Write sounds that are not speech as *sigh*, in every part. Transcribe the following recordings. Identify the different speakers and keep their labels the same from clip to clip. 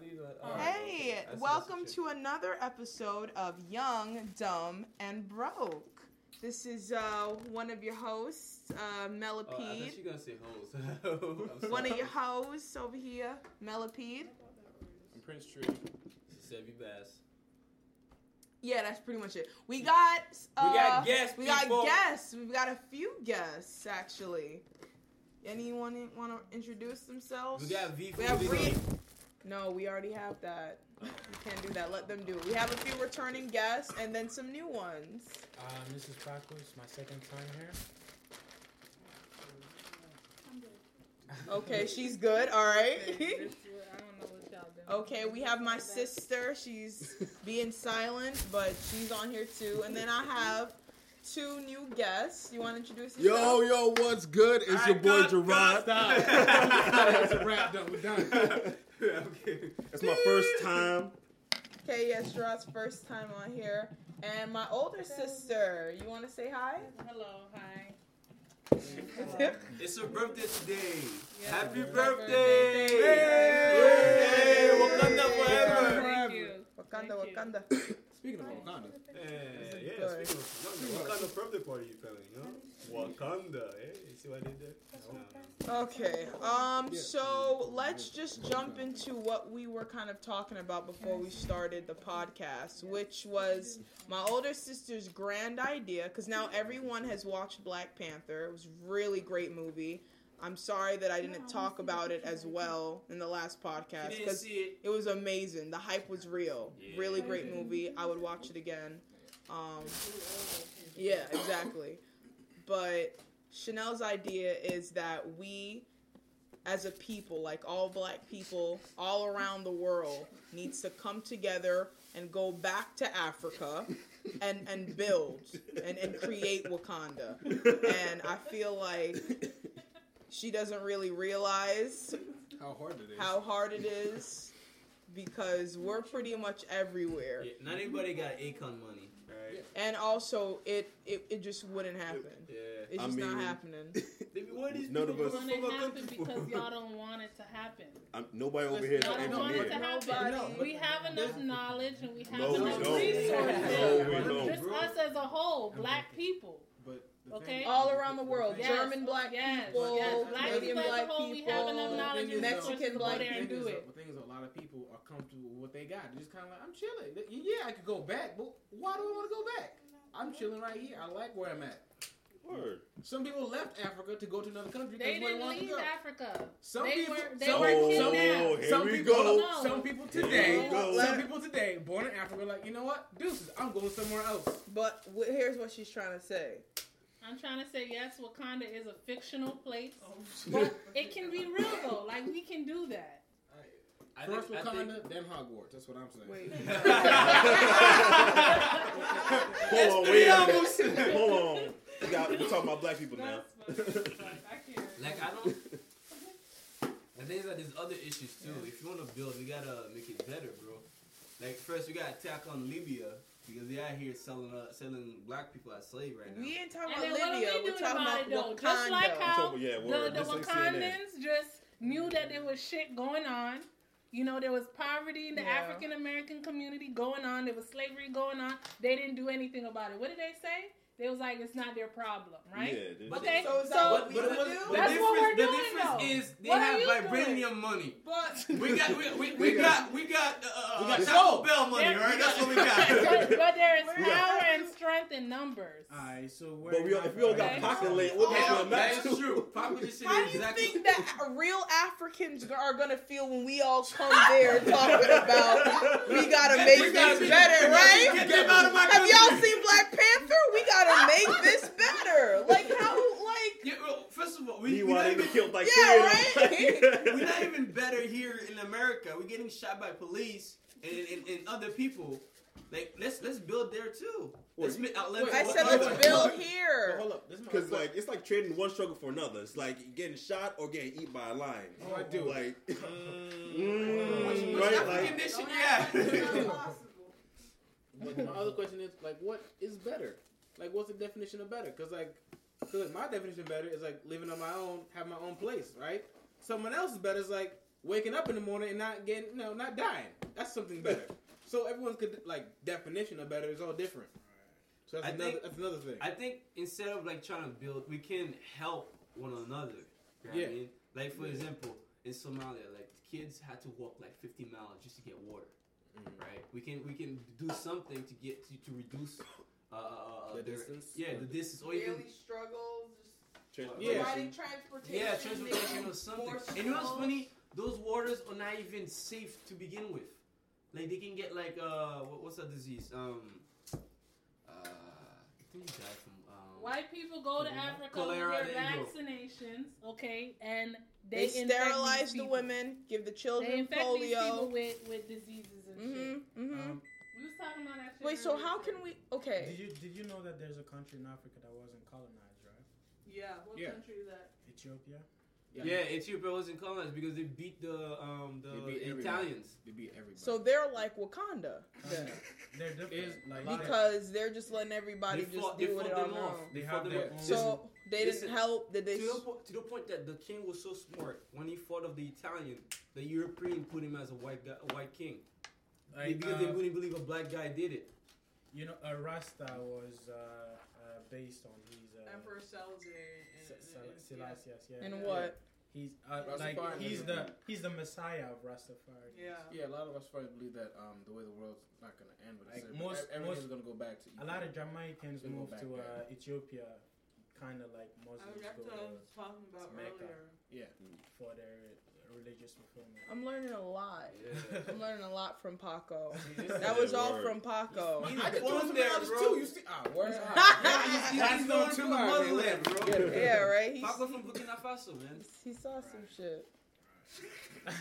Speaker 1: need a.
Speaker 2: All
Speaker 1: Uh,
Speaker 2: right.
Speaker 3: Hey,
Speaker 1: I see
Speaker 3: welcome
Speaker 1: that's a
Speaker 3: to another episode of Young, Dumb, and Broke. This is uh, one of your hosts, uh,
Speaker 1: Oh, I thought
Speaker 3: Melipede.
Speaker 1: you gonna say hoes. *laughs* I'm sorry.
Speaker 3: one of your hosts over here, Melipede.
Speaker 4: I'm Prince Tree.
Speaker 1: Sebi Bass.
Speaker 3: Yeah, that's pretty much it. We got uh,
Speaker 4: we got guests.
Speaker 3: we got
Speaker 4: people.
Speaker 3: guests. We've got a few guests actually. Anyone want to introduce themselves?
Speaker 1: We got V
Speaker 3: We
Speaker 1: for
Speaker 3: have
Speaker 1: video.
Speaker 3: re- No, we already have that. We can't do that. Let them do it. We have a few returning guests and then some new ones.
Speaker 4: Um, this is backwards. My
Speaker 5: *laughs*
Speaker 4: second time here.
Speaker 3: Okay, she's good. All right. *laughs*
Speaker 2: I don't know what y'all doing.
Speaker 3: Okay, we have my sister. She's being silent, but she's on here too. And then I have two new guests. You want to introduce yourself?
Speaker 5: Yo, yo, what's good? It's your boy Gerard. *laughs*
Speaker 4: It's a wrap. Done. We're done.
Speaker 1: Yeah, *laughs* okay.
Speaker 5: It's my first time.
Speaker 3: Okay, yes, Gerard's first time on here. And my older sister. You want to say hi?
Speaker 2: Hello, hi.
Speaker 1: It's her birthday today.
Speaker 2: Yeah.
Speaker 1: Happy
Speaker 4: Happy
Speaker 1: birthday!
Speaker 3: birthday.
Speaker 1: Hey!
Speaker 3: Yay!
Speaker 1: Wakanda forever!
Speaker 2: Thank you.
Speaker 3: *laughs* Wakanda,
Speaker 2: Thank you.
Speaker 3: Wakanda.
Speaker 4: Speaking of Wakanda,
Speaker 1: Hey,
Speaker 3: This is
Speaker 1: yeah,
Speaker 3: good.
Speaker 1: speaking of Wakanda, Wakanda birthday party, you family, you know? Wakanda, eh? You see what I did there? No.
Speaker 3: Okay. Um.
Speaker 4: Yeah.
Speaker 3: So let's just jump into what we were kind of talking about before we started the podcast, which was my older sister's grand idea. Because now everyone has watched Black Panther. It was a really great movie. I'm sorry that I didn't talk about it as well in the last
Speaker 1: You
Speaker 3: podcast
Speaker 1: didn't
Speaker 3: because
Speaker 1: see it.
Speaker 3: it was amazing. The hype was real.
Speaker 1: Yeah.
Speaker 3: Really great movie. I would watch it again. Um, yeah, exactly. But Chanel's idea is that we, as a people, like all black people all around the world, needs to come together and go back to Africa and, and build and, and create Wakanda. And I feel like she doesn't really realize
Speaker 4: how hard it is.
Speaker 3: how hard it is because we're pretty much everywhere.
Speaker 1: Yeah, not everybody got Akon money, right?
Speaker 3: And also, it, it, it just wouldn't happen.
Speaker 1: Yeah.
Speaker 3: It's
Speaker 5: I
Speaker 3: just not
Speaker 5: mean-
Speaker 3: happening.
Speaker 1: They be- what is
Speaker 5: None of
Speaker 1: people
Speaker 5: us-
Speaker 2: It's
Speaker 1: from
Speaker 2: gonna happen
Speaker 1: Wakanda
Speaker 2: because
Speaker 1: for?
Speaker 2: y'all don't want it to happen.
Speaker 5: I'm, nobody over here
Speaker 2: Y'all
Speaker 5: is an
Speaker 2: don't want it to
Speaker 5: engineer.
Speaker 2: happen.
Speaker 1: No, but-
Speaker 2: we have enough knowledge and we have
Speaker 5: No, Oh, we
Speaker 2: enough
Speaker 5: don't.
Speaker 2: resources.
Speaker 5: No, we don't.
Speaker 2: Just us as a whole, black people.
Speaker 4: But the
Speaker 2: Okay.
Speaker 4: thing-
Speaker 3: all around the world.
Speaker 2: Yes.
Speaker 3: German black
Speaker 2: Yes.
Speaker 3: people,
Speaker 2: Yes.
Speaker 4: Black
Speaker 3: Canadian
Speaker 2: people as a
Speaker 3: black
Speaker 2: whole, we have enough
Speaker 4: The
Speaker 3: people.
Speaker 2: knowledge.
Speaker 4: thing is, though,
Speaker 3: Mexican
Speaker 4: the
Speaker 3: black
Speaker 4: thing
Speaker 2: and
Speaker 4: is,
Speaker 2: do
Speaker 4: though-
Speaker 2: it.
Speaker 4: The thing is, a lot of people are comfortable with what they got. They're just kind of like, I'm chilling. Th- Yeah, I could go back, but why do I want to go back? I'm chilling right here. I like where I'm at.
Speaker 5: Word.
Speaker 4: Some people left Africa to go to another country.
Speaker 2: They
Speaker 4: because where
Speaker 2: didn't
Speaker 4: wanted to
Speaker 2: leave
Speaker 4: go.
Speaker 2: Africa.
Speaker 4: Some
Speaker 2: They
Speaker 4: people,
Speaker 2: were- they
Speaker 4: some,
Speaker 2: were
Speaker 4: some-
Speaker 2: kidnapped.
Speaker 5: oh, here
Speaker 4: some
Speaker 5: we
Speaker 4: people,
Speaker 5: go.
Speaker 2: No.
Speaker 4: some people
Speaker 5: Here we
Speaker 4: today,
Speaker 5: go.
Speaker 4: some people today, born in Africa, like you know what, deuces, I'm going somewhere else.
Speaker 2: *laughs*
Speaker 3: But w- here's what she's trying to say.
Speaker 2: I'm trying to say yes. Wakanda is a fictional place.
Speaker 3: Oh,
Speaker 4: First
Speaker 2: It can be real though. Like we can do that.
Speaker 1: I think- I think- *laughs*
Speaker 4: Wakanda, then Hogwarts. That's what I'm saying.
Speaker 3: Wait.
Speaker 5: Hold on,
Speaker 1: That's
Speaker 5: wait a
Speaker 1: three
Speaker 5: minute.
Speaker 1: albums.
Speaker 5: Hold on. We got, we're talking about black people now.
Speaker 1: Like I don't. The thing is that there's other issues too. If you want to build, we gotta make it better, bro. Like first, we gotta attack on Libya because they out here selling uh, selling black people as slave right now.
Speaker 3: We ain't talking
Speaker 2: And
Speaker 3: about
Speaker 2: then what are
Speaker 3: Libya.
Speaker 2: we
Speaker 3: We're
Speaker 2: doing
Speaker 3: talking
Speaker 2: about
Speaker 3: about
Speaker 2: it though?
Speaker 3: Wakanda.
Speaker 2: Just like
Speaker 5: I'm
Speaker 2: how
Speaker 5: *laughs* talking- yeah,
Speaker 2: the,
Speaker 5: word.
Speaker 2: the
Speaker 5: Just like CNN.
Speaker 2: Wakandans just knew that there was shit going on. You know, there was poverty in the
Speaker 3: Yeah.
Speaker 2: African American community going on. There was slavery going on. They didn't do anything about it. What did they say? They was like, it's not their problem, right?
Speaker 5: Yeah, dude.
Speaker 1: But
Speaker 2: Okay,
Speaker 3: So is that
Speaker 2: so-
Speaker 3: what
Speaker 1: it
Speaker 3: we would
Speaker 1: was-
Speaker 3: do?
Speaker 1: the difference-
Speaker 2: That's what we're
Speaker 1: the
Speaker 2: doing,
Speaker 1: difference
Speaker 2: though.
Speaker 1: is they
Speaker 2: What are you
Speaker 1: have
Speaker 2: doing?
Speaker 1: vibranium money.
Speaker 2: *laughs*
Speaker 3: but
Speaker 1: We got we, we, we
Speaker 4: We
Speaker 1: got we got uh,
Speaker 4: We got
Speaker 1: Taco
Speaker 4: soul.
Speaker 1: Bell money,
Speaker 2: Yeah.
Speaker 1: right? That's what we
Speaker 2: *laughs*
Speaker 3: *laughs*
Speaker 2: but,
Speaker 1: got.
Speaker 2: but there is
Speaker 5: We
Speaker 2: power
Speaker 5: got-
Speaker 2: and strength in numbers.
Speaker 4: Alright, so where
Speaker 5: But we, all- if we all got
Speaker 2: Okay.
Speaker 5: pocket land, what
Speaker 1: Yeah,
Speaker 5: does
Speaker 1: Oh, that
Speaker 5: that
Speaker 1: is
Speaker 5: matter?
Speaker 1: true. Papa just said
Speaker 3: how do you
Speaker 1: exactly.
Speaker 2: *laughs*
Speaker 3: think that real Africans g- are gonna feel when we all come
Speaker 2: *laughs*
Speaker 3: there talking about we gotta make
Speaker 1: We
Speaker 3: this
Speaker 1: gotta be- we
Speaker 3: better,
Speaker 1: gotta Get
Speaker 3: right?
Speaker 1: them out of my
Speaker 3: Have y'all
Speaker 1: country.
Speaker 3: seen Black Panther? We gotta make this better. Like how? Like
Speaker 1: Yeah, well, first of all, we, we
Speaker 5: Meanwhile,
Speaker 1: not
Speaker 5: they
Speaker 1: even,
Speaker 5: been killed by
Speaker 3: Yeah,
Speaker 1: *laughs*
Speaker 5: *laughs*
Speaker 1: we're
Speaker 5: Karen.
Speaker 1: not even better here in America. We're getting shot by police and, and, and other people. Like let's let's build there too. Let's
Speaker 5: Wait,
Speaker 1: make outlets.
Speaker 4: wait,
Speaker 3: I
Speaker 4: Well,
Speaker 3: said,
Speaker 4: hold
Speaker 3: let's
Speaker 4: on.
Speaker 3: build here.
Speaker 4: Hold up, this is my
Speaker 5: Because like it's like trading one struggle for another. It's like getting shot or getting eaten by a lion.
Speaker 4: Oh, I do.
Speaker 5: Like, *laughs*
Speaker 1: Which,
Speaker 5: mm,
Speaker 1: which
Speaker 5: right?
Speaker 1: African
Speaker 5: Like,
Speaker 1: nation you at?
Speaker 4: But my other question is like, what is better? Like, what's the definition of better? Because like, cause like, my definition of better is like living on my own, have my own place, right? Someone else is better is like waking up in the morning and not getting, no, not dying. That's something better. so everyone's could like definition of better is all different. So that's
Speaker 1: I
Speaker 4: another
Speaker 1: think-
Speaker 4: that's another thing.
Speaker 1: I think instead of like trying to build, we can help one another. You know what
Speaker 4: Yeah.
Speaker 1: I mean? Like for
Speaker 4: Yeah.
Speaker 1: example, in Somalia, like kids had to walk like 50 miles just to get water.
Speaker 4: Mhm.
Speaker 1: Right? We can we can do something to get to, to reduce uh, uh, uh,
Speaker 4: The
Speaker 1: their-
Speaker 4: distance?
Speaker 1: Yeah, the distance. Or even
Speaker 6: Daily struggles,
Speaker 5: Transportation.
Speaker 4: Yeah.
Speaker 6: providing transportation.
Speaker 1: yeah, transportation
Speaker 6: making
Speaker 1: or something.
Speaker 6: more
Speaker 1: And you know what's
Speaker 6: schools.
Speaker 1: funny? Those waters are not even safe to begin with. Like they can get like uh, what, what's that disease? Um, uh, I think you died from um.
Speaker 2: White people go to Africa
Speaker 1: Cholera,
Speaker 2: with their
Speaker 1: there you go.
Speaker 2: vaccinations, okay, and
Speaker 3: They,
Speaker 2: they, infect these
Speaker 3: sterilize the
Speaker 2: people.
Speaker 3: women, give the
Speaker 2: They
Speaker 3: children
Speaker 2: infect these people
Speaker 3: polio.
Speaker 2: with, with diseases and shit.
Speaker 3: Mm-hmm. Mm-hmm.
Speaker 7: Um,
Speaker 2: We was talking about that shit.
Speaker 3: Wait, so
Speaker 2: earlier
Speaker 3: how
Speaker 2: today.
Speaker 3: can we? Okay.
Speaker 7: did you did you know that there's a country in Africa that wasn't colonized, right?
Speaker 6: Yeah, what
Speaker 4: Yeah.
Speaker 6: country is that?
Speaker 7: Ethiopia.
Speaker 1: Yeah, Ethiopia was in colonized because they beat the um the
Speaker 4: They beat everybody.
Speaker 1: Italians.
Speaker 4: to be everybody.
Speaker 3: So they're like Wakanda
Speaker 7: Kinda.
Speaker 5: *laughs*
Speaker 7: They're
Speaker 4: *laughs*
Speaker 7: different.
Speaker 4: Is-
Speaker 7: like
Speaker 3: because they're just letting everybody
Speaker 1: they
Speaker 3: just
Speaker 1: fought, they
Speaker 3: do it
Speaker 1: fought
Speaker 3: on
Speaker 1: them
Speaker 3: their
Speaker 1: off.
Speaker 3: own.
Speaker 7: They
Speaker 1: They
Speaker 7: have
Speaker 1: fought them
Speaker 7: their
Speaker 1: off.
Speaker 7: own-
Speaker 1: So
Speaker 3: So they
Speaker 1: listen,
Speaker 3: didn't help. Did
Speaker 1: to
Speaker 3: they?
Speaker 1: the, po- to the point that the king was so smart when he fought of the Italian, the European put him as a white guy, a white king
Speaker 7: like,
Speaker 1: because they
Speaker 7: uh,
Speaker 1: wouldn't believe a black guy did it.
Speaker 7: you know, uh, Rasta was uh, uh, based on his uh,
Speaker 6: Emperor Selzy and,
Speaker 7: S- Sel-
Speaker 6: and, and,
Speaker 7: Selasius, yeah.
Speaker 3: And
Speaker 7: yeah.
Speaker 3: what?
Speaker 7: He's uh, like
Speaker 4: Rastafarianism.
Speaker 7: he's the he's the messiah of Rastafari.
Speaker 6: yeah.
Speaker 4: yeah, a lot of us probably believe that um, the way the world's not going to end with
Speaker 7: Like,
Speaker 4: us,
Speaker 7: most-
Speaker 4: everything's
Speaker 7: most-
Speaker 4: going to go back to
Speaker 7: A lot *laughs* of Jamaicans
Speaker 4: They go
Speaker 7: moved
Speaker 4: back
Speaker 7: to
Speaker 4: there.
Speaker 7: uh, Ethiopia, kind of like
Speaker 6: I
Speaker 7: Muslims
Speaker 6: mean, that's
Speaker 7: go
Speaker 6: what I was
Speaker 7: to-
Speaker 6: talking about
Speaker 7: It's Mecca.
Speaker 6: earlier.
Speaker 7: for their religious fulfillment.
Speaker 3: I'm learning a lot.
Speaker 1: Yeah.
Speaker 3: *laughs* I'm learning a lot from Paco.
Speaker 4: *laughs* Ethiopia.
Speaker 3: *laughs* That was
Speaker 5: Yeah,
Speaker 3: all
Speaker 5: word.
Speaker 3: from Paco.
Speaker 1: He's
Speaker 4: I just
Speaker 1: born
Speaker 4: told some
Speaker 1: there,
Speaker 4: others
Speaker 1: bro.
Speaker 4: too. You see, ah, word.
Speaker 1: Yeah,
Speaker 4: *laughs*
Speaker 1: he's- he's-
Speaker 4: That's
Speaker 1: he's
Speaker 4: going
Speaker 1: born
Speaker 4: too
Speaker 1: from the
Speaker 4: hard, man.
Speaker 1: motherland, bro.
Speaker 4: Get it.
Speaker 3: Yeah, right. He,
Speaker 1: Papa from Burkina Faso,
Speaker 3: *laughs*
Speaker 1: man. *laughs*
Speaker 3: he saw some shit.
Speaker 1: Why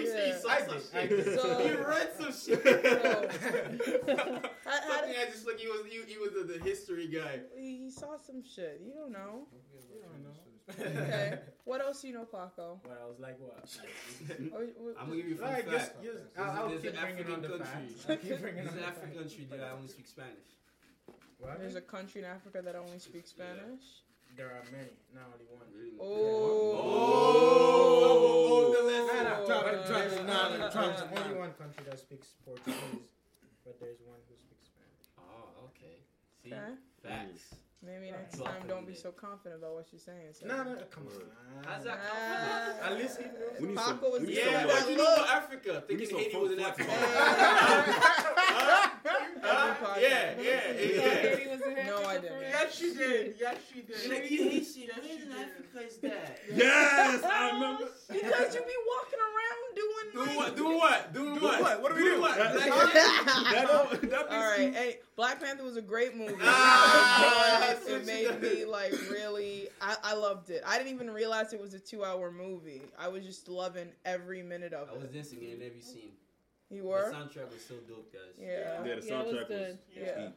Speaker 1: you say
Speaker 3: Yeah.
Speaker 1: he saw
Speaker 7: I
Speaker 1: some
Speaker 7: did, I
Speaker 1: shit?
Speaker 7: did.
Speaker 1: *laughs*
Speaker 3: So-
Speaker 1: he read some shit. *laughs*
Speaker 3: *laughs*
Speaker 4: *laughs*
Speaker 7: *laughs*
Speaker 3: So- How- how
Speaker 1: Something
Speaker 3: did-
Speaker 1: I just like he was he, he was the, the history guy.
Speaker 3: he, he saw some shit. You don't know.
Speaker 1: *laughs* Okay.
Speaker 3: What else you know, Paco?
Speaker 7: But I was like,
Speaker 4: *laughs*
Speaker 7: what?
Speaker 3: Or- or-
Speaker 1: I'm gonna give you a fun
Speaker 7: Like, just,
Speaker 1: fact.
Speaker 7: just,
Speaker 4: This
Speaker 7: I'll, I'll
Speaker 1: is-
Speaker 7: keep
Speaker 1: this is
Speaker 7: bringing on
Speaker 1: African
Speaker 7: the
Speaker 1: country.
Speaker 7: facts. I'll keep bringing
Speaker 1: This is
Speaker 7: on the
Speaker 1: an African
Speaker 7: facts.
Speaker 1: country that I only speak Spanish.
Speaker 7: What?
Speaker 3: There's a country in Africa that only speaks
Speaker 1: Yeah.
Speaker 3: Spanish.
Speaker 7: There are many, not only one.
Speaker 1: Really? Oh,
Speaker 3: Oh.
Speaker 1: the list.
Speaker 4: Man, I'm dropping,
Speaker 3: Uh,
Speaker 4: dropping,
Speaker 7: There's,
Speaker 4: nah,
Speaker 7: only-
Speaker 4: I'm dropping,
Speaker 7: there's
Speaker 4: nah.
Speaker 7: only one country that speaks Portuguese, but there's one who speaks Spanish.
Speaker 1: Oh, okay. See,
Speaker 3: Okay.
Speaker 1: facts.
Speaker 3: Maybe next
Speaker 1: Right.
Speaker 3: time, don't be so confident about what you're saying. So.
Speaker 7: No, no, come on.
Speaker 1: How's that
Speaker 3: Ah.
Speaker 1: confident? At least he knows.
Speaker 5: We need
Speaker 3: Paco
Speaker 5: some.
Speaker 3: was
Speaker 5: we need
Speaker 3: giving
Speaker 1: Yeah,
Speaker 5: some
Speaker 3: that
Speaker 1: what
Speaker 5: like,
Speaker 1: you
Speaker 3: look.
Speaker 1: know about Africa?
Speaker 5: we need
Speaker 1: Thinking
Speaker 5: some
Speaker 1: Haiti
Speaker 5: fun
Speaker 1: was in
Speaker 5: facts.
Speaker 1: Africa. *laughs* Huh?
Speaker 3: Every
Speaker 1: Yeah,
Speaker 3: podcast.
Speaker 1: yeah,
Speaker 2: You thought
Speaker 1: yeah.
Speaker 2: Haiti was in
Speaker 3: No,
Speaker 2: Africa
Speaker 3: I
Speaker 2: for
Speaker 3: didn't.
Speaker 2: real?
Speaker 6: Yes, she did. Yes, she did.
Speaker 1: Nigga, you Haitian.
Speaker 6: Yes,
Speaker 1: Where
Speaker 6: she
Speaker 1: in
Speaker 6: did.
Speaker 1: Africa is that?
Speaker 5: Yes,
Speaker 4: Oh,
Speaker 5: I remember.
Speaker 3: Because you be walking around doing
Speaker 1: Doing
Speaker 3: like-
Speaker 1: what? Doing what? Doing
Speaker 5: Do
Speaker 1: what?
Speaker 5: what? What do we
Speaker 1: Doing
Speaker 5: do?
Speaker 1: What?
Speaker 5: That-
Speaker 1: Black shit?
Speaker 5: *laughs* That don't. That
Speaker 3: All right, hey, Black Panther was a great movie.
Speaker 1: Ah,
Speaker 3: It was- it
Speaker 1: that's what
Speaker 3: made
Speaker 1: you
Speaker 3: me
Speaker 1: did.
Speaker 3: like really, I, I loved it. I didn't even realize it was a two-hour movie. I was just loving every minute of
Speaker 1: I was
Speaker 3: it.
Speaker 1: dancing in every scene.
Speaker 3: You
Speaker 1: The
Speaker 3: were,
Speaker 1: soundtrack was so dope, guys.
Speaker 3: yeah.
Speaker 5: Yeah, the
Speaker 2: Yeah, it was
Speaker 5: soundtrack was.
Speaker 2: good.
Speaker 3: Yeah.
Speaker 1: Yeah.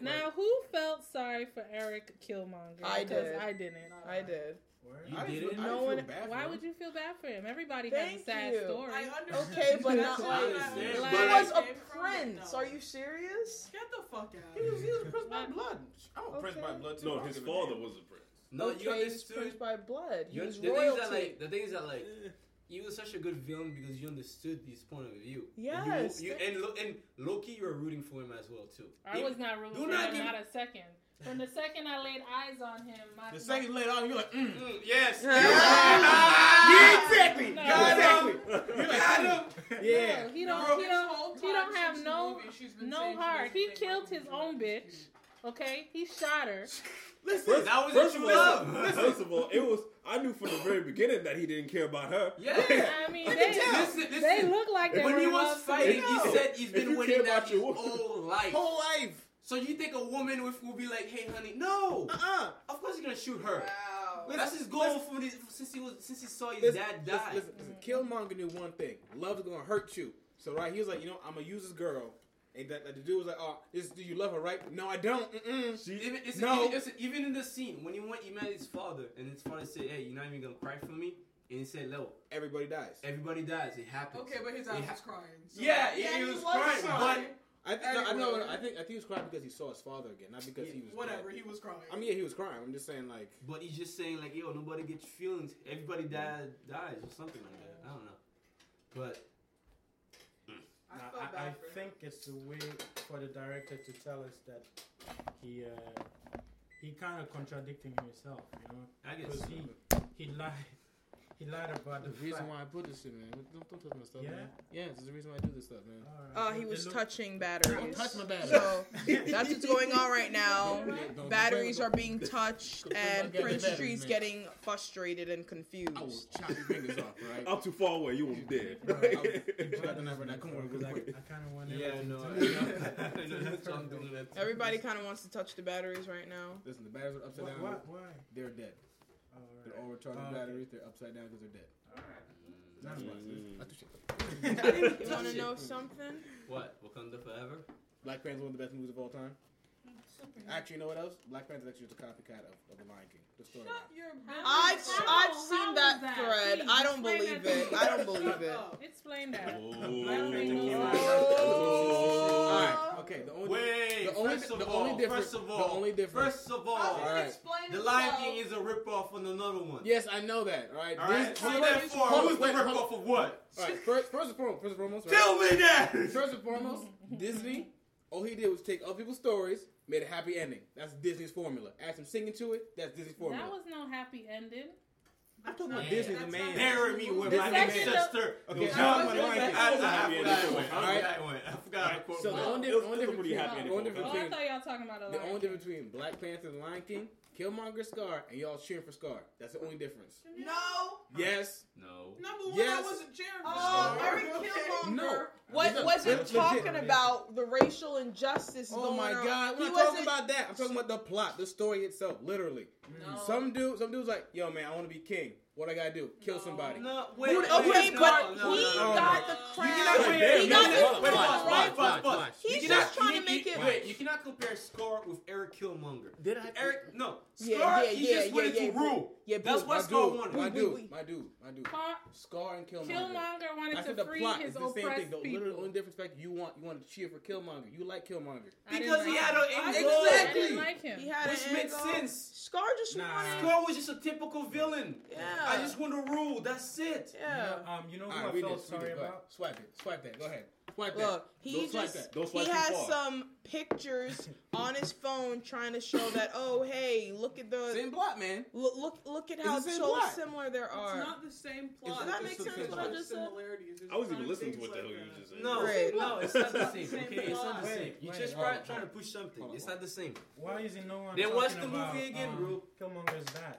Speaker 2: Now, who felt sorry for Eric Killmonger?
Speaker 3: I
Speaker 2: Because
Speaker 3: did.
Speaker 2: I didn't.
Speaker 3: I did.
Speaker 7: Word?
Speaker 1: You
Speaker 4: I
Speaker 1: did
Speaker 4: feel-
Speaker 1: it?
Speaker 4: I
Speaker 3: No
Speaker 4: feel
Speaker 3: one-
Speaker 4: bad for
Speaker 2: Why
Speaker 4: him.
Speaker 2: would you feel bad for him? Everybody has a
Speaker 3: Thank
Speaker 2: sad
Speaker 3: you.
Speaker 2: story.
Speaker 6: I understand.
Speaker 3: Okay, but not
Speaker 6: That's where
Speaker 3: like
Speaker 6: I'm
Speaker 1: Understand,
Speaker 3: he
Speaker 6: at.
Speaker 1: but-
Speaker 3: was
Speaker 6: Where I
Speaker 3: a
Speaker 6: came from,
Speaker 3: prince.
Speaker 6: though.
Speaker 3: Are you serious?
Speaker 6: Get the fuck out.
Speaker 4: He was, he was oppressed by
Speaker 2: Okay.
Speaker 4: blood. I'm oppressed by blood too.
Speaker 5: No,
Speaker 4: I don't
Speaker 5: his
Speaker 4: give a
Speaker 5: father
Speaker 4: damn.
Speaker 5: was a prince.
Speaker 1: No, you
Speaker 3: okay, he's
Speaker 1: understood.
Speaker 3: prince by blood. He
Speaker 1: You,
Speaker 3: was
Speaker 1: the things that
Speaker 3: royalty.
Speaker 1: like the things that like
Speaker 4: *laughs*
Speaker 1: you was such a good villain because you understood his point of view.
Speaker 3: Yes.
Speaker 1: And, you, you, and, Lo, and Loki, you were rooting for him as well too.
Speaker 2: I was not rooting
Speaker 1: Do
Speaker 2: for
Speaker 1: not
Speaker 2: him,
Speaker 1: give-
Speaker 2: not a second. From the second I laid eyes on him, my
Speaker 4: The second you laid on, you're like, mm. *laughs*
Speaker 1: Mm, yes.
Speaker 4: yeah, exactly.
Speaker 2: No.
Speaker 4: Got him. You're
Speaker 5: You're
Speaker 4: like, mm.
Speaker 5: like,
Speaker 4: got him.
Speaker 2: No,
Speaker 4: Yeah.
Speaker 2: he
Speaker 6: No,
Speaker 2: don't. He
Speaker 6: this
Speaker 2: don't.
Speaker 6: whole
Speaker 2: he don't
Speaker 6: time
Speaker 2: have
Speaker 6: since
Speaker 2: no-
Speaker 6: the movie, she's been
Speaker 2: no
Speaker 6: saying she
Speaker 2: heart.
Speaker 6: doesn't
Speaker 2: He
Speaker 6: think
Speaker 2: killed
Speaker 6: Michael
Speaker 2: his
Speaker 6: Jordan
Speaker 2: own
Speaker 6: is
Speaker 2: bitch.
Speaker 6: cute.
Speaker 2: Okay, he
Speaker 1: *laughs*
Speaker 2: shot her.
Speaker 1: Listen, that was
Speaker 5: First
Speaker 1: a
Speaker 5: of
Speaker 1: true
Speaker 5: all,
Speaker 1: love.
Speaker 5: *laughs* first of all, it was. I knew from the very beginning that he didn't care about her. *laughs*
Speaker 1: Yeah.
Speaker 2: I mean,
Speaker 4: I
Speaker 2: they,
Speaker 4: can tell.
Speaker 1: Listen, listen.
Speaker 2: they look like they
Speaker 1: when
Speaker 2: were
Speaker 1: he
Speaker 2: in
Speaker 1: was
Speaker 2: love
Speaker 1: fighting,
Speaker 5: together.
Speaker 1: he
Speaker 5: No.
Speaker 1: said he's
Speaker 5: If
Speaker 1: been
Speaker 5: you
Speaker 1: winning
Speaker 5: care
Speaker 1: that
Speaker 5: about
Speaker 1: his
Speaker 5: your woman-
Speaker 1: whole life.
Speaker 4: Whole life.
Speaker 1: So you think a woman with will be like, "Hey, honey, no,
Speaker 4: Uh-uh.
Speaker 1: of course you're gonna shoot her."
Speaker 6: Wow.
Speaker 4: Listen,
Speaker 1: That's his goal
Speaker 4: listen.
Speaker 1: from this, since he was since he saw his
Speaker 4: Listen,
Speaker 1: dad
Speaker 4: listen,
Speaker 1: die.
Speaker 4: Listen, listen, Killmonger knew one thing: love's gonna hurt you. So right, he was like, you know, I'm gonna use this girl, and that, that the dude was like, oh, this, do you love her? Right? No, I don't. Mm-mm.
Speaker 5: She,
Speaker 1: Even, it's,
Speaker 4: No.
Speaker 1: even, it's- even in the scene when he went, he met his father, and his father said, "Hey, you're not even gonna cry for me." And he said, "No,
Speaker 4: Everybody dies.
Speaker 1: everybody dies. It happens."
Speaker 6: Okay, but his
Speaker 1: He
Speaker 6: eyes
Speaker 1: ha-
Speaker 6: was crying. so-
Speaker 1: Yeah, he- he was crying,
Speaker 4: I, th- no, I know.
Speaker 6: Everybody.
Speaker 4: I think I think he was crying because he saw his father again, not because he was
Speaker 6: whatever.
Speaker 4: dead.
Speaker 6: He was crying.
Speaker 4: I mean, yeah, he was crying. I'm just saying, like,
Speaker 1: Mm. But he's just saying like, "Yo, nobody gets feelings. Everybody dies, dies or something like that." I don't know. But
Speaker 6: I
Speaker 7: Now,
Speaker 6: felt
Speaker 7: I, I
Speaker 6: bad for him.
Speaker 7: think it's a way for the director to tell us that he uh, he kind of contradicting himself, you know,
Speaker 1: I guess
Speaker 7: because he he lied he lied about the,
Speaker 4: The reason
Speaker 7: fact.
Speaker 4: why I put this shit, man. Don't, don't touch my stuff,
Speaker 7: Yeah?
Speaker 4: man. Yeah, it's the reason why I do this stuff, man.
Speaker 7: Alright,
Speaker 3: Uh, he
Speaker 7: it-
Speaker 3: was
Speaker 7: it look-
Speaker 3: touching batteries.
Speaker 4: Don't touch my battery.
Speaker 3: So that's what's going on right now.
Speaker 4: Don't- don't- don't-
Speaker 3: Batteries are
Speaker 4: don't-
Speaker 3: being touched, and
Speaker 4: Get the
Speaker 3: Prince
Speaker 4: batteries,
Speaker 3: Street's
Speaker 4: man.
Speaker 3: getting frustrated and
Speaker 4: I will
Speaker 3: confused.
Speaker 4: chop your fingers off,
Speaker 7: *laughs*
Speaker 4: right?
Speaker 5: I'm too far away. You won't dead.
Speaker 4: You
Speaker 5: *laughs*
Speaker 4: got the number now. Come on,
Speaker 7: Because
Speaker 4: real
Speaker 7: I,
Speaker 4: quick.
Speaker 7: I kind of want
Speaker 1: yeah,
Speaker 7: everything
Speaker 1: no,
Speaker 7: to
Speaker 1: I
Speaker 7: be-
Speaker 1: know. I know *laughs* that's what I'm doing that to.
Speaker 3: Everybody kind of wants to touch the batteries
Speaker 1: *laughs*
Speaker 3: right now.
Speaker 4: Listen, the batteries are upside
Speaker 7: Why?
Speaker 4: down.
Speaker 7: why- Why?
Speaker 4: They're dead.
Speaker 7: Alright.
Speaker 4: They're all recharging
Speaker 7: Oh, okay.
Speaker 4: batteries. They're upside down because they're dead. That's why.
Speaker 5: Mm.
Speaker 4: I do shit.
Speaker 3: You want to know
Speaker 4: Shit.
Speaker 3: something?
Speaker 1: What? Wakanda Forever?
Speaker 4: Black Panther's one of the best movies of all time. Actually, you know what else? Black Panther's actually just a copycat of, of The Lion King. The story.
Speaker 6: Shut your
Speaker 3: I've
Speaker 2: How- how
Speaker 3: I've seen
Speaker 2: was
Speaker 3: that
Speaker 2: that?
Speaker 3: thread.
Speaker 2: Please,
Speaker 3: I don't
Speaker 2: explain
Speaker 3: believe
Speaker 2: that
Speaker 3: it.
Speaker 2: to me.
Speaker 3: I don't believe it.
Speaker 6: up.
Speaker 2: Explain that.
Speaker 5: Oh.
Speaker 4: All right. Okay. The only.
Speaker 1: Wait,
Speaker 4: The only-
Speaker 1: first, of
Speaker 4: the
Speaker 1: all,
Speaker 4: only difference-
Speaker 1: first of
Speaker 4: the
Speaker 1: all,
Speaker 4: only difference-
Speaker 1: first of
Speaker 6: How
Speaker 1: all,
Speaker 6: can you
Speaker 4: Alright.
Speaker 6: explain
Speaker 1: the Lion
Speaker 6: himself?
Speaker 1: King is a ripoff on another one.
Speaker 4: Yes, I know that. All right.
Speaker 1: All right,
Speaker 4: This-
Speaker 1: so
Speaker 4: hold on.
Speaker 1: therefore,
Speaker 4: Hold on,
Speaker 1: who's the
Speaker 4: wait, hold on.
Speaker 1: ripoff of what?
Speaker 4: All right. First, first and foremost. First and foremost. Right?
Speaker 1: Tell me that.
Speaker 4: First and foremost,
Speaker 2: *laughs*
Speaker 4: Disney. All he did was take other people's stories, made a happy ending. That's Disney's formula. Add some singing to it. That's Disney's formula.
Speaker 2: That was no happy ending.
Speaker 4: I'm talking about
Speaker 1: Yeah.
Speaker 4: Disney, the
Speaker 6: That's
Speaker 4: man.
Speaker 6: not-
Speaker 1: Bury me with
Speaker 4: This
Speaker 1: my
Speaker 4: is
Speaker 2: actually the-
Speaker 1: ancestor.
Speaker 4: Okay,
Speaker 1: John
Speaker 4: I was
Speaker 1: Mulaney.
Speaker 4: gonna say-
Speaker 1: I I- I
Speaker 5: Happy
Speaker 1: forgot
Speaker 5: ending.
Speaker 1: that one. I
Speaker 4: Alright.
Speaker 1: forgot that one. I forgot.
Speaker 4: Alright,
Speaker 1: the quote
Speaker 4: so the
Speaker 1: was-
Speaker 4: only,
Speaker 5: It was-
Speaker 4: only
Speaker 5: it was a pretty happy ending
Speaker 4: the only
Speaker 5: for a
Speaker 2: Oh,
Speaker 4: difference
Speaker 5: Okay.
Speaker 2: I
Speaker 4: between
Speaker 2: thought y'all talking about a
Speaker 4: the
Speaker 2: Lion
Speaker 4: only
Speaker 2: King.
Speaker 4: difference between Black Panther, The Lion King, Killmonger, Scar, and y'all cheering for Scar. That's the only difference.
Speaker 3: No.
Speaker 4: Yes.
Speaker 1: No.
Speaker 6: Number one,
Speaker 4: Yes.
Speaker 6: I wasn't cheering for
Speaker 3: Oh,
Speaker 6: Scar.
Speaker 3: Larry
Speaker 6: Okay.
Speaker 3: Killmonger.
Speaker 4: No.
Speaker 3: What
Speaker 4: Legit.
Speaker 3: was it
Speaker 4: Legit.
Speaker 3: talking about? The racial injustice
Speaker 4: Oh
Speaker 3: going
Speaker 4: my
Speaker 3: on.
Speaker 4: God!
Speaker 3: He
Speaker 4: We're not
Speaker 3: wasn't-
Speaker 4: talking about that. I'm talking about the plot, the story itself, literally.
Speaker 6: No.
Speaker 4: Some dude, some dude's like, "Yo, man, I want to be king. What I gotta do? Kill
Speaker 6: No.
Speaker 4: somebody."
Speaker 1: No. Wait.
Speaker 3: Dude, okay,
Speaker 1: no,
Speaker 3: but
Speaker 1: no,
Speaker 3: he
Speaker 1: no, no, no.
Speaker 3: got the
Speaker 6: You
Speaker 3: crowd.
Speaker 1: cannot
Speaker 5: Like,
Speaker 1: compare-
Speaker 5: damn,
Speaker 1: you
Speaker 5: man,
Speaker 1: cannot-
Speaker 5: hold on,
Speaker 1: wait, pause,
Speaker 5: hold on, hold on,
Speaker 1: pause,
Speaker 5: hold on.
Speaker 1: pause, pause.
Speaker 3: He's
Speaker 1: You
Speaker 3: just
Speaker 1: cannot-
Speaker 3: trying
Speaker 1: you-
Speaker 3: to make
Speaker 1: you-
Speaker 3: it-
Speaker 1: Wait, you cannot compare Scar with Eric Killmonger.
Speaker 4: Did I?
Speaker 1: Eric, no.
Speaker 3: Yeah,
Speaker 1: Scar,
Speaker 3: yeah,
Speaker 1: he
Speaker 3: yeah,
Speaker 1: just
Speaker 3: yeah,
Speaker 1: wanted
Speaker 3: yeah,
Speaker 1: to rule.
Speaker 3: yeah,
Speaker 1: That's
Speaker 3: boo,
Speaker 1: what
Speaker 4: my
Speaker 1: Scar
Speaker 4: dude,
Speaker 1: wanted.
Speaker 4: my
Speaker 3: We-
Speaker 4: dude,
Speaker 3: we- we-
Speaker 4: my dude, my dude.
Speaker 2: Scar-
Speaker 4: Scar and Killmonger.
Speaker 2: Killmonger
Speaker 4: I
Speaker 2: wanted
Speaker 4: said
Speaker 2: to
Speaker 4: the
Speaker 2: free
Speaker 4: plot
Speaker 2: his
Speaker 4: is the same thing.
Speaker 2: oppressed
Speaker 4: though. literally the
Speaker 2: people.
Speaker 4: only difference fact you want you want to cheer for Killmonger. You like Killmonger.
Speaker 2: I didn't
Speaker 1: Because he
Speaker 2: like
Speaker 1: had
Speaker 2: him.
Speaker 1: an
Speaker 2: I
Speaker 1: angle.
Speaker 2: didn't- I
Speaker 3: Exactly.
Speaker 2: didn't like him.
Speaker 3: He had
Speaker 1: Which
Speaker 3: an
Speaker 1: makes
Speaker 3: angle.
Speaker 1: sense.
Speaker 3: Scar just
Speaker 7: Nah.
Speaker 3: wanted.
Speaker 1: Scar was just a typical villain.
Speaker 3: Yeah.
Speaker 1: I just want to rule. That's it.
Speaker 3: Yeah.
Speaker 7: Um, you know
Speaker 1: Ah,
Speaker 4: All right,
Speaker 7: who I
Speaker 4: read
Speaker 7: felt
Speaker 4: this. Read
Speaker 7: sorry
Speaker 4: this. Go ahead.
Speaker 7: about?
Speaker 4: Swipe it. Swipe that. Go ahead. Swipe that.
Speaker 3: Look, he
Speaker 4: Don't swipe
Speaker 3: just
Speaker 4: that.
Speaker 5: Don't
Speaker 3: he
Speaker 5: swipe too
Speaker 3: has
Speaker 5: far.
Speaker 3: some pictures on his phone trying to show that oh hey look at the
Speaker 4: Same plot, man.
Speaker 3: look look, look at
Speaker 4: It's
Speaker 3: how
Speaker 4: the same
Speaker 3: so
Speaker 4: plot.
Speaker 3: similar there
Speaker 6: It's
Speaker 3: are.
Speaker 6: not the same plot.
Speaker 4: Does that make sense what I
Speaker 3: just said?
Speaker 6: Similarities. It's
Speaker 5: I wasn't
Speaker 6: not
Speaker 5: even listening to
Speaker 6: things
Speaker 5: what the hell
Speaker 6: like
Speaker 5: you
Speaker 6: that.
Speaker 5: just said.
Speaker 1: No,
Speaker 3: Right.
Speaker 1: no, it's not the same.
Speaker 6: Same
Speaker 1: Okay, it's not the
Speaker 6: plot.
Speaker 1: same. You
Speaker 7: Wait,
Speaker 1: just
Speaker 7: wait,
Speaker 1: try,
Speaker 7: hold
Speaker 1: trying to
Speaker 7: on.
Speaker 1: push something.
Speaker 4: Hold on,
Speaker 1: It's
Speaker 4: hold
Speaker 1: not the same.
Speaker 7: Why isn't no one?
Speaker 1: Then
Speaker 7: talking
Speaker 1: watch the
Speaker 7: about,
Speaker 1: movie again,
Speaker 7: um,
Speaker 1: bro.
Speaker 7: Killmonger's dad.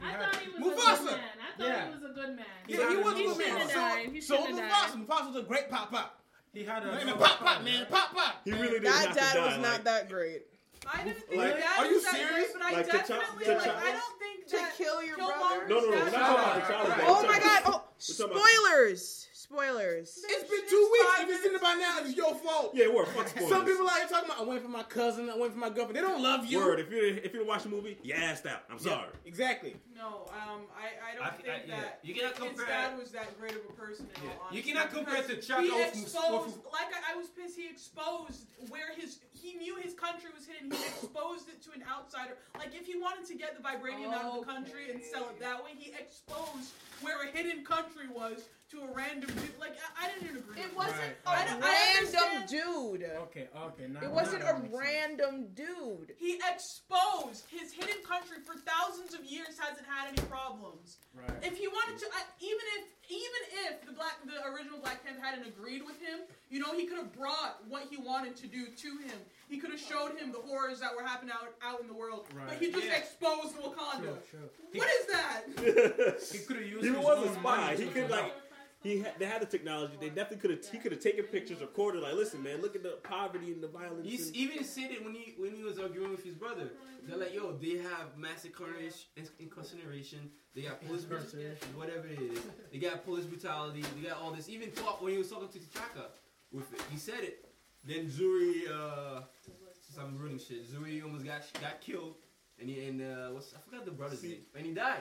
Speaker 2: I thought he was a
Speaker 4: Mufasa.
Speaker 2: good man. I thought
Speaker 7: Yeah.
Speaker 2: he was a good man.
Speaker 7: Yeah, he was a
Speaker 2: He
Speaker 7: good man.
Speaker 2: shouldn't have
Speaker 7: So-
Speaker 2: died. He
Speaker 4: So
Speaker 2: shouldn't have died.
Speaker 4: Mufasa. Mufasa's a great pop pop.
Speaker 7: He had a
Speaker 4: Man,
Speaker 7: no
Speaker 4: pop pop,
Speaker 7: father,
Speaker 4: man.
Speaker 7: right?
Speaker 4: Pop pop.
Speaker 5: He really didn't
Speaker 3: that
Speaker 5: have to
Speaker 3: dad
Speaker 5: die.
Speaker 3: was not
Speaker 5: like,
Speaker 3: that great.
Speaker 6: I didn't think
Speaker 5: Like,
Speaker 6: that
Speaker 4: are you
Speaker 6: was that
Speaker 4: serious?
Speaker 6: great, but I
Speaker 5: Like, T'Challa-
Speaker 6: definitely
Speaker 5: T'Challa-
Speaker 6: like. I don't think
Speaker 3: To
Speaker 6: that
Speaker 3: kill your brother.
Speaker 6: Killmonger's
Speaker 5: No, no, no. We're not
Speaker 6: dad-
Speaker 5: talking about T'Challa's dad.
Speaker 3: Oh my god! Oh,
Speaker 5: We're talking about-
Speaker 3: spoilers! Spoilers!
Speaker 4: It's been two weeks. If it's in it by now, it's your fault.
Speaker 5: Yeah, word. Fuck spoilers.
Speaker 4: Some people out here talking about I went for my cousin, I went for my girlfriend. They don't love you.
Speaker 5: Word. If you didn't- if you didn't watch the movie, you assed out. I'm
Speaker 4: Yeah,
Speaker 5: sorry.
Speaker 4: Exactly.
Speaker 6: No, um, I, I don't
Speaker 1: I- I-
Speaker 6: think
Speaker 1: yeah.
Speaker 6: that
Speaker 1: You cannot compare-
Speaker 6: his dad was that great of a person. In all
Speaker 1: You
Speaker 6: honesty,
Speaker 1: cannot compare
Speaker 6: because
Speaker 1: T'Chaka
Speaker 6: He
Speaker 1: with
Speaker 6: exposed,
Speaker 1: Mustafa.
Speaker 6: like I, I was pissed. He exposed where his he knew his country was hidden. He exposed it to an outsider. Like if he wanted to get the vibranium out of the country and sell it that way, he exposed where a hidden country was to a random dude. Like I, I didn't agree.
Speaker 3: It
Speaker 6: with
Speaker 3: wasn't
Speaker 6: that.
Speaker 7: Right,
Speaker 3: a
Speaker 6: I
Speaker 7: right.
Speaker 6: don't-
Speaker 3: random
Speaker 6: understand-
Speaker 3: dude.
Speaker 7: Okay, okay. Now,
Speaker 3: It wasn't
Speaker 7: now that
Speaker 3: a
Speaker 7: makes sense.
Speaker 3: random dude.
Speaker 6: He exposed his hidden country for thousands of years hasn't had any problems.
Speaker 7: Right.
Speaker 6: If he wanted to, I even if even if the black the original Black Panther hadn't agreed with him, you know he could have brought what he wanted to do to him. He could have showed him the horrors that were happening out out in the world, but he
Speaker 7: Right.
Speaker 6: just
Speaker 1: Yeah.
Speaker 6: exposed Wakanda.
Speaker 7: Sure, sure.
Speaker 6: What is that?
Speaker 7: He
Speaker 4: *laughs*
Speaker 7: could have used.
Speaker 5: He
Speaker 7: his
Speaker 5: was a
Speaker 7: own
Speaker 5: spy.
Speaker 7: money
Speaker 5: He
Speaker 7: to
Speaker 5: could
Speaker 7: do
Speaker 5: like he had, they had the technology. They definitely could have he could have taken pictures, recorded. Like, listen, man, look at the poverty and the violence.
Speaker 1: He s-
Speaker 5: and-
Speaker 1: even said it when he when he was arguing with his brother. They're like, yo, they have mass incarnation, incarceration. They got police brutality,
Speaker 7: Incarceration.
Speaker 1: whatever it is. They got police brutality. They got all this. Even talk when he was talking to T'Chaka with it. He said it. Then Zuri, uh, since I'm ruining shit. Zuri almost got sh- got killed, and he, and uh, what's I forgot the brother's
Speaker 5: See.
Speaker 1: name, and he died.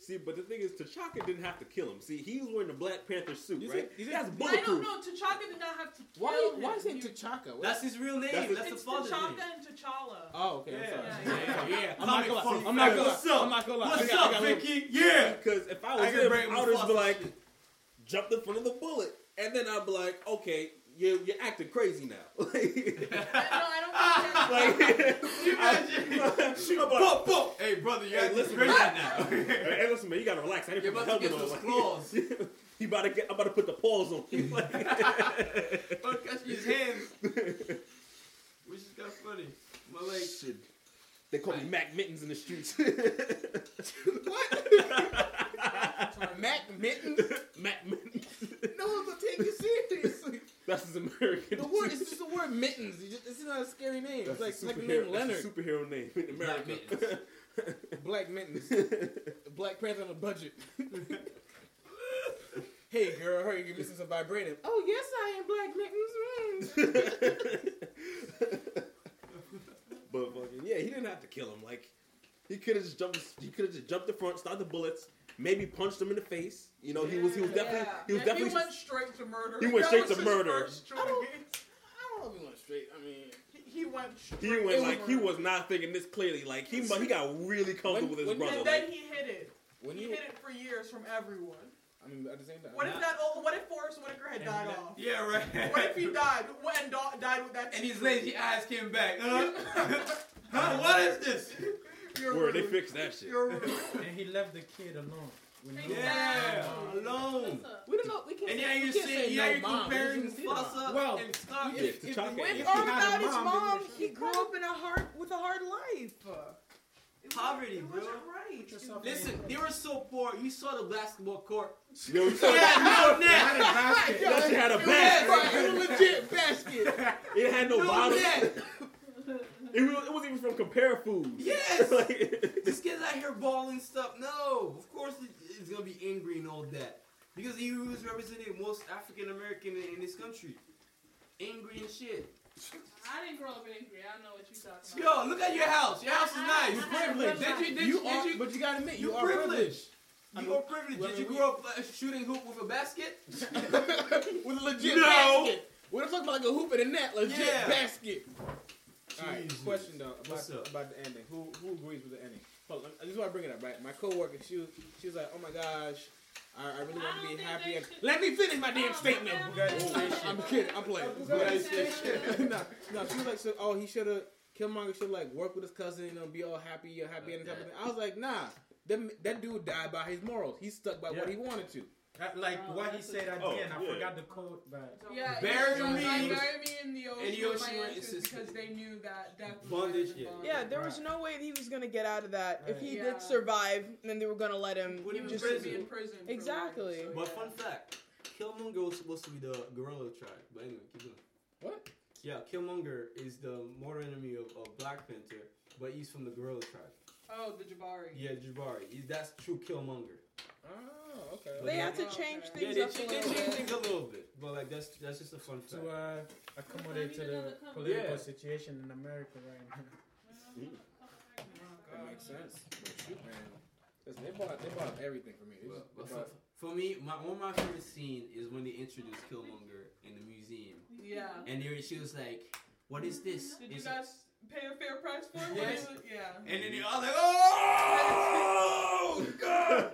Speaker 5: See, but the thing is, T'Chaka didn't have to kill him. See, he was wearing the Black Panther suit,
Speaker 4: You see-
Speaker 5: right?
Speaker 4: you see-
Speaker 5: That's
Speaker 6: I don't
Speaker 5: bulletproof.
Speaker 6: know. T'Chaka did not have to kill
Speaker 4: Why?
Speaker 6: him.
Speaker 4: Why is it
Speaker 6: dude.
Speaker 4: T'Chaka?
Speaker 1: That's his real name.
Speaker 5: That's
Speaker 1: That's,
Speaker 5: his-
Speaker 1: the
Speaker 6: It's
Speaker 1: father's
Speaker 6: T'Chaka
Speaker 1: name.
Speaker 6: and T'Challa.
Speaker 4: Oh, okay.
Speaker 6: Yeah.
Speaker 4: I'm sorry.
Speaker 6: Yeah.
Speaker 4: Yeah. I'm not gonna lie. I'm not gonna lie.
Speaker 1: What's up?
Speaker 4: I'm not gonna lie. I
Speaker 1: What's
Speaker 4: got- I
Speaker 1: up,
Speaker 4: got a little-
Speaker 1: Vicky? Yeah.
Speaker 5: Because if I
Speaker 1: I
Speaker 5: was
Speaker 1: can
Speaker 5: him,
Speaker 1: bring
Speaker 5: I would just be
Speaker 1: Mufasa
Speaker 5: like,
Speaker 1: shit.
Speaker 5: jumped in front of the bullet, and then I'd be like, okay, you're, you're acting crazy now. *laughs* like,
Speaker 6: No, I don't think that's
Speaker 5: I, I'm like,
Speaker 1: Boom, boom. Hey, brother, you
Speaker 5: Hey,
Speaker 1: got this
Speaker 5: listen,
Speaker 1: crazy
Speaker 5: man.
Speaker 1: now.
Speaker 5: Hey, hey, listen, man, you gotta relax. I
Speaker 1: You're
Speaker 5: didn't put
Speaker 1: about
Speaker 5: the
Speaker 1: to
Speaker 5: helmet
Speaker 1: get
Speaker 5: on.
Speaker 1: some
Speaker 5: Like,
Speaker 1: claws.
Speaker 5: *laughs* you about to get? I'm about to put the paws on you. Like,
Speaker 1: Fuck, catch his hands, which is kind of funny. My
Speaker 5: like,
Speaker 1: legs.
Speaker 5: shit. They call me Mac Mittens in
Speaker 4: *laughs*
Speaker 5: the streets.
Speaker 4: *laughs* Mac Mitten?
Speaker 5: *laughs* Mac Mittens.
Speaker 4: No one's gonna take you seriously.
Speaker 5: That's his American.
Speaker 4: The word is just the word mittens. You just- It's not a scary name. It's
Speaker 5: That's
Speaker 4: like,
Speaker 5: a
Speaker 4: it's like the
Speaker 5: superhero-
Speaker 4: name
Speaker 5: that's
Speaker 4: Leonard.
Speaker 5: a superhero name in
Speaker 1: Mac
Speaker 5: America.
Speaker 4: Black mittens. Black Panther on a budget. hey girl, hurry, give me some vibrating. Oh yes, I am Black mittens. Mm.
Speaker 5: *laughs* but fucking yeah, he didn't have to kill him. Like he could have just jumped. He could have just jumped the front, stopped the bullets, maybe punched him in the face. You know, he was he was definitely he was
Speaker 6: Yeah,
Speaker 5: definitely
Speaker 6: He went straight to murder.
Speaker 5: He went
Speaker 6: That
Speaker 5: straight
Speaker 6: was
Speaker 5: to
Speaker 6: his
Speaker 5: murder.
Speaker 6: first choice.
Speaker 4: I don't- I don't know if he went straight. I mean,
Speaker 6: He went straight.
Speaker 5: he went
Speaker 6: to
Speaker 5: like he
Speaker 6: murder.
Speaker 5: was not thinking this clearly. Like he mu- he got really comfortable with his
Speaker 4: When- when-
Speaker 5: brother.
Speaker 6: And
Speaker 5: Like,
Speaker 6: then he hid it.
Speaker 4: when
Speaker 6: He
Speaker 4: you,
Speaker 6: hid it for years from everyone.
Speaker 4: I mean, at the same time,
Speaker 6: What if
Speaker 1: Nah.
Speaker 6: that old? What if Forrest Whitaker had
Speaker 7: And
Speaker 6: died
Speaker 7: that-
Speaker 6: off?
Speaker 1: Yeah, right.
Speaker 4: *laughs*
Speaker 6: What
Speaker 1: *laughs*
Speaker 6: if he died when do- died with that?
Speaker 1: And his
Speaker 6: secret?
Speaker 1: lazy eyes came back. Huh? huh? What is this?
Speaker 6: You're
Speaker 5: word, they
Speaker 6: rude.
Speaker 5: fixed that shit.
Speaker 6: You're rude.
Speaker 5: *laughs*
Speaker 7: And he left the kid alone. With no-
Speaker 1: Yeah,
Speaker 6: Exactly.
Speaker 1: alone.
Speaker 4: we don't know. We can't.
Speaker 1: And
Speaker 4: say-
Speaker 1: yeah,
Speaker 4: we
Speaker 1: you're
Speaker 4: can't say
Speaker 1: saying, yeah,
Speaker 4: no
Speaker 1: you're
Speaker 4: mom.
Speaker 1: comparing
Speaker 4: It's just his mom.
Speaker 1: Mufasa
Speaker 7: Well,
Speaker 1: and Stark.
Speaker 5: yeah, T'Chaka.
Speaker 1: if-
Speaker 5: yeah.
Speaker 1: if
Speaker 6: Or
Speaker 1: he had
Speaker 6: without
Speaker 1: a
Speaker 6: his
Speaker 1: mom,
Speaker 6: mom,
Speaker 1: then-
Speaker 6: he grew up in a hard with a hard life. It
Speaker 1: Poverty,
Speaker 6: wasn't,
Speaker 1: bro.
Speaker 6: It wasn't right.
Speaker 7: yourself in-
Speaker 1: Listen, they were so poor. You saw the basketball
Speaker 5: *laughs*
Speaker 1: court.
Speaker 5: Yo,
Speaker 1: *laughs*
Speaker 5: you
Speaker 1: Yeah,
Speaker 5: saw that?
Speaker 1: no net.
Speaker 7: Had
Speaker 5: That
Speaker 7: a basket.
Speaker 5: shit had a
Speaker 1: Yes,
Speaker 5: back.
Speaker 1: bro, it was legit basket.
Speaker 5: It had no
Speaker 1: No
Speaker 5: bottom.
Speaker 1: net.
Speaker 5: *laughs* It was it was even from Compare Foods.
Speaker 1: Yes.
Speaker 5: *laughs* Like-
Speaker 1: This kid's out here balling stuff. No, of course it- it's gonna be angry and all that because he was representing most African American in, in this country. Angry and shit.
Speaker 2: I didn't grow up angry. I know what you're talking about.
Speaker 1: Yo, look at your house. Your house is nice.
Speaker 2: You
Speaker 1: You
Speaker 2: privileged.
Speaker 1: privileged. Did you? Did
Speaker 4: You
Speaker 1: you? Did
Speaker 4: are,
Speaker 1: you?
Speaker 4: but you gotta admit, you
Speaker 1: you
Speaker 4: are privileged.
Speaker 1: privileged.
Speaker 4: I
Speaker 1: You are privileged.
Speaker 4: well,
Speaker 1: Did you
Speaker 4: we-
Speaker 1: grow up uh, shooting hoop with a basket?
Speaker 4: with a *laughs* legit
Speaker 1: No.
Speaker 4: basket. We're talking about like a hoop and a net, legit
Speaker 1: Yeah.
Speaker 4: basket. All right,
Speaker 1: Jesus.
Speaker 4: question though about,
Speaker 1: What's up?
Speaker 4: about the ending. Who who agrees with the ending? Hold on, I just want to bring it up, right? My coworker, she was, she was like, "Oh my gosh, I, I really
Speaker 2: I
Speaker 4: want to
Speaker 2: don't
Speaker 4: be
Speaker 2: think
Speaker 4: happy."
Speaker 2: they
Speaker 4: and-"
Speaker 2: should-
Speaker 4: Let me finish my
Speaker 2: Oh,
Speaker 4: damn
Speaker 2: my
Speaker 4: statement.
Speaker 2: God.
Speaker 4: Congratulations. *laughs* I'm kidding. I'm playing.
Speaker 2: Congratulations.
Speaker 4: *laughs* no, no, she was like, so, "Oh, he should have Killmonger should like work with his cousin and you know, be all happy, and happy and type of thing." I was like, "Nah, that that dude died by his morals. He stuck by what
Speaker 7: Yeah.
Speaker 4: he wanted to."
Speaker 7: Uh, Like
Speaker 2: Oh,
Speaker 7: what he
Speaker 2: that's a-
Speaker 7: said at
Speaker 5: Oh,
Speaker 7: the end. I
Speaker 5: yeah.
Speaker 7: forgot the quote, but
Speaker 6: Yeah,
Speaker 1: Bury
Speaker 6: yeah,
Speaker 1: me.
Speaker 6: like, bury me in the ocean,
Speaker 1: the
Speaker 6: with my
Speaker 1: ocean where
Speaker 6: answers
Speaker 1: it's just-
Speaker 6: because they knew that death was
Speaker 1: Bondage,
Speaker 6: better than
Speaker 1: yeah.
Speaker 6: bondage.
Speaker 3: Yeah, there was no way that he was gonna get out of that. If he
Speaker 6: Yeah.
Speaker 3: did survive, then they were gonna let him.
Speaker 1: Put
Speaker 6: he
Speaker 1: him
Speaker 6: was
Speaker 3: just-
Speaker 6: gonna be in prison. for
Speaker 3: Exactly.
Speaker 6: life, so
Speaker 1: But
Speaker 6: yeah.
Speaker 1: fun fact, Killmonger was supposed to be the gorilla tribe. But anyway, keep going.
Speaker 4: What?
Speaker 1: Yeah, Killmonger is the mortal enemy of, of Black Panther, but he's from the gorilla tribe.
Speaker 6: Oh, the Jabari.
Speaker 1: Yeah, Jabari. He- That's true Killmonger.
Speaker 4: Oh, okay.
Speaker 3: They had to
Speaker 6: Okay.
Speaker 3: change
Speaker 1: Yeah,
Speaker 6: Yeah,
Speaker 3: things
Speaker 1: they,
Speaker 3: up a
Speaker 1: cha- they
Speaker 3: little
Speaker 1: change
Speaker 3: bit.
Speaker 1: things a little bit, but like that's that's just a fun fact.
Speaker 7: to uh, accommodate to the political situation in America right now. *laughs*
Speaker 4: That makes sense. Man, listen, they bought they bought everything for me. They
Speaker 1: But,
Speaker 4: just-
Speaker 1: but
Speaker 4: they
Speaker 1: for,
Speaker 4: bought-
Speaker 1: for me, my one of my favorite scene is when they introduce Killmonger in the museum,
Speaker 6: Yeah.
Speaker 1: and there she was like, "What is this?"
Speaker 6: Did you
Speaker 1: It's-
Speaker 6: guys pay a fair price for it?
Speaker 1: Yes.
Speaker 6: Yeah.
Speaker 1: and then they all like, *laughs* "Oh God!"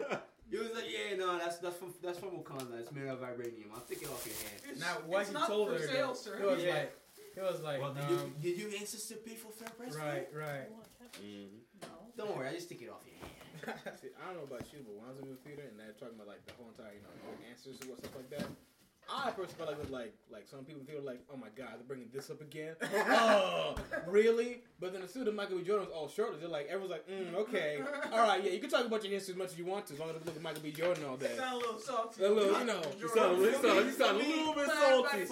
Speaker 1: It was like, "Yeah, no, that's that's from that's from Wakanda. It's made of vibranium. I'll take it off your hand."
Speaker 6: It's,
Speaker 7: Now, what
Speaker 6: it's
Speaker 7: he
Speaker 6: not
Speaker 7: told
Speaker 6: for
Speaker 7: her,
Speaker 6: sale,
Speaker 7: though,
Speaker 6: sir.
Speaker 7: he was
Speaker 1: Yeah.
Speaker 7: like, he was like,
Speaker 1: well, did,
Speaker 7: um,
Speaker 1: you, did you ancestor pay for fair price? for
Speaker 7: right,
Speaker 1: it?
Speaker 7: right.
Speaker 5: Mm-hmm.
Speaker 1: Don't worry, I just take it off your hand.
Speaker 4: *laughs* See, I don't know about you, but when I was in the theater and they're talking about like the whole entire, you know, your answers and what stuff like that. I at first felt like it was like like some people in the theater were like, oh my god, they're bringing this up
Speaker 5: *laughs*
Speaker 4: again. oh, really? But then as soon as Michael B. Jordan was all shirtless, they're like everyone's like, mm, okay, all right, yeah, you can talk about your history as much as you want to, as long as it looks like Michael B. Jordan all day.
Speaker 6: It sound a little soft.
Speaker 4: A little, you know,
Speaker 5: You sound, you sound, you sound a little bit salty.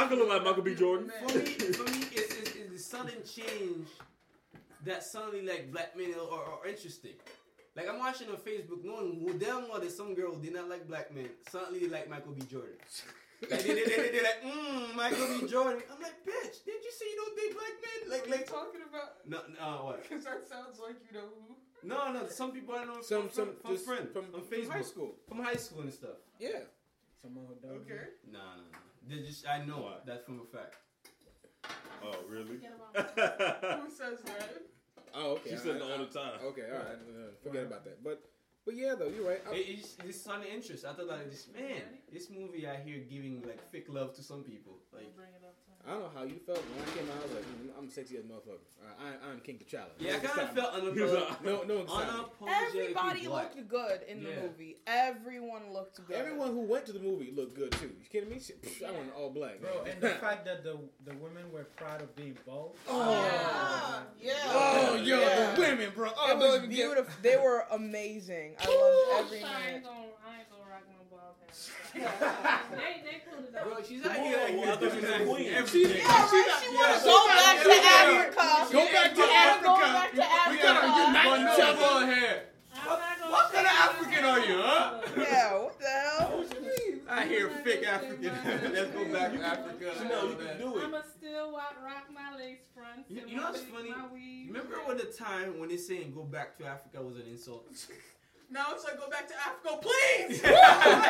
Speaker 5: I could look like Michael B. Jordan.
Speaker 1: For me, for me, it's, it's, it's the sudden change that suddenly like black men are, are, are interesting. Like I'm watching on Facebook, knowing who damn well there's some girl who did not like black men. Suddenly they like Michael B. Jordan. Like they, they, they, they, are like, mmm, Michael B. Jordan. I'm like, bitch, did you say you don't date black men? Like,
Speaker 6: Like
Speaker 1: like,
Speaker 6: talking about
Speaker 1: no, no, what?
Speaker 6: because that sounds like you know who.
Speaker 1: No, no. Some people I know
Speaker 4: *laughs* some
Speaker 1: from,
Speaker 4: some
Speaker 1: from,
Speaker 4: just
Speaker 1: friend,
Speaker 4: from,
Speaker 1: on
Speaker 4: from
Speaker 1: Facebook,
Speaker 4: high school.
Speaker 1: from high school and stuff.
Speaker 4: Yeah.
Speaker 7: Someone who does
Speaker 6: Okay.
Speaker 1: Nah, nah, nah. They just, I know
Speaker 5: Why?
Speaker 1: that from a fact.
Speaker 5: Oh, really?
Speaker 6: Who says that?
Speaker 4: *laughs* Oh, okay. Oh,
Speaker 5: she said it all the time.
Speaker 1: Oh,
Speaker 4: Okay, all right. Uh, forget about that. But but But yeah, though you're right. I-
Speaker 1: It, it's, it's on interest. I thought that this man, this movie I hear giving like fake love to some people. Like,
Speaker 2: bring it up to him.
Speaker 4: I don't know how you felt when I came out. I was like, mm, I'm sexy as a motherfucker. All right, I, I'm King T'Challa.
Speaker 1: yeah, I
Speaker 4: No
Speaker 1: kind of
Speaker 4: excitement.
Speaker 1: felt unapologetic.
Speaker 4: no, no excitement.
Speaker 1: unapologetically
Speaker 3: Everybody
Speaker 1: black.
Speaker 3: looked good in the
Speaker 1: Yeah.
Speaker 3: movie. Everyone looked good.
Speaker 4: Everyone who went to the movie looked good too. You kidding me? Shit, psh, I
Speaker 2: Yeah.
Speaker 4: went all black.
Speaker 7: Bro, and the
Speaker 4: *laughs*
Speaker 7: fact that the the women were proud of being bald.
Speaker 4: Oh.
Speaker 3: Yeah. Yeah.
Speaker 4: oh, yo,
Speaker 3: Yeah.
Speaker 4: the women, bro. Oh,
Speaker 3: It was
Speaker 4: don't even get-
Speaker 3: beautiful.
Speaker 4: *laughs*
Speaker 3: They were amazing. I loved every
Speaker 2: I ain't
Speaker 3: minute.
Speaker 2: gonna, I ain't gonna rock no bald head. they, they pulled it
Speaker 1: Bro,
Speaker 2: up.
Speaker 1: she's out here like
Speaker 5: I thought
Speaker 1: this
Speaker 5: she
Speaker 1: bitch
Speaker 5: was a
Speaker 1: ass
Speaker 5: queen.
Speaker 1: everything.
Speaker 3: Yeah, right. She wanna
Speaker 1: yeah,
Speaker 3: go
Speaker 1: she
Speaker 3: back
Speaker 1: got-
Speaker 3: to
Speaker 1: yeah.
Speaker 3: Africa.
Speaker 4: Go back
Speaker 3: She wanna
Speaker 4: to
Speaker 3: go
Speaker 4: Africa.
Speaker 3: back to
Speaker 4: We gotta
Speaker 3: Africa.
Speaker 4: unite.
Speaker 1: But no
Speaker 4: each other.
Speaker 1: bald hair.
Speaker 2: I'm
Speaker 1: What-
Speaker 2: not gonna
Speaker 1: what kind
Speaker 2: say
Speaker 1: of
Speaker 2: that.
Speaker 1: African are you, huh?
Speaker 3: Yeah. What the hell?
Speaker 1: I hear
Speaker 2: I'm not
Speaker 1: fake
Speaker 2: gonna say
Speaker 1: African.
Speaker 2: mine.
Speaker 1: Let's go back to Africa. and
Speaker 5: No,
Speaker 1: all
Speaker 5: you can
Speaker 1: that.
Speaker 5: do it.
Speaker 2: I'ma still rock, rock my lace fronts.
Speaker 1: You-
Speaker 2: and
Speaker 1: you know
Speaker 2: my
Speaker 1: what's
Speaker 2: wig-
Speaker 1: funny?
Speaker 2: my weave.
Speaker 1: Remember when the time when they saying go back to Africa was an insult?
Speaker 6: *laughs* Now it's like, go back to Africa, please!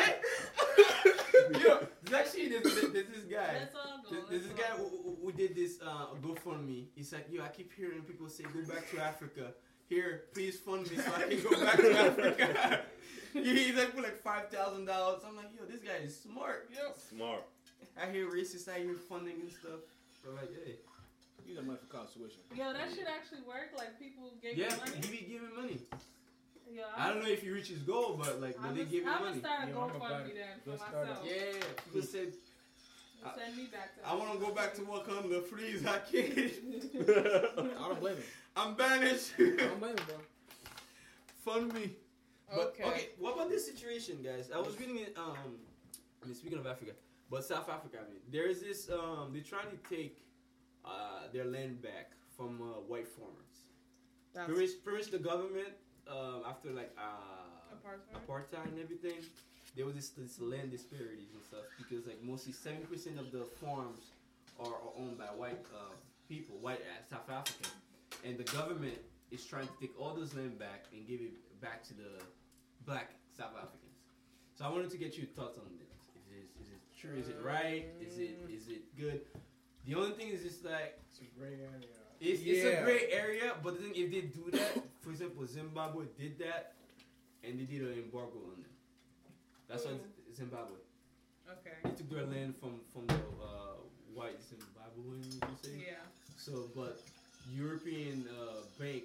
Speaker 1: *laughs*
Speaker 6: *laughs*
Speaker 1: Yo, there's actually this, this, there's this guy.
Speaker 2: Let's all go.
Speaker 1: There's,
Speaker 2: let's
Speaker 1: there's this
Speaker 2: all
Speaker 1: guy
Speaker 2: go.
Speaker 1: who, who- who did this uh, GoFundMe. He's like, yo, I keep hearing people say go back to Africa. Here, please fund me so I can go back
Speaker 6: *laughs*
Speaker 1: to Africa. *laughs* He's like for like five thousand dollars. I'm like, yo, this guy is smart. Yo,
Speaker 5: *laughs* Smart.
Speaker 1: I hear racists out here funding and stuff. But like, hey,
Speaker 4: You got money for college tuition.
Speaker 2: Yo, that should actually work. Like people gave
Speaker 1: yeah,
Speaker 2: me money.
Speaker 1: he be giving money.
Speaker 2: Yo,
Speaker 1: I don't know if he reaches goal, but like,
Speaker 2: I'm
Speaker 1: but they give him
Speaker 2: gonna
Speaker 1: money. Hmm.
Speaker 2: start a
Speaker 7: Yeah, I'm about
Speaker 2: GoFundMe
Speaker 7: it.
Speaker 2: then for
Speaker 7: Let's start
Speaker 2: myself.
Speaker 7: it.
Speaker 1: Yeah, people said I-
Speaker 2: Send me back to.
Speaker 1: I want to go back to work on the freeze. I can't. *laughs*
Speaker 4: I don't blame him.
Speaker 1: I'm banished.
Speaker 4: I don't blame him, bro.
Speaker 1: Um, Fund me. But, okay.
Speaker 3: Okay.
Speaker 1: What about this situation, guys? I was reading it. Um, I mean, speaking of Africa, but South Africa. I mean, there is this. Um, they're trying to take uh, their land back from uh, white farmers.
Speaker 3: That's
Speaker 1: Pretty much, pretty much the government um, after like uh,
Speaker 2: Apartheid?
Speaker 1: apartheid and everything, there was this, this land disparities and stuff because like mostly seventy percent of the farms are, are owned by white uh, people, white uh, South African, and the government is trying to take all this land back and give it back to the black South Africans. So I wanted to get your thoughts on this. Is it, is it true? Is it right? Is it is it good? The only thing is just like
Speaker 7: It's a gray area.
Speaker 1: it's, it's a
Speaker 4: Yeah.
Speaker 1: gray area, but the thing if they do that, for example, Zimbabwe did that, and they did an embargo on them. That's why Z- Zimbabwe.
Speaker 2: Hmm. Okay.
Speaker 1: They took their land from from the uh, white Zimbabwean, you could say.
Speaker 2: Yeah.
Speaker 1: So, but European uh, bank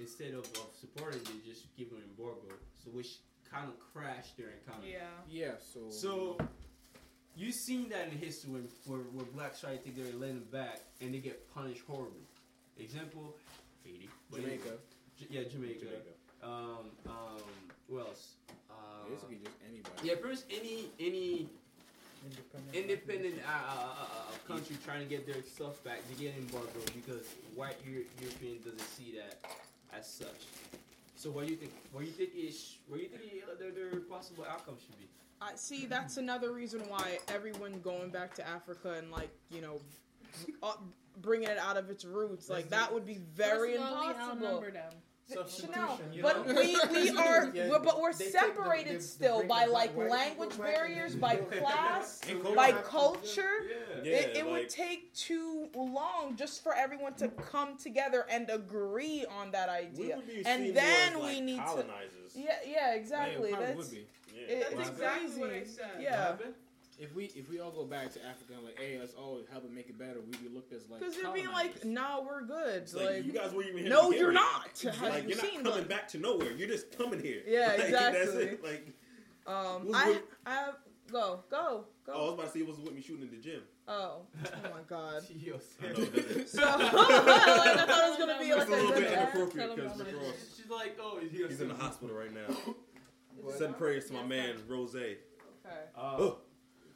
Speaker 1: instead of, of supporting, they just give an embargo, so which kind of crashed their economy.
Speaker 2: Yeah.
Speaker 4: Yeah, so.
Speaker 1: So, you've seen that in history when, where, where blacks try to take their land back and they get punished horribly. Example, Haiti. But anyway,
Speaker 4: Jamaica.
Speaker 1: J- yeah, Jamaica.
Speaker 4: Jamaica.
Speaker 1: Um, um, who else? Uh,
Speaker 4: This could be just anybody.
Speaker 1: yeah, first any any
Speaker 7: Independent.
Speaker 1: independent uh, uh, uh, uh, country trying to get their stuff back, they get embargoed because white Euro- European doesn't see that as such. So what do you think? What do you think is? What do you think uh, their, their possible outcome should be?
Speaker 3: I see. That's another reason why everyone going back to Africa and like you know, uh, bringing it out of its roots like that would be very
Speaker 2: First of all, we
Speaker 3: impossible.
Speaker 2: outnumber them.
Speaker 3: Chanel,
Speaker 7: Substitution, you
Speaker 3: but
Speaker 7: know?
Speaker 3: we, we are
Speaker 7: *laughs* Yeah,
Speaker 3: we're, but we're
Speaker 7: they take the-
Speaker 3: separated
Speaker 7: they- they
Speaker 3: still
Speaker 7: bring
Speaker 3: by
Speaker 7: the
Speaker 3: like
Speaker 7: white
Speaker 3: language
Speaker 7: people back and
Speaker 3: barriers,
Speaker 7: then- *laughs*
Speaker 3: by
Speaker 1: *laughs*
Speaker 3: class,
Speaker 1: And
Speaker 3: by
Speaker 1: culture.
Speaker 3: culture.
Speaker 1: Yeah.
Speaker 5: Yeah,
Speaker 3: it, it would
Speaker 5: like-
Speaker 3: take too long just for everyone to come together and agree on that
Speaker 5: We
Speaker 3: idea.
Speaker 5: would be
Speaker 3: And
Speaker 5: seen
Speaker 3: then
Speaker 5: more as,
Speaker 3: we
Speaker 5: like,
Speaker 3: need to-
Speaker 5: colonizers.
Speaker 3: Yeah, yeah, exactly.
Speaker 4: Yeah, it probably
Speaker 3: That's
Speaker 4: would be.
Speaker 5: Yeah.
Speaker 3: it-
Speaker 6: That's
Speaker 3: it's
Speaker 6: exactly what I
Speaker 3: crazy.
Speaker 6: said.
Speaker 3: Yeah,
Speaker 4: If we if we all go back to Africa and like, hey, let's all help it make it better, we'd be looked as like.
Speaker 3: because they're being like,
Speaker 4: colonizers.
Speaker 3: "Nah, we're good."
Speaker 5: It's like, you guys were even here. to
Speaker 3: no,
Speaker 5: begin
Speaker 3: you're
Speaker 5: with.
Speaker 3: not.
Speaker 5: Like,
Speaker 3: Have you
Speaker 5: you're not
Speaker 3: seen?
Speaker 5: coming
Speaker 3: them?
Speaker 5: back to nowhere. You're just coming here.
Speaker 3: Yeah,
Speaker 5: *laughs* like, That's
Speaker 3: exactly.
Speaker 5: it. Like,
Speaker 3: Um,
Speaker 5: Who's
Speaker 3: I,
Speaker 5: with-
Speaker 3: I have go, go, go.
Speaker 5: oh, I was about to say, it was with me shooting in the gym.
Speaker 3: Oh, oh my god.
Speaker 5: *laughs*
Speaker 1: Yo,
Speaker 5: I know, that's
Speaker 3: So *laughs* like, *laughs* I thought it was gonna be
Speaker 2: It's
Speaker 3: like
Speaker 5: a little bit
Speaker 3: good ad.
Speaker 5: inappropriate
Speaker 2: Tell him
Speaker 5: because
Speaker 2: about it.
Speaker 5: Ross,
Speaker 1: She's like, oh, is he
Speaker 5: he's in the hospital right now.
Speaker 2: Is it
Speaker 5: Send
Speaker 2: not?
Speaker 5: prayers to my
Speaker 2: Yes,
Speaker 5: man
Speaker 2: sir.
Speaker 5: Rose.
Speaker 3: Okay.
Speaker 1: Uh,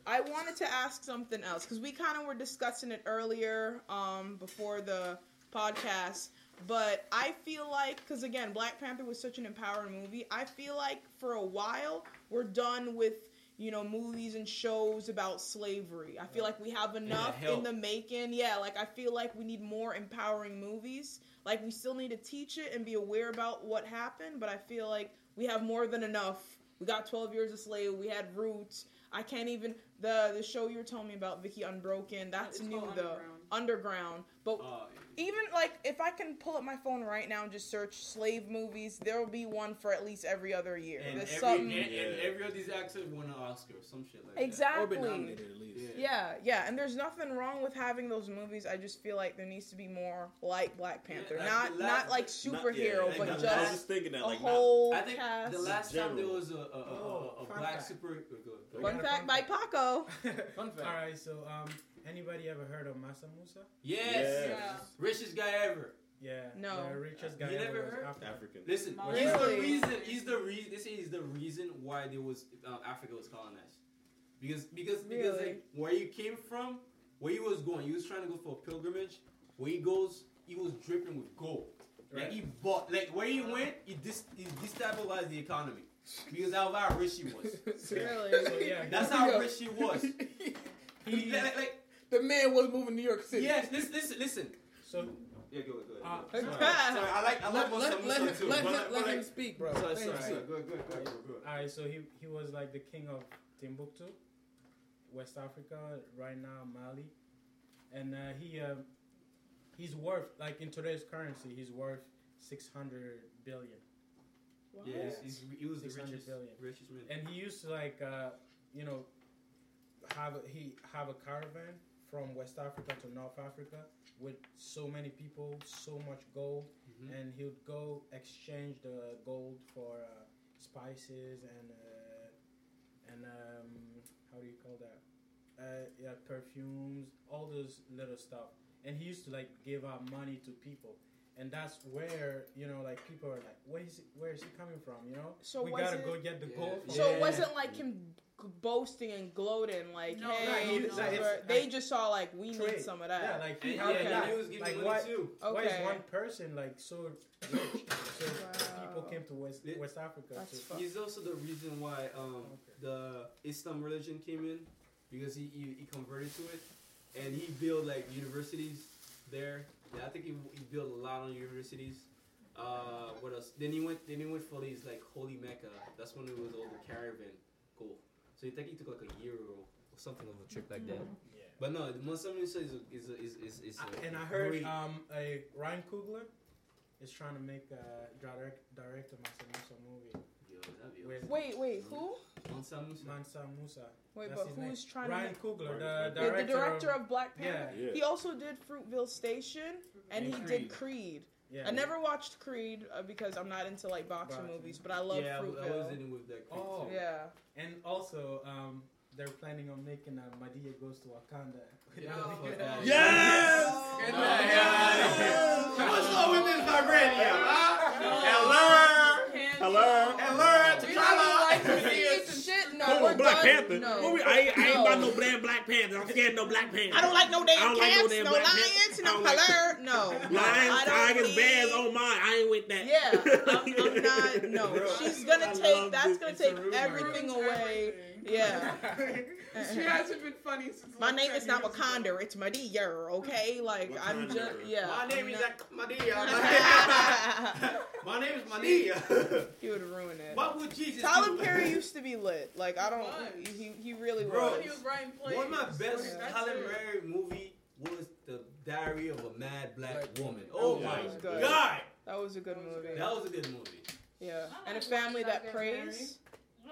Speaker 3: I wanted to ask something else because we kind of were discussing it earlier um, before the podcast. But I feel like, because again, Black Panther was such an empowering movie. I feel like for a while we're done with you know movies and shows about slavery. I feel like we have enough in
Speaker 1: helped.
Speaker 3: the making. Yeah, like I feel like we need more empowering movies. Like we still need to teach it and be aware about what happened. But I feel like we have more than enough. We got 12 years a slave. We had roots. I can't even the the show you were telling me about, Vicky Unbroken. That's
Speaker 6: It's
Speaker 3: new
Speaker 6: called
Speaker 3: though.
Speaker 6: Underground.
Speaker 3: Underground. But
Speaker 1: Uh,
Speaker 3: even like if I can pull up my phone right now and just search slave movies, there'll be one for at least every other year.
Speaker 1: and,
Speaker 3: There's
Speaker 1: every,
Speaker 3: something.
Speaker 1: and, and every of these actors won an Oscar or some shit like that.
Speaker 4: Or been
Speaker 3: Exactly.
Speaker 4: nominated at least.
Speaker 1: Yeah.
Speaker 3: Yeah, yeah, and there's nothing wrong with having those movies. I just feel like there needs to be more like Black Panther,
Speaker 1: like
Speaker 3: not
Speaker 1: the
Speaker 3: not
Speaker 1: last-
Speaker 3: like
Speaker 5: Not- yeah,
Speaker 3: superhero,
Speaker 5: like,
Speaker 3: but
Speaker 5: not-
Speaker 3: just
Speaker 5: I was just thinking that,
Speaker 3: a
Speaker 5: like, not-
Speaker 3: whole
Speaker 1: I think
Speaker 3: cast.
Speaker 1: the last time there
Speaker 5: General.
Speaker 1: was a, a, a, a, a
Speaker 7: Oh, fun
Speaker 1: black
Speaker 7: fact.
Speaker 1: super. uh, Go, go.
Speaker 7: What?
Speaker 3: Fun fact by
Speaker 7: *laughs*
Speaker 3: Paco.
Speaker 4: Fun fact.
Speaker 7: All right, so um, anybody ever heard of Masa Musa?
Speaker 1: Yes,
Speaker 6: Yeah.
Speaker 1: richest guy ever.
Speaker 7: Yeah.
Speaker 3: No.
Speaker 7: The richest guy
Speaker 1: You
Speaker 7: ever
Speaker 1: never
Speaker 7: was
Speaker 1: heard?
Speaker 7: African.
Speaker 5: African.
Speaker 1: Listen,
Speaker 6: Really?
Speaker 1: he's the reason.
Speaker 6: Really?
Speaker 1: He's the reason. They say he's the reason why there was um, Africa was colonized, because because because
Speaker 3: Really?
Speaker 1: like where you came from, where he was going, he was trying to go for a pilgrimage. Where he goes, he was dripping with gold. Like
Speaker 4: Right.
Speaker 1: he bought, like where he went, he, dis- he destabilized the economy because of how rich he was.
Speaker 4: *laughs*
Speaker 7: So yeah,
Speaker 1: That's how rich he
Speaker 8: *laughs*
Speaker 1: was.
Speaker 7: he,
Speaker 1: Like- like- like-
Speaker 4: The man was moving to New York City.
Speaker 1: yes, listen, listen, listen.
Speaker 7: so
Speaker 1: Yeah, go ahead, go ahead, go
Speaker 7: uh,
Speaker 1: ahead.
Speaker 7: sorry.
Speaker 8: *laughs*
Speaker 1: Sorry, I like I
Speaker 8: Let,
Speaker 1: like
Speaker 8: let,
Speaker 1: Musa
Speaker 8: let,
Speaker 1: Musa
Speaker 8: him,
Speaker 1: too.
Speaker 8: let,
Speaker 1: but
Speaker 8: him,
Speaker 1: like-
Speaker 8: let
Speaker 1: but
Speaker 8: him
Speaker 1: like-
Speaker 8: speak, bro.
Speaker 4: Bro,
Speaker 1: Sorry,
Speaker 8: Let
Speaker 1: sorry,
Speaker 8: him
Speaker 1: sorry.
Speaker 8: speak.
Speaker 1: Go ahead, go ahead, go ahead, go ahead.
Speaker 7: All right, so he he was like the king of Timbuktu, West Africa, right now Mali, and uh, he uh, he's worth like in today's currency he's worth six hundred billion,
Speaker 1: Yeah, he's, he's, he was the
Speaker 7: 600
Speaker 1: richest,
Speaker 7: billion.
Speaker 1: richest man.
Speaker 7: and he used to like uh, you know have a, he have a caravan from West Africa to North Africa with so many people, so much gold,
Speaker 1: Mhm.
Speaker 7: and he would go exchange the gold for uh, spices and uh, and um, how do you call that? Uh, yeah, perfumes, all those little stuff. And he used to like give out money to people, and that's where you know like people are like, where is he, where is he coming from? You know,
Speaker 3: So
Speaker 7: we
Speaker 3: was
Speaker 7: gotta
Speaker 3: it-
Speaker 7: go get the
Speaker 1: Yeah.
Speaker 7: gold. from
Speaker 3: So
Speaker 7: him.
Speaker 3: it wasn't like him g- boasting and gloating, like,
Speaker 6: No,
Speaker 3: hey,
Speaker 6: no,
Speaker 3: this
Speaker 6: no.
Speaker 3: is where- they just saw, like, we need
Speaker 7: Trade.
Speaker 3: some of
Speaker 7: Yeah,
Speaker 3: that.
Speaker 7: like he
Speaker 1: And,
Speaker 7: had
Speaker 1: yeah,
Speaker 7: that.
Speaker 1: he was giving
Speaker 7: Like
Speaker 1: money
Speaker 7: why?
Speaker 1: too.
Speaker 7: Why
Speaker 3: okay.
Speaker 7: is one person like so rich? So people
Speaker 3: Wow.
Speaker 7: came to West
Speaker 1: It-
Speaker 7: West Africa.
Speaker 3: That's
Speaker 7: to,
Speaker 3: fucked.
Speaker 1: He's also the reason why um,
Speaker 7: Okay.
Speaker 1: the Islam religion came in because he, he, he converted to it and he built like universities there. Yeah, I think he, he built a lot on universities. Uh, what else? Then he went then he went for these like holy Mecca. That's when it was all the caravan go. So you think he took like a year or or something of a trip like that.
Speaker 7: yeah.
Speaker 1: But no, the Muslim is a, is a, is is is a
Speaker 7: and I heard
Speaker 1: great-
Speaker 7: um, a Ryan Coogler is trying to make a direct direct a Mansa Musa movie
Speaker 1: Yo, that'd be
Speaker 7: with
Speaker 3: Wait, wait, who?
Speaker 1: awesome. Mansa Musa.
Speaker 7: Mansa Musa.
Speaker 3: Wait,
Speaker 7: That's
Speaker 3: but
Speaker 7: his
Speaker 3: who's trying to
Speaker 7: Ryan
Speaker 3: make...
Speaker 7: Coogler,
Speaker 5: Ryan
Speaker 7: the
Speaker 5: Coogler.
Speaker 3: The,
Speaker 7: director,
Speaker 3: the director
Speaker 7: of,
Speaker 3: of Black
Speaker 7: Yeah.
Speaker 3: Panther.
Speaker 5: Yeah.
Speaker 3: He also did Fruitville Station, and he
Speaker 7: And
Speaker 3: did
Speaker 4: Creed.
Speaker 3: Creed.
Speaker 7: yeah.
Speaker 3: I never watched Creed uh, because I'm not into like boxing
Speaker 7: Boxing.
Speaker 3: movies, but I love
Speaker 1: yeah, I w- I was
Speaker 3: Fruitville.
Speaker 1: in with that. crew
Speaker 7: Oh.
Speaker 1: too.
Speaker 3: Yeah,
Speaker 7: And also, um, they're planning on making a Madea Goes to Wakanda.
Speaker 1: Yeah,
Speaker 6: Oh,
Speaker 1: fuck
Speaker 6: yeah.
Speaker 1: that.
Speaker 5: Yes!
Speaker 1: Get
Speaker 6: Oh,
Speaker 1: the hell
Speaker 5: yes!
Speaker 1: out of here. What's up with this vibranium, huh?
Speaker 6: No.
Speaker 1: Hello?
Speaker 6: Can't
Speaker 5: Hello?
Speaker 6: do.
Speaker 1: Hello?
Speaker 3: we
Speaker 1: T'Challa?
Speaker 3: don't even like to see it. Shit, no,
Speaker 5: Come
Speaker 3: we're
Speaker 5: on, Black
Speaker 3: done.
Speaker 5: Panther.
Speaker 3: No.
Speaker 5: What we- I, ain't- I ain't
Speaker 3: No.
Speaker 5: about no damn Black Panther. I'm scared of no Black Panther.
Speaker 3: I don't like no damn
Speaker 5: I don't
Speaker 3: cats,
Speaker 5: like no damn
Speaker 3: no,
Speaker 5: Black
Speaker 3: lions,
Speaker 5: Panther. I
Speaker 3: no
Speaker 5: don't like-
Speaker 3: color, no.
Speaker 5: Lions,
Speaker 3: I don't
Speaker 5: tigers,
Speaker 3: need-
Speaker 5: bears, oh my, I ain't with that.
Speaker 3: Yeah, I'm,
Speaker 5: *laughs*
Speaker 3: I'm not. No,
Speaker 5: Bro,
Speaker 3: she's
Speaker 5: I
Speaker 3: gonna
Speaker 5: love
Speaker 3: take. That's
Speaker 5: this.
Speaker 3: gonna
Speaker 5: It's
Speaker 3: take
Speaker 7: rumor.
Speaker 3: everything
Speaker 6: Ruins
Speaker 3: away.
Speaker 6: everything.
Speaker 3: Yeah.
Speaker 6: she hasn't been funny since.
Speaker 3: My
Speaker 6: like
Speaker 3: name
Speaker 6: 10
Speaker 3: is not
Speaker 6: years ago.
Speaker 3: Wakanda. It's Madea. Okay, like I'm
Speaker 5: Wakanda.
Speaker 3: just yeah.
Speaker 1: My name is Akmadia.
Speaker 3: is.
Speaker 1: *laughs* My name is Madia.
Speaker 3: he would ruin
Speaker 1: *laughs*
Speaker 3: it.
Speaker 1: What would Jesus
Speaker 3: Tyler
Speaker 1: do?
Speaker 3: Perry
Speaker 1: *laughs*
Speaker 3: used to be lit. Like I don't.
Speaker 6: was.
Speaker 3: He he really
Speaker 1: Bro,
Speaker 3: was.
Speaker 6: He was Ryan Plays.
Speaker 1: One of my best
Speaker 6: That's
Speaker 1: Tyler
Speaker 6: it.
Speaker 1: Perry movie was The Diary of a Mad Black
Speaker 4: Black
Speaker 1: Woman. Oh
Speaker 3: Yeah,
Speaker 1: my
Speaker 3: it was good.
Speaker 1: god.
Speaker 3: That was a good movie.
Speaker 1: That was a good movie.
Speaker 3: Yeah,
Speaker 2: I
Speaker 3: and a
Speaker 2: like
Speaker 3: family
Speaker 2: Why Did I
Speaker 3: that
Speaker 2: Get
Speaker 3: prays.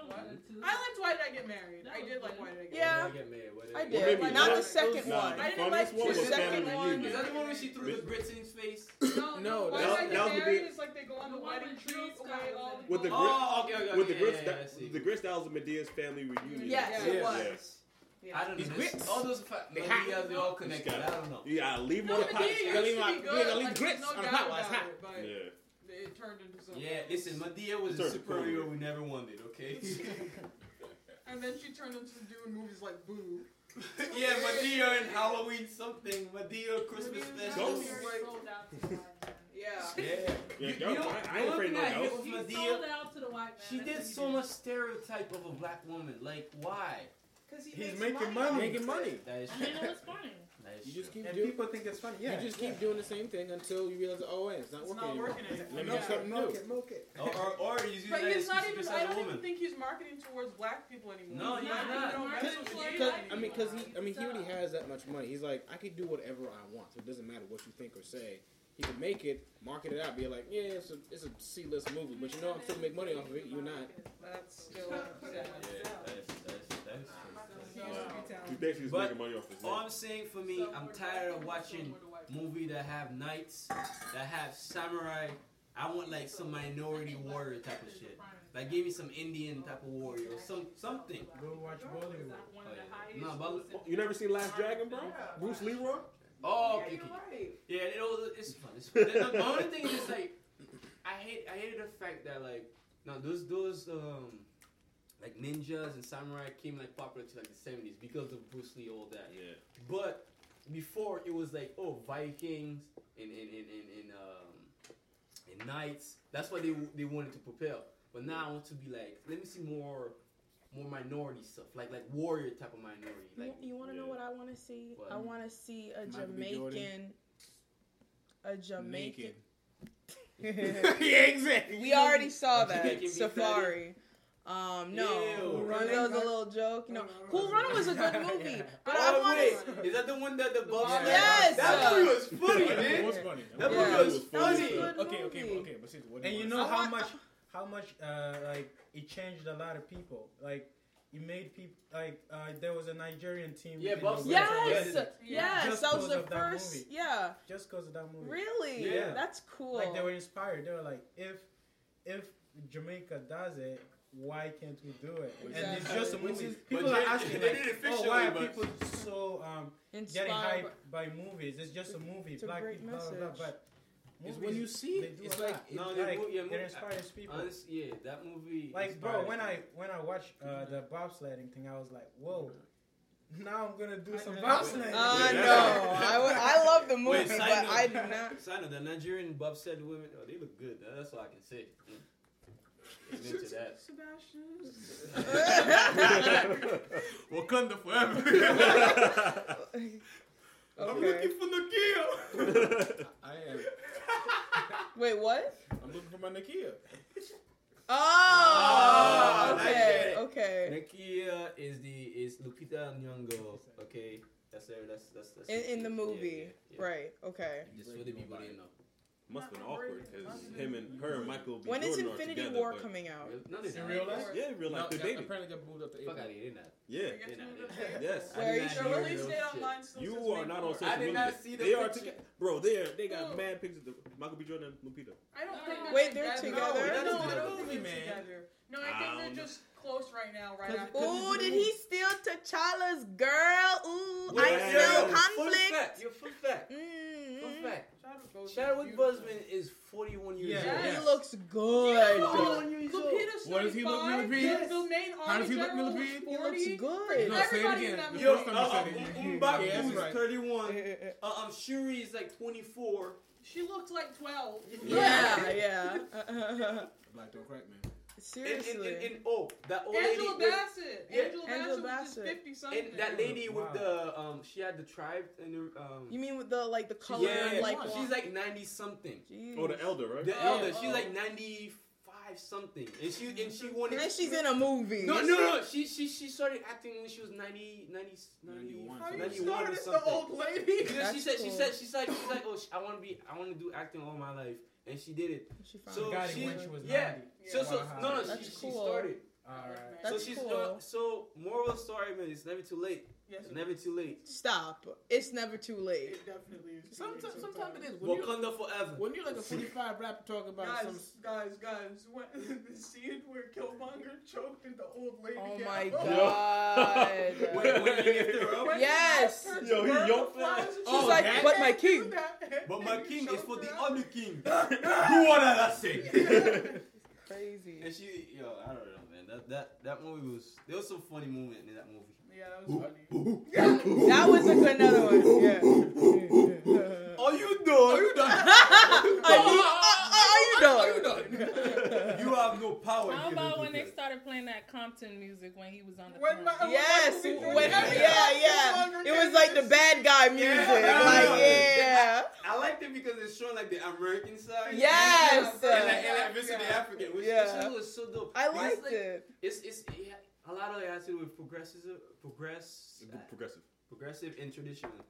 Speaker 6: I liked Why Did I Get Married?
Speaker 2: That
Speaker 6: I
Speaker 2: was
Speaker 6: did like
Speaker 2: good.
Speaker 6: Why Did I Get
Speaker 3: Yeah.
Speaker 1: Why did I get married? Why did
Speaker 3: I
Speaker 1: get
Speaker 3: did. Not
Speaker 5: Maybe not.
Speaker 3: the second
Speaker 5: Nah,
Speaker 3: one.
Speaker 5: the
Speaker 6: I didn't
Speaker 5: funniest
Speaker 6: like
Speaker 5: one
Speaker 3: the
Speaker 5: was
Speaker 3: second
Speaker 5: Family
Speaker 6: one.
Speaker 5: Reunion.
Speaker 1: Is that the one where she threw the Brits in his face?
Speaker 6: Married? No,
Speaker 4: No,
Speaker 6: Why
Speaker 5: that-
Speaker 6: Did I Get
Speaker 5: that was the
Speaker 6: Married
Speaker 5: big-
Speaker 6: is like they go on the
Speaker 2: The one
Speaker 6: wedding
Speaker 2: with
Speaker 6: tree.
Speaker 2: Jill
Speaker 6: away
Speaker 2: Scott was
Speaker 6: all
Speaker 2: in
Speaker 5: With
Speaker 2: it.
Speaker 5: the Gri-
Speaker 1: Oh, okay, okay, okay.
Speaker 5: With the
Speaker 1: yeah,
Speaker 5: grits,
Speaker 1: yeah, yeah, I
Speaker 5: that,
Speaker 1: see.
Speaker 5: the grits that was Medea's family reunion.
Speaker 3: Yes,
Speaker 6: it
Speaker 5: Yeah.
Speaker 3: was.
Speaker 1: I don't know.
Speaker 4: These
Speaker 1: this-
Speaker 4: grits.
Speaker 1: All those fa- maybe you guys are all connected. I don't know.
Speaker 5: Yeah, I leave
Speaker 6: No,
Speaker 5: on the
Speaker 6: it
Speaker 5: pot.
Speaker 6: did.
Speaker 4: Gotta leave
Speaker 6: used to
Speaker 4: my-
Speaker 6: be
Speaker 4: you
Speaker 6: good.
Speaker 4: gotta leave
Speaker 6: Like,
Speaker 4: grits
Speaker 6: there's
Speaker 4: on
Speaker 6: no
Speaker 4: hot
Speaker 6: doubt
Speaker 4: while it's
Speaker 6: about
Speaker 4: hot.
Speaker 6: it, but
Speaker 5: Yeah.
Speaker 6: It turned into something.
Speaker 1: Yeah, listen, Madea was a
Speaker 5: Sorry,
Speaker 1: superior
Speaker 5: Korea.
Speaker 1: we never wanted,
Speaker 6: *laughs*
Speaker 1: okay?
Speaker 6: And then she turned into doing movies like Boo.
Speaker 1: *laughs* yeah, Madea and Halloween something, Madea Christmas
Speaker 6: Madea's
Speaker 1: special.
Speaker 5: Ghost.
Speaker 1: *laughs*
Speaker 6: Yeah.
Speaker 1: Yeah.
Speaker 5: Yeah,
Speaker 1: You-
Speaker 5: yo,
Speaker 1: you know-
Speaker 5: I, I
Speaker 1: the
Speaker 5: ain't
Speaker 1: one
Speaker 5: afraid of
Speaker 1: thing
Speaker 5: no
Speaker 1: I hate
Speaker 5: ghost.
Speaker 1: with
Speaker 2: He
Speaker 1: Madea,
Speaker 2: sold out to the white man.
Speaker 1: She did so much stereotype of a black woman. Like, why?
Speaker 6: Because he
Speaker 7: He's
Speaker 6: makes money.
Speaker 7: making money.
Speaker 4: Making money.
Speaker 1: That is *laughs*
Speaker 6: *laughs*
Speaker 2: I mean, it was fine.
Speaker 1: That is That's
Speaker 4: You just
Speaker 1: true.
Speaker 4: keep
Speaker 7: And
Speaker 4: doing.
Speaker 7: people think it's funny. Yeah.
Speaker 4: You just keep doing the same thing until you realize, oh, wait, it's not
Speaker 6: It's
Speaker 4: working.
Speaker 6: not
Speaker 4: anymore.
Speaker 6: working
Speaker 4: Let
Speaker 6: anymore.
Speaker 4: me do
Speaker 6: Yeah.
Speaker 4: something new.
Speaker 7: milk it.
Speaker 1: Or, or, or he's using
Speaker 6: But
Speaker 1: that
Speaker 6: he's not
Speaker 1: excuse
Speaker 6: even.
Speaker 1: to
Speaker 6: I
Speaker 1: piss off
Speaker 6: don't
Speaker 1: a
Speaker 6: even
Speaker 1: woman.
Speaker 6: think he's marketing towards black people anymore.
Speaker 1: No, he's
Speaker 6: He's
Speaker 1: not.
Speaker 6: He don't
Speaker 2: That's
Speaker 6: message
Speaker 2: what
Speaker 6: with
Speaker 2: she
Speaker 6: them
Speaker 4: Because,
Speaker 2: said.
Speaker 6: anymore.
Speaker 4: I mean, because he, I mean, he
Speaker 2: Stop.
Speaker 4: already has that much money. He's like, I could do whatever I want, so it doesn't matter what you think or say. He can make it, market it out, be like, yeah, it's a, it's a C-list movie, but you know I'm still make money off of it. You're not.
Speaker 6: That's still.
Speaker 1: Yeah,
Speaker 6: sad.
Speaker 1: that's, that's, that's
Speaker 6: He
Speaker 1: true.
Speaker 6: used to be talented.
Speaker 5: You basically just
Speaker 1: But-
Speaker 5: making money off his
Speaker 1: All
Speaker 5: name.
Speaker 1: I'm saying for me, I'm tired of watching movie that have knights, that have samurai. I want like some minority warrior type of shit. Like give me some Indian type of warrior or some something.
Speaker 7: Go watch Bollywood.
Speaker 1: No, but-
Speaker 5: You never seen Last Dragon, bro?
Speaker 6: Yeah.
Speaker 5: Bruce Leroy?
Speaker 1: Oh,
Speaker 6: Yeah,
Speaker 1: okay.
Speaker 6: you're right.
Speaker 1: yeah, it all, it's fun. It's fun. the, the only thing is like, I hate I hated the fact that like now those those um like ninjas and samurai came like popular to like the seventies because of Bruce Lee all that.
Speaker 5: Yeah.
Speaker 1: But before it was like oh Vikings and and and and, and um and knights. That's what they they wanted to propel. But now I want to be like let me see more more minority stuff like like warrior type of minority like
Speaker 3: you want to know
Speaker 5: yeah.
Speaker 3: what I want to see?
Speaker 1: What?
Speaker 3: I want to see a
Speaker 4: Michael B.
Speaker 3: Jamaican.
Speaker 4: Jordan.
Speaker 3: A Jamaican.
Speaker 4: Naked.
Speaker 5: *laughs*
Speaker 4: yeah, exactly.
Speaker 3: *laughs* we already saw
Speaker 1: Jamaican
Speaker 3: that
Speaker 1: beef
Speaker 3: Safari. Um, no,
Speaker 1: Ew.
Speaker 3: Cool
Speaker 1: Cool
Speaker 3: Running was
Speaker 7: Running?
Speaker 3: a little joke. No, Cool
Speaker 7: Running.
Speaker 3: Running was a good movie,
Speaker 7: Yeah.
Speaker 3: but I
Speaker 1: Oh,
Speaker 3: want
Speaker 1: wait.
Speaker 3: to.
Speaker 1: Is that the one that the boss?
Speaker 4: Yeah.
Speaker 3: Yes!
Speaker 1: That movie was funny,
Speaker 4: That movie
Speaker 1: man.
Speaker 4: was funny.
Speaker 1: That
Speaker 3: Yeah.
Speaker 1: movie was
Speaker 3: That was a
Speaker 1: funny.
Speaker 3: good
Speaker 4: Okay, okay,
Speaker 3: movie.
Speaker 4: okay. But see, what do
Speaker 7: And
Speaker 4: want?
Speaker 7: you
Speaker 3: *laughs*
Speaker 7: know
Speaker 3: I
Speaker 7: how
Speaker 3: want-
Speaker 4: *laughs*
Speaker 7: much, how much, uh, like it changed a lot of people. Like it made people, like uh, there was a Nigerian team.
Speaker 1: Yeah,
Speaker 7: in the
Speaker 1: Buffs-
Speaker 7: West
Speaker 1: Yeah,
Speaker 3: Yes,
Speaker 1: it
Speaker 7: Indies
Speaker 1: is.
Speaker 3: yes,
Speaker 7: Just
Speaker 3: that was
Speaker 7: because
Speaker 3: the
Speaker 7: of that
Speaker 3: first.
Speaker 7: movie.
Speaker 3: yeah,
Speaker 7: just because of that movie.
Speaker 3: really,
Speaker 1: Yeah.
Speaker 3: that's cool.
Speaker 7: Like they were inspired. They were like, if if Jamaica does it, why can't we do it? And it's
Speaker 3: Exactly.
Speaker 7: just a
Speaker 5: Which
Speaker 7: movie.
Speaker 5: is-
Speaker 7: People
Speaker 1: but
Speaker 7: are
Speaker 1: they-
Speaker 7: asking,
Speaker 1: they
Speaker 7: like,
Speaker 1: did it
Speaker 7: oh, why are
Speaker 1: fictionally,
Speaker 7: people so um, getting
Speaker 3: Inspired.
Speaker 7: hyped by movies? It's just a movie.
Speaker 3: It's a
Speaker 7: Black
Speaker 3: great
Speaker 7: people, blah, blah, blah.
Speaker 3: message.
Speaker 7: But
Speaker 4: It's
Speaker 7: movies,
Speaker 4: when you see
Speaker 7: they
Speaker 4: it,
Speaker 7: do
Speaker 4: it's
Speaker 7: a
Speaker 4: like-
Speaker 7: lot.
Speaker 1: No, they
Speaker 7: like
Speaker 1: mo- yeah,
Speaker 7: it
Speaker 1: mo-
Speaker 7: inspires people.
Speaker 1: Honest, yeah, that movie.
Speaker 7: Like bro,
Speaker 1: inspired
Speaker 7: when
Speaker 1: me.
Speaker 7: I when I watched uh, the bobsledding thing, I was like, whoa. *laughs* Now I'm gonna do
Speaker 6: I
Speaker 7: some
Speaker 6: know.
Speaker 7: bobsledding.
Speaker 3: Uh,
Speaker 5: Yeah.
Speaker 3: no, I, would, I love the movie,
Speaker 1: Wait,
Speaker 3: but
Speaker 1: side
Speaker 3: I do
Speaker 1: note. *laughs*
Speaker 3: not.
Speaker 1: Side note, the Nigerian buff said women, oh, they look good. That- That's all I can say. Mm. Amen to that. *laughs* Wakanda forever.
Speaker 5: *laughs*
Speaker 3: Okay.
Speaker 1: for Nakia.
Speaker 4: I am.
Speaker 3: Wait, what?
Speaker 4: I'm looking for my Nakia.
Speaker 3: Oh,
Speaker 1: Oh, I get
Speaker 3: okay,
Speaker 1: it.
Speaker 3: okay.
Speaker 1: Nakia is the is Lupita Nyong'o. Okay, that's her. That's that's that's.
Speaker 3: In, in the
Speaker 1: yeah,
Speaker 3: movie,
Speaker 1: yeah, yeah.
Speaker 3: right? Okay.
Speaker 1: Just for the people that know.
Speaker 5: *laughs* Must have been awkward because him and her and Michael. B.
Speaker 3: When is
Speaker 5: Jordan are
Speaker 3: Infinity
Speaker 5: together,
Speaker 3: War
Speaker 5: but-
Speaker 3: coming out?
Speaker 1: No, they
Speaker 7: In
Speaker 1: not.
Speaker 7: real life?
Speaker 5: Yeah, in real life,
Speaker 4: No,
Speaker 5: they're dating.
Speaker 4: Apparently, got moved up to
Speaker 1: Fuck out of
Speaker 4: April.
Speaker 1: here. They not.
Speaker 5: Yeah.
Speaker 1: They're not.
Speaker 6: I guess we don't
Speaker 1: They're
Speaker 6: care.
Speaker 1: not.
Speaker 5: Yes.
Speaker 3: Where
Speaker 1: I did
Speaker 3: you
Speaker 6: The
Speaker 1: not
Speaker 3: sure?
Speaker 1: hear
Speaker 6: release
Speaker 1: no
Speaker 6: date
Speaker 1: shit.
Speaker 6: online still
Speaker 5: You
Speaker 6: says
Speaker 5: are not
Speaker 6: May
Speaker 5: on
Speaker 6: fourth.
Speaker 1: I
Speaker 5: social
Speaker 1: did
Speaker 5: media.
Speaker 1: not see the
Speaker 5: they are
Speaker 1: picture.
Speaker 5: together, bro. They are, they got
Speaker 3: Oh.
Speaker 6: Who?
Speaker 5: mad pictures of Michael B. Jordan and Lupita.
Speaker 6: I don't think they're
Speaker 3: Wait, they're
Speaker 6: No,
Speaker 3: together?
Speaker 6: I
Speaker 4: That's
Speaker 6: don't- I
Speaker 4: the
Speaker 6: don't think
Speaker 4: movie,
Speaker 6: they're
Speaker 4: man.
Speaker 6: together. No, I
Speaker 5: I
Speaker 6: think
Speaker 5: don't
Speaker 6: they're just close right now, right
Speaker 4: 'Cause-
Speaker 6: after.
Speaker 3: Ooh, did he steal T'Challa's girl? Ooh,
Speaker 5: Yeah.
Speaker 3: I smell
Speaker 5: Yeah.
Speaker 1: Fun
Speaker 3: conflict.
Speaker 1: fact. Your fun fact. Fun
Speaker 3: Mm.
Speaker 1: fact. Chadwick Boseman is 41 years
Speaker 7: Yeah.
Speaker 1: old.
Speaker 6: Oh, Yeah.
Speaker 3: He
Speaker 6: Yes.
Speaker 3: looks good.
Speaker 6: Yeah.
Speaker 1: 41 years old.
Speaker 6: Lupita's
Speaker 4: What does he look,
Speaker 6: 35.
Speaker 4: Millipede?
Speaker 6: The main
Speaker 4: How does he look,
Speaker 6: general was
Speaker 4: Millipede?
Speaker 3: He
Speaker 6: 40.
Speaker 3: looks good.
Speaker 4: No, say it
Speaker 6: Everybody
Speaker 4: again.
Speaker 6: in that
Speaker 4: The
Speaker 6: movie.
Speaker 1: Yo,
Speaker 4: first time
Speaker 1: uh,
Speaker 4: you said it, you- you-
Speaker 1: um,
Speaker 4: yeah,
Speaker 1: Mbaku
Speaker 4: that's
Speaker 1: is
Speaker 4: right.
Speaker 1: 31. Uh, um, Shuri is like 24.
Speaker 6: She looked like 12.
Speaker 3: Yeah, yeah. *laughs*
Speaker 4: Black don't crack, man.
Speaker 1: And, and,
Speaker 3: Seriously.
Speaker 1: and, and oh, that old lady.
Speaker 6: Angela
Speaker 1: with-
Speaker 6: Bassett.
Speaker 1: Yeah.
Speaker 6: Angela
Speaker 3: Angela
Speaker 6: Bassett was just
Speaker 3: Bassett.
Speaker 6: 50 something.
Speaker 1: and that lady
Speaker 7: Wow.
Speaker 1: with the um, she had the tribe and the um.
Speaker 3: You mean with the like the color
Speaker 1: yeah,
Speaker 3: and like
Speaker 1: she's like 90 something.
Speaker 3: Jeez.
Speaker 5: Oh, the elder, right? *laughs*
Speaker 1: The elder,
Speaker 6: Yeah.
Speaker 1: she's like 95 something, and she and she wanted.
Speaker 3: And then she's in a movie.
Speaker 1: No, no, no. She she she started acting when she was 90, 90 91,
Speaker 4: 91.
Speaker 6: How you
Speaker 1: 91
Speaker 6: started
Speaker 1: or
Speaker 6: as
Speaker 1: something.
Speaker 6: the old lady?
Speaker 1: Because she
Speaker 3: That's
Speaker 1: said she
Speaker 3: cool.
Speaker 1: said she's like she's like oh sh- I want to be I want to do acting all my life, and she did it.
Speaker 3: She
Speaker 1: So
Speaker 7: I got it
Speaker 1: she-
Speaker 7: when she was
Speaker 1: yeah.
Speaker 7: 90.
Speaker 1: So so
Speaker 7: Wow.
Speaker 1: no no she,
Speaker 3: That's
Speaker 1: she
Speaker 3: cool.
Speaker 1: started.
Speaker 7: All right.
Speaker 1: so
Speaker 3: That's
Speaker 1: she's
Speaker 3: cool.
Speaker 1: uh, so moral story man. It's never too late.
Speaker 6: Yes,
Speaker 1: It's never too late.
Speaker 3: Stop. It's never too late.
Speaker 6: it definitely is.
Speaker 4: Sometimes, sometimes it is. When you
Speaker 1: Wakanda forever.
Speaker 4: when you're like a 45 rapper talking about
Speaker 6: Guys,
Speaker 4: some.
Speaker 6: guys, guys! When, *laughs* the scene where Killmonger choked the old lady.
Speaker 3: Oh
Speaker 6: out.
Speaker 3: my
Speaker 5: Yo.
Speaker 1: *laughs*
Speaker 3: god.
Speaker 1: When- when you lift her up.
Speaker 6: When he
Speaker 3: Yes.
Speaker 6: helped her
Speaker 5: Yo, he
Speaker 6: burn
Speaker 5: yoked
Speaker 6: the flowers, and
Speaker 4: Oh,
Speaker 6: she's
Speaker 4: that-
Speaker 3: but my
Speaker 6: "I can't do
Speaker 3: king."
Speaker 6: that.
Speaker 1: But my
Speaker 3: *laughs*
Speaker 6: *laughs* And he
Speaker 1: king is
Speaker 6: choked
Speaker 1: for the
Speaker 6: her out.
Speaker 1: other king. Do what I
Speaker 3: *laughs*
Speaker 1: say.
Speaker 5: *laughs*
Speaker 3: Crazy.
Speaker 1: And she, yo, I don't know, man. That that that movie was. There was some funny moment in that movie.
Speaker 6: Yeah, that was funny.
Speaker 3: That was a good another
Speaker 1: Oh,
Speaker 3: one.
Speaker 1: *laughs*
Speaker 3: Oh, Yeah.
Speaker 1: Are you done? Are you done?
Speaker 3: *laughs*
Speaker 1: *laughs* oh,
Speaker 3: Are oh, you done?
Speaker 1: you have no power.
Speaker 2: How
Speaker 1: here,
Speaker 2: about
Speaker 1: little
Speaker 2: when they
Speaker 1: girl.
Speaker 2: started playing that Compton music when he was on the
Speaker 6: When
Speaker 2: phone?
Speaker 6: my-
Speaker 3: Yes.
Speaker 6: When-
Speaker 3: When, yeah, yeah. It was like the the bad guy music.
Speaker 1: Yeah.
Speaker 3: Like, yeah.
Speaker 1: I liked it because it's showing like the American side.
Speaker 3: Yes. Oh
Speaker 1: And like, and like visit the African, which,
Speaker 3: Yeah.
Speaker 1: which was so dope.
Speaker 3: I
Speaker 1: Because,
Speaker 3: liked
Speaker 1: like,
Speaker 3: it.
Speaker 1: It's it's yeah, a lot of it has to do with progressivism, progress, uh,
Speaker 5: Progressive.
Speaker 1: progressive and traditional,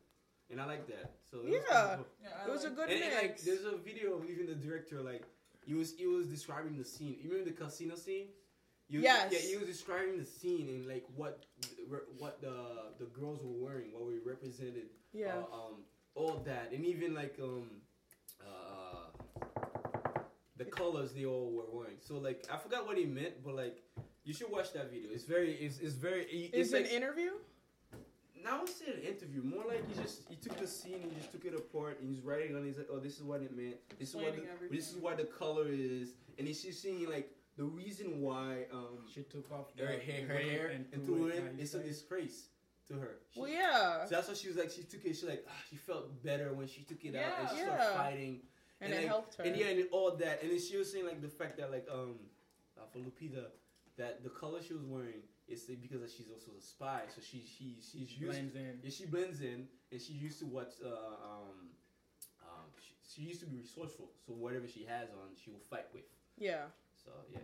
Speaker 1: and I like that. So it was
Speaker 3: Yeah.
Speaker 1: cool.
Speaker 6: Yeah, I
Speaker 3: It was a
Speaker 6: like-
Speaker 3: good
Speaker 1: uh, And, and, like,
Speaker 3: mix.
Speaker 1: there's a video of even the director like he was he was describing the scene. You remember the casino scene? You,
Speaker 3: Yes.
Speaker 1: Yeah, he was describing the scene and like what what the the girls were wearing, what we represented
Speaker 3: Yeah.
Speaker 1: uh, um, all that, and even like um, uh, the colors they all were wearing. So like, I forgot what he meant, but like, you should watch that video. It's very, it's, it's very. it-
Speaker 3: It's
Speaker 1: It's
Speaker 3: an
Speaker 1: like,
Speaker 3: interview?
Speaker 1: now I would say an interview, more like he just he took the scene, he just took it apart, and he's writing on. it, He's like, oh, this is what it meant. This is what
Speaker 6: Explaining
Speaker 1: the,
Speaker 6: everything.
Speaker 1: this is what the color is, and he's just seeing like the reason why um
Speaker 7: She took off the
Speaker 1: her hair, her
Speaker 7: wig
Speaker 1: hair, and threw it. It's a
Speaker 7: inside.
Speaker 1: disgrace to her. She-
Speaker 3: Well, yeah.
Speaker 1: so that's why she was like, she took it. She like, ah, she felt better when she took it out and she
Speaker 3: Yeah.
Speaker 1: started
Speaker 3: Yeah.
Speaker 1: fighting.
Speaker 3: And, it
Speaker 1: like,
Speaker 3: helped her.
Speaker 1: And yeah, and all that. And then she was saying like the fact that like um, uh, for Lupita, that the color she was wearing is because that she's also a spy. So she she she's
Speaker 7: She
Speaker 1: used.
Speaker 7: blends in.
Speaker 1: Yeah, she blends in, and she used to what uh, um, um, she, she used to be resourceful. So whatever she has on, she will fight with.
Speaker 3: yeah.
Speaker 1: So yeah.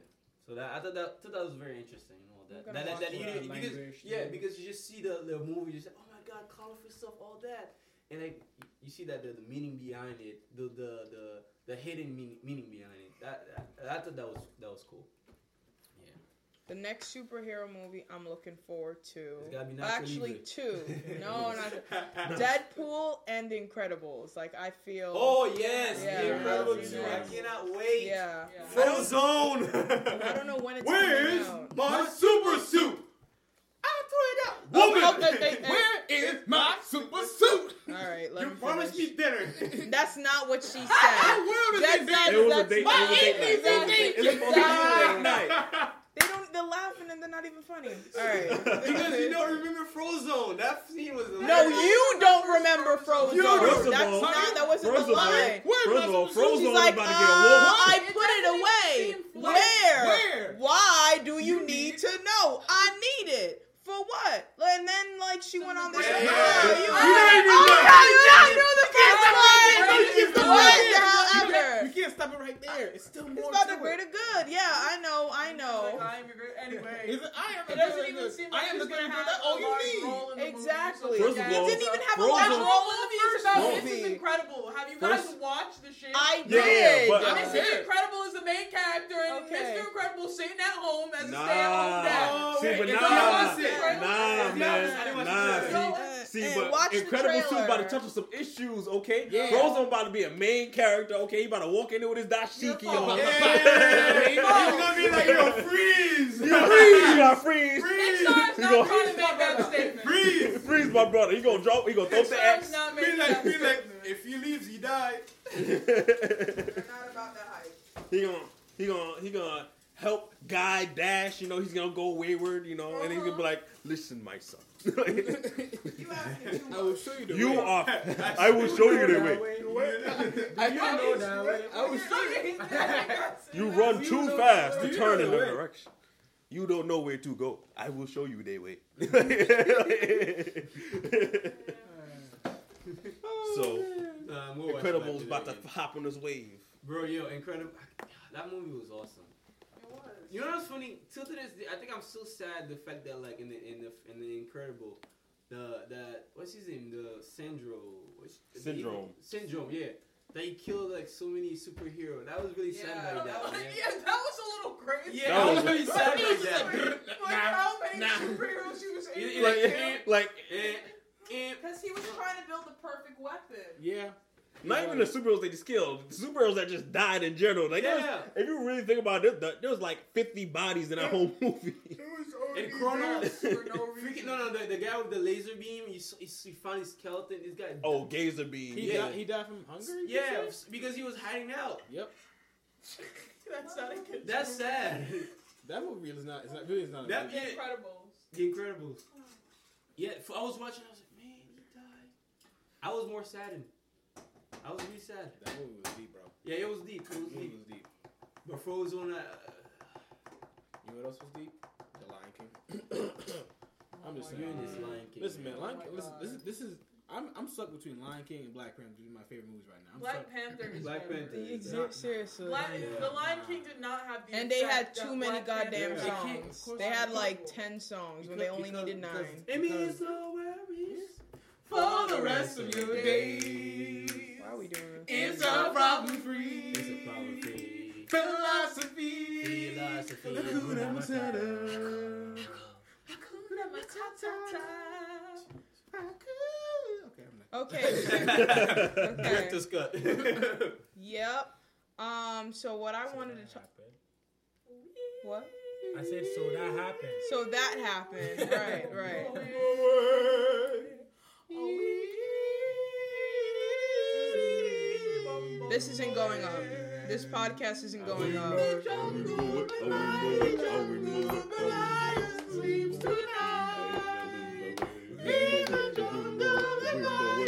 Speaker 1: So that I thought that, thought that was very interesting and all that.
Speaker 3: We're
Speaker 1: That,
Speaker 3: gonna
Speaker 1: that, that
Speaker 7: watch
Speaker 1: you
Speaker 7: that
Speaker 1: didn't- because,
Speaker 7: language,
Speaker 1: yeah,
Speaker 7: yeah.
Speaker 1: because you just see the, the movie, you say, oh my god, colorful stuff, all that, and like you- you see that the, the meaning behind it, the the the, the hidden meaning, meaning behind it. That, that I thought that was that was cool.
Speaker 3: The next superhero movie I'm looking forward to.
Speaker 1: It's gotta be Nacho
Speaker 3: Actually,
Speaker 1: Libre.
Speaker 3: two.
Speaker 1: *laughs*
Speaker 3: No, not
Speaker 1: not
Speaker 3: Deadpool and The Incredibles. Like, I feel.
Speaker 1: Oh yes,
Speaker 3: Yeah,
Speaker 1: The Incredible
Speaker 3: that's
Speaker 1: Two. I
Speaker 3: nice.
Speaker 1: cannot wait.
Speaker 3: Yeah.
Speaker 5: *laughs*
Speaker 6: Yeah.
Speaker 3: I don't,
Speaker 5: Zone.
Speaker 3: I
Speaker 5: *laughs*
Speaker 3: don't know when it's
Speaker 5: Where's
Speaker 3: coming out.
Speaker 5: my super suit?
Speaker 1: I threw it out.
Speaker 5: Woman,
Speaker 3: Oh, okay, they- they-
Speaker 5: where is my super suit?
Speaker 3: All right, let
Speaker 5: You
Speaker 3: me
Speaker 5: promised
Speaker 3: finish.
Speaker 5: me dinner. *laughs*
Speaker 3: That's not what she
Speaker 5: I
Speaker 3: said.
Speaker 5: will
Speaker 3: That's not-
Speaker 5: It was a
Speaker 3: that's
Speaker 5: date. It
Speaker 3: not-
Speaker 5: was a date night. It was a
Speaker 3: Exactly.
Speaker 5: date night.
Speaker 3: They don't. They're laughing and they're not even funny. All right.
Speaker 1: Because you don't remember Frozone. That scene was
Speaker 3: No, you don't remember Frozen.
Speaker 5: You don't-
Speaker 3: That's
Speaker 5: First of
Speaker 3: not.
Speaker 5: all-
Speaker 3: That wasn't
Speaker 5: First
Speaker 3: the
Speaker 5: of all,
Speaker 3: line.
Speaker 5: first of all,
Speaker 3: She's
Speaker 5: Frozen was
Speaker 3: like,
Speaker 5: about to
Speaker 3: uh,
Speaker 5: get a woman.
Speaker 3: I
Speaker 6: It
Speaker 3: put it away.
Speaker 6: doesn't even seem
Speaker 3: Where?
Speaker 6: like-
Speaker 3: Where? Why do you need to know? I need it. For what? And then, like, she went on this.
Speaker 6: Yeah.
Speaker 3: Oh, you
Speaker 5: You didn't even know.
Speaker 3: I knew the first
Speaker 6: No,
Speaker 3: line.
Speaker 6: you can't stop
Speaker 3: What
Speaker 6: it.
Speaker 3: the hell
Speaker 4: You
Speaker 3: ever?
Speaker 4: can't- You can't stop it right there. It's still
Speaker 3: It's
Speaker 4: more.
Speaker 3: about
Speaker 4: to
Speaker 3: the
Speaker 4: it.
Speaker 3: greater good. Yeah, I know. I
Speaker 6: Like,
Speaker 3: know.
Speaker 6: I am your great. Anyway.
Speaker 4: Is it, I am the
Speaker 6: It doesn't
Speaker 4: greater
Speaker 6: even
Speaker 4: good.
Speaker 6: seem
Speaker 4: I
Speaker 6: like
Speaker 4: am the
Speaker 6: he's
Speaker 4: greater
Speaker 6: gonna
Speaker 4: good.
Speaker 6: have
Speaker 4: That's
Speaker 6: a
Speaker 4: all you
Speaker 6: large
Speaker 4: need.
Speaker 6: role in the movie,
Speaker 3: Oh,
Speaker 6: so-
Speaker 3: Exactly.
Speaker 5: First of
Speaker 6: Yeah,
Speaker 5: all-
Speaker 3: Didn't even have a
Speaker 5: Frozen-
Speaker 6: That's
Speaker 3: large
Speaker 5: Frozen-
Speaker 6: all
Speaker 3: role in the
Speaker 6: the movie is
Speaker 3: first
Speaker 6: about.
Speaker 3: movie.
Speaker 6: This is incredible. Have you guys
Speaker 5: First-
Speaker 6: watched the shit?
Speaker 3: I
Speaker 5: Yeah,
Speaker 3: did.
Speaker 5: but-
Speaker 3: I
Speaker 5: Yeah.
Speaker 3: did.
Speaker 6: Mr. Incredible is the main character, and
Speaker 3: Okay.
Speaker 6: Mr. Incredible sitting at home as a
Speaker 5: Nah.
Speaker 6: stay-at-home dad.
Speaker 1: Oh,
Speaker 5: See,
Speaker 1: wait,
Speaker 5: but
Speaker 1: it's
Speaker 5: nah,
Speaker 1: the opposite. It's the opposite.
Speaker 5: nah,
Speaker 1: I didn't
Speaker 5: man,
Speaker 1: watch the
Speaker 5: nah.
Speaker 1: trailer.
Speaker 5: see-
Speaker 6: No,
Speaker 5: See,
Speaker 3: and
Speaker 5: but
Speaker 3: watch the
Speaker 5: Incredible Two
Speaker 3: trailer.
Speaker 5: about to touch on some issues, okay?
Speaker 4: Yeah.
Speaker 5: Frozen about to be a main character, okay? He about to walk in there with his dashiki
Speaker 6: Your
Speaker 5: *laughs*
Speaker 6: fault.
Speaker 5: on.
Speaker 1: Yeah.
Speaker 5: He
Speaker 1: He's gonna be like, yo, freeze!
Speaker 5: You
Speaker 1: *laughs*
Speaker 5: freeze, you freeze.
Speaker 6: Next
Speaker 5: Freeze.
Speaker 6: time's
Speaker 5: He
Speaker 6: not
Speaker 5: gonna-
Speaker 6: trying to make that statement.
Speaker 1: Freeze!
Speaker 5: *laughs* freeze, my brother. He gonna drop, he gonna throw
Speaker 6: Next
Speaker 5: the
Speaker 6: time's
Speaker 5: axe.
Speaker 6: not
Speaker 1: Be
Speaker 6: making
Speaker 1: like,
Speaker 6: that
Speaker 1: be like,
Speaker 6: statement.
Speaker 1: if he leaves, he died.
Speaker 5: he
Speaker 6: Not about that hype.
Speaker 5: gonna, *laughs* he gonna, he gonna help guide Dash, you know, he's gonna go wayward, you know, and he's gonna be like, listen, my son. *laughs*
Speaker 3: *laughs*
Speaker 6: You asking too
Speaker 3: Oh,
Speaker 4: I will show you the
Speaker 5: you
Speaker 4: way.
Speaker 5: *laughs* are, I will show you the way.
Speaker 4: I do
Speaker 6: much.
Speaker 4: know that way.
Speaker 3: Oh,
Speaker 4: I will show you.
Speaker 3: *laughs*
Speaker 5: You run
Speaker 4: You
Speaker 5: too
Speaker 4: know-
Speaker 5: fast
Speaker 4: you
Speaker 5: to
Speaker 4: know
Speaker 5: turn
Speaker 4: the
Speaker 5: in that
Speaker 4: way.
Speaker 5: direction. You don't know where to go. I will show you the way. *laughs* so
Speaker 1: Um, we'll watch it
Speaker 5: Incredibles
Speaker 1: back
Speaker 5: about
Speaker 1: later
Speaker 5: to
Speaker 1: again.
Speaker 5: hop on this wave.
Speaker 1: Bro, yo, Incredible. That movie was awesome. You know what's funny? Till to this, day, I think I'm still sad the fact that like in the in the in the Incredible, the the what's his name? The Sandro. what's- the
Speaker 5: Syndrome.
Speaker 1: evil- syndrome. Yeah. That he killed like so many superheroes. That was really sad about that.
Speaker 6: *laughs*
Speaker 1: Man.
Speaker 6: Yeah, that was a little crazy.
Speaker 1: Yeah, I
Speaker 5: That
Speaker 1: was really sad about
Speaker 6: Like,
Speaker 1: that. man.
Speaker 6: how many
Speaker 4: nah.
Speaker 6: superheroes he was
Speaker 1: Yeah,
Speaker 6: able
Speaker 1: yeah,
Speaker 6: to
Speaker 1: yeah.
Speaker 6: kill?
Speaker 5: Like
Speaker 1: Eh, eh,
Speaker 6: Because he was trying to build the perfect weapon.
Speaker 4: Yeah.
Speaker 5: not even the superheroes they just killed. The superheroes that just died in general. Like there was-
Speaker 1: Yeah.
Speaker 5: if you really think about it, there, there was like fifty bodies in that whole *laughs* movie.
Speaker 1: And Kronos,
Speaker 6: For no
Speaker 1: freaking
Speaker 6: reason.
Speaker 1: no, no, the, the guy with the laser beam. You, s- you, s- you found his skeleton. This guy.
Speaker 5: Oh, Gazer Beam.
Speaker 4: He
Speaker 1: Yeah.
Speaker 4: died.
Speaker 5: *clears throat*
Speaker 4: He died from hunger. you
Speaker 1: yeah,
Speaker 4: said?
Speaker 1: because he was hiding out.
Speaker 4: Yep.
Speaker 6: That's not a good
Speaker 1: That's sad. *laughs*
Speaker 4: That movie is not. It's not really. It's not. a
Speaker 1: That-
Speaker 4: movie.
Speaker 1: yeah.
Speaker 6: Incredibles.
Speaker 1: the Incredibles. Yeah, f- I was watching. I was like, man, he died. I was more saddened. I was really sad.
Speaker 4: That movie was deep, bro.
Speaker 1: Yeah, it was deep. It was
Speaker 4: That movie
Speaker 1: deep.
Speaker 4: was deep.
Speaker 1: But Frozen, uh,
Speaker 4: You know what else was deep? The Lion King. I'm just
Speaker 1: you
Speaker 5: *coughs*
Speaker 4: saying.
Speaker 1: and this Lion King.
Speaker 4: Listen, man.
Speaker 1: man.
Speaker 4: Lion
Speaker 6: Oh
Speaker 4: King.
Speaker 6: my
Speaker 4: Listen.
Speaker 6: God.
Speaker 4: This is. This is I'm I'm stuck between Lion King and Black Panther. These are my favorite movies right now. I'm
Speaker 6: Black
Speaker 4: stuck.
Speaker 6: Panther is
Speaker 1: Black
Speaker 6: better.
Speaker 1: Panther.
Speaker 3: Exa-
Speaker 4: Nah, nah.
Speaker 3: Seriously.
Speaker 6: Black,
Speaker 4: Yeah.
Speaker 6: The Lion King did not have the
Speaker 3: and they had
Speaker 6: effect
Speaker 3: too
Speaker 6: that
Speaker 3: many
Speaker 6: Black
Speaker 3: goddamn
Speaker 6: Panther-
Speaker 4: Yeah. They can't-
Speaker 3: songs.
Speaker 4: of course
Speaker 3: They had
Speaker 4: they
Speaker 3: like
Speaker 4: can't.
Speaker 3: ten songs when they only needed *laughs* nine.
Speaker 4: It means no worries for the rest of your days.
Speaker 3: Why are we doing this?
Speaker 4: It's a problem free.
Speaker 1: It's a problem free.
Speaker 4: Philosophy. *laughs*
Speaker 1: Philosophy.
Speaker 4: Hakuna
Speaker 1: *laughs*
Speaker 4: Matata.
Speaker 6: Hakuna Matata.
Speaker 4: Hakuna- Okay, I'm not.
Speaker 3: Okay.
Speaker 1: Director's cut.
Speaker 3: yep. Um. So what I wanted to talk. What?
Speaker 7: I said, so that happened.
Speaker 3: So that *laughs* happened. Right. Right. This isn't going up. This podcast isn't going up.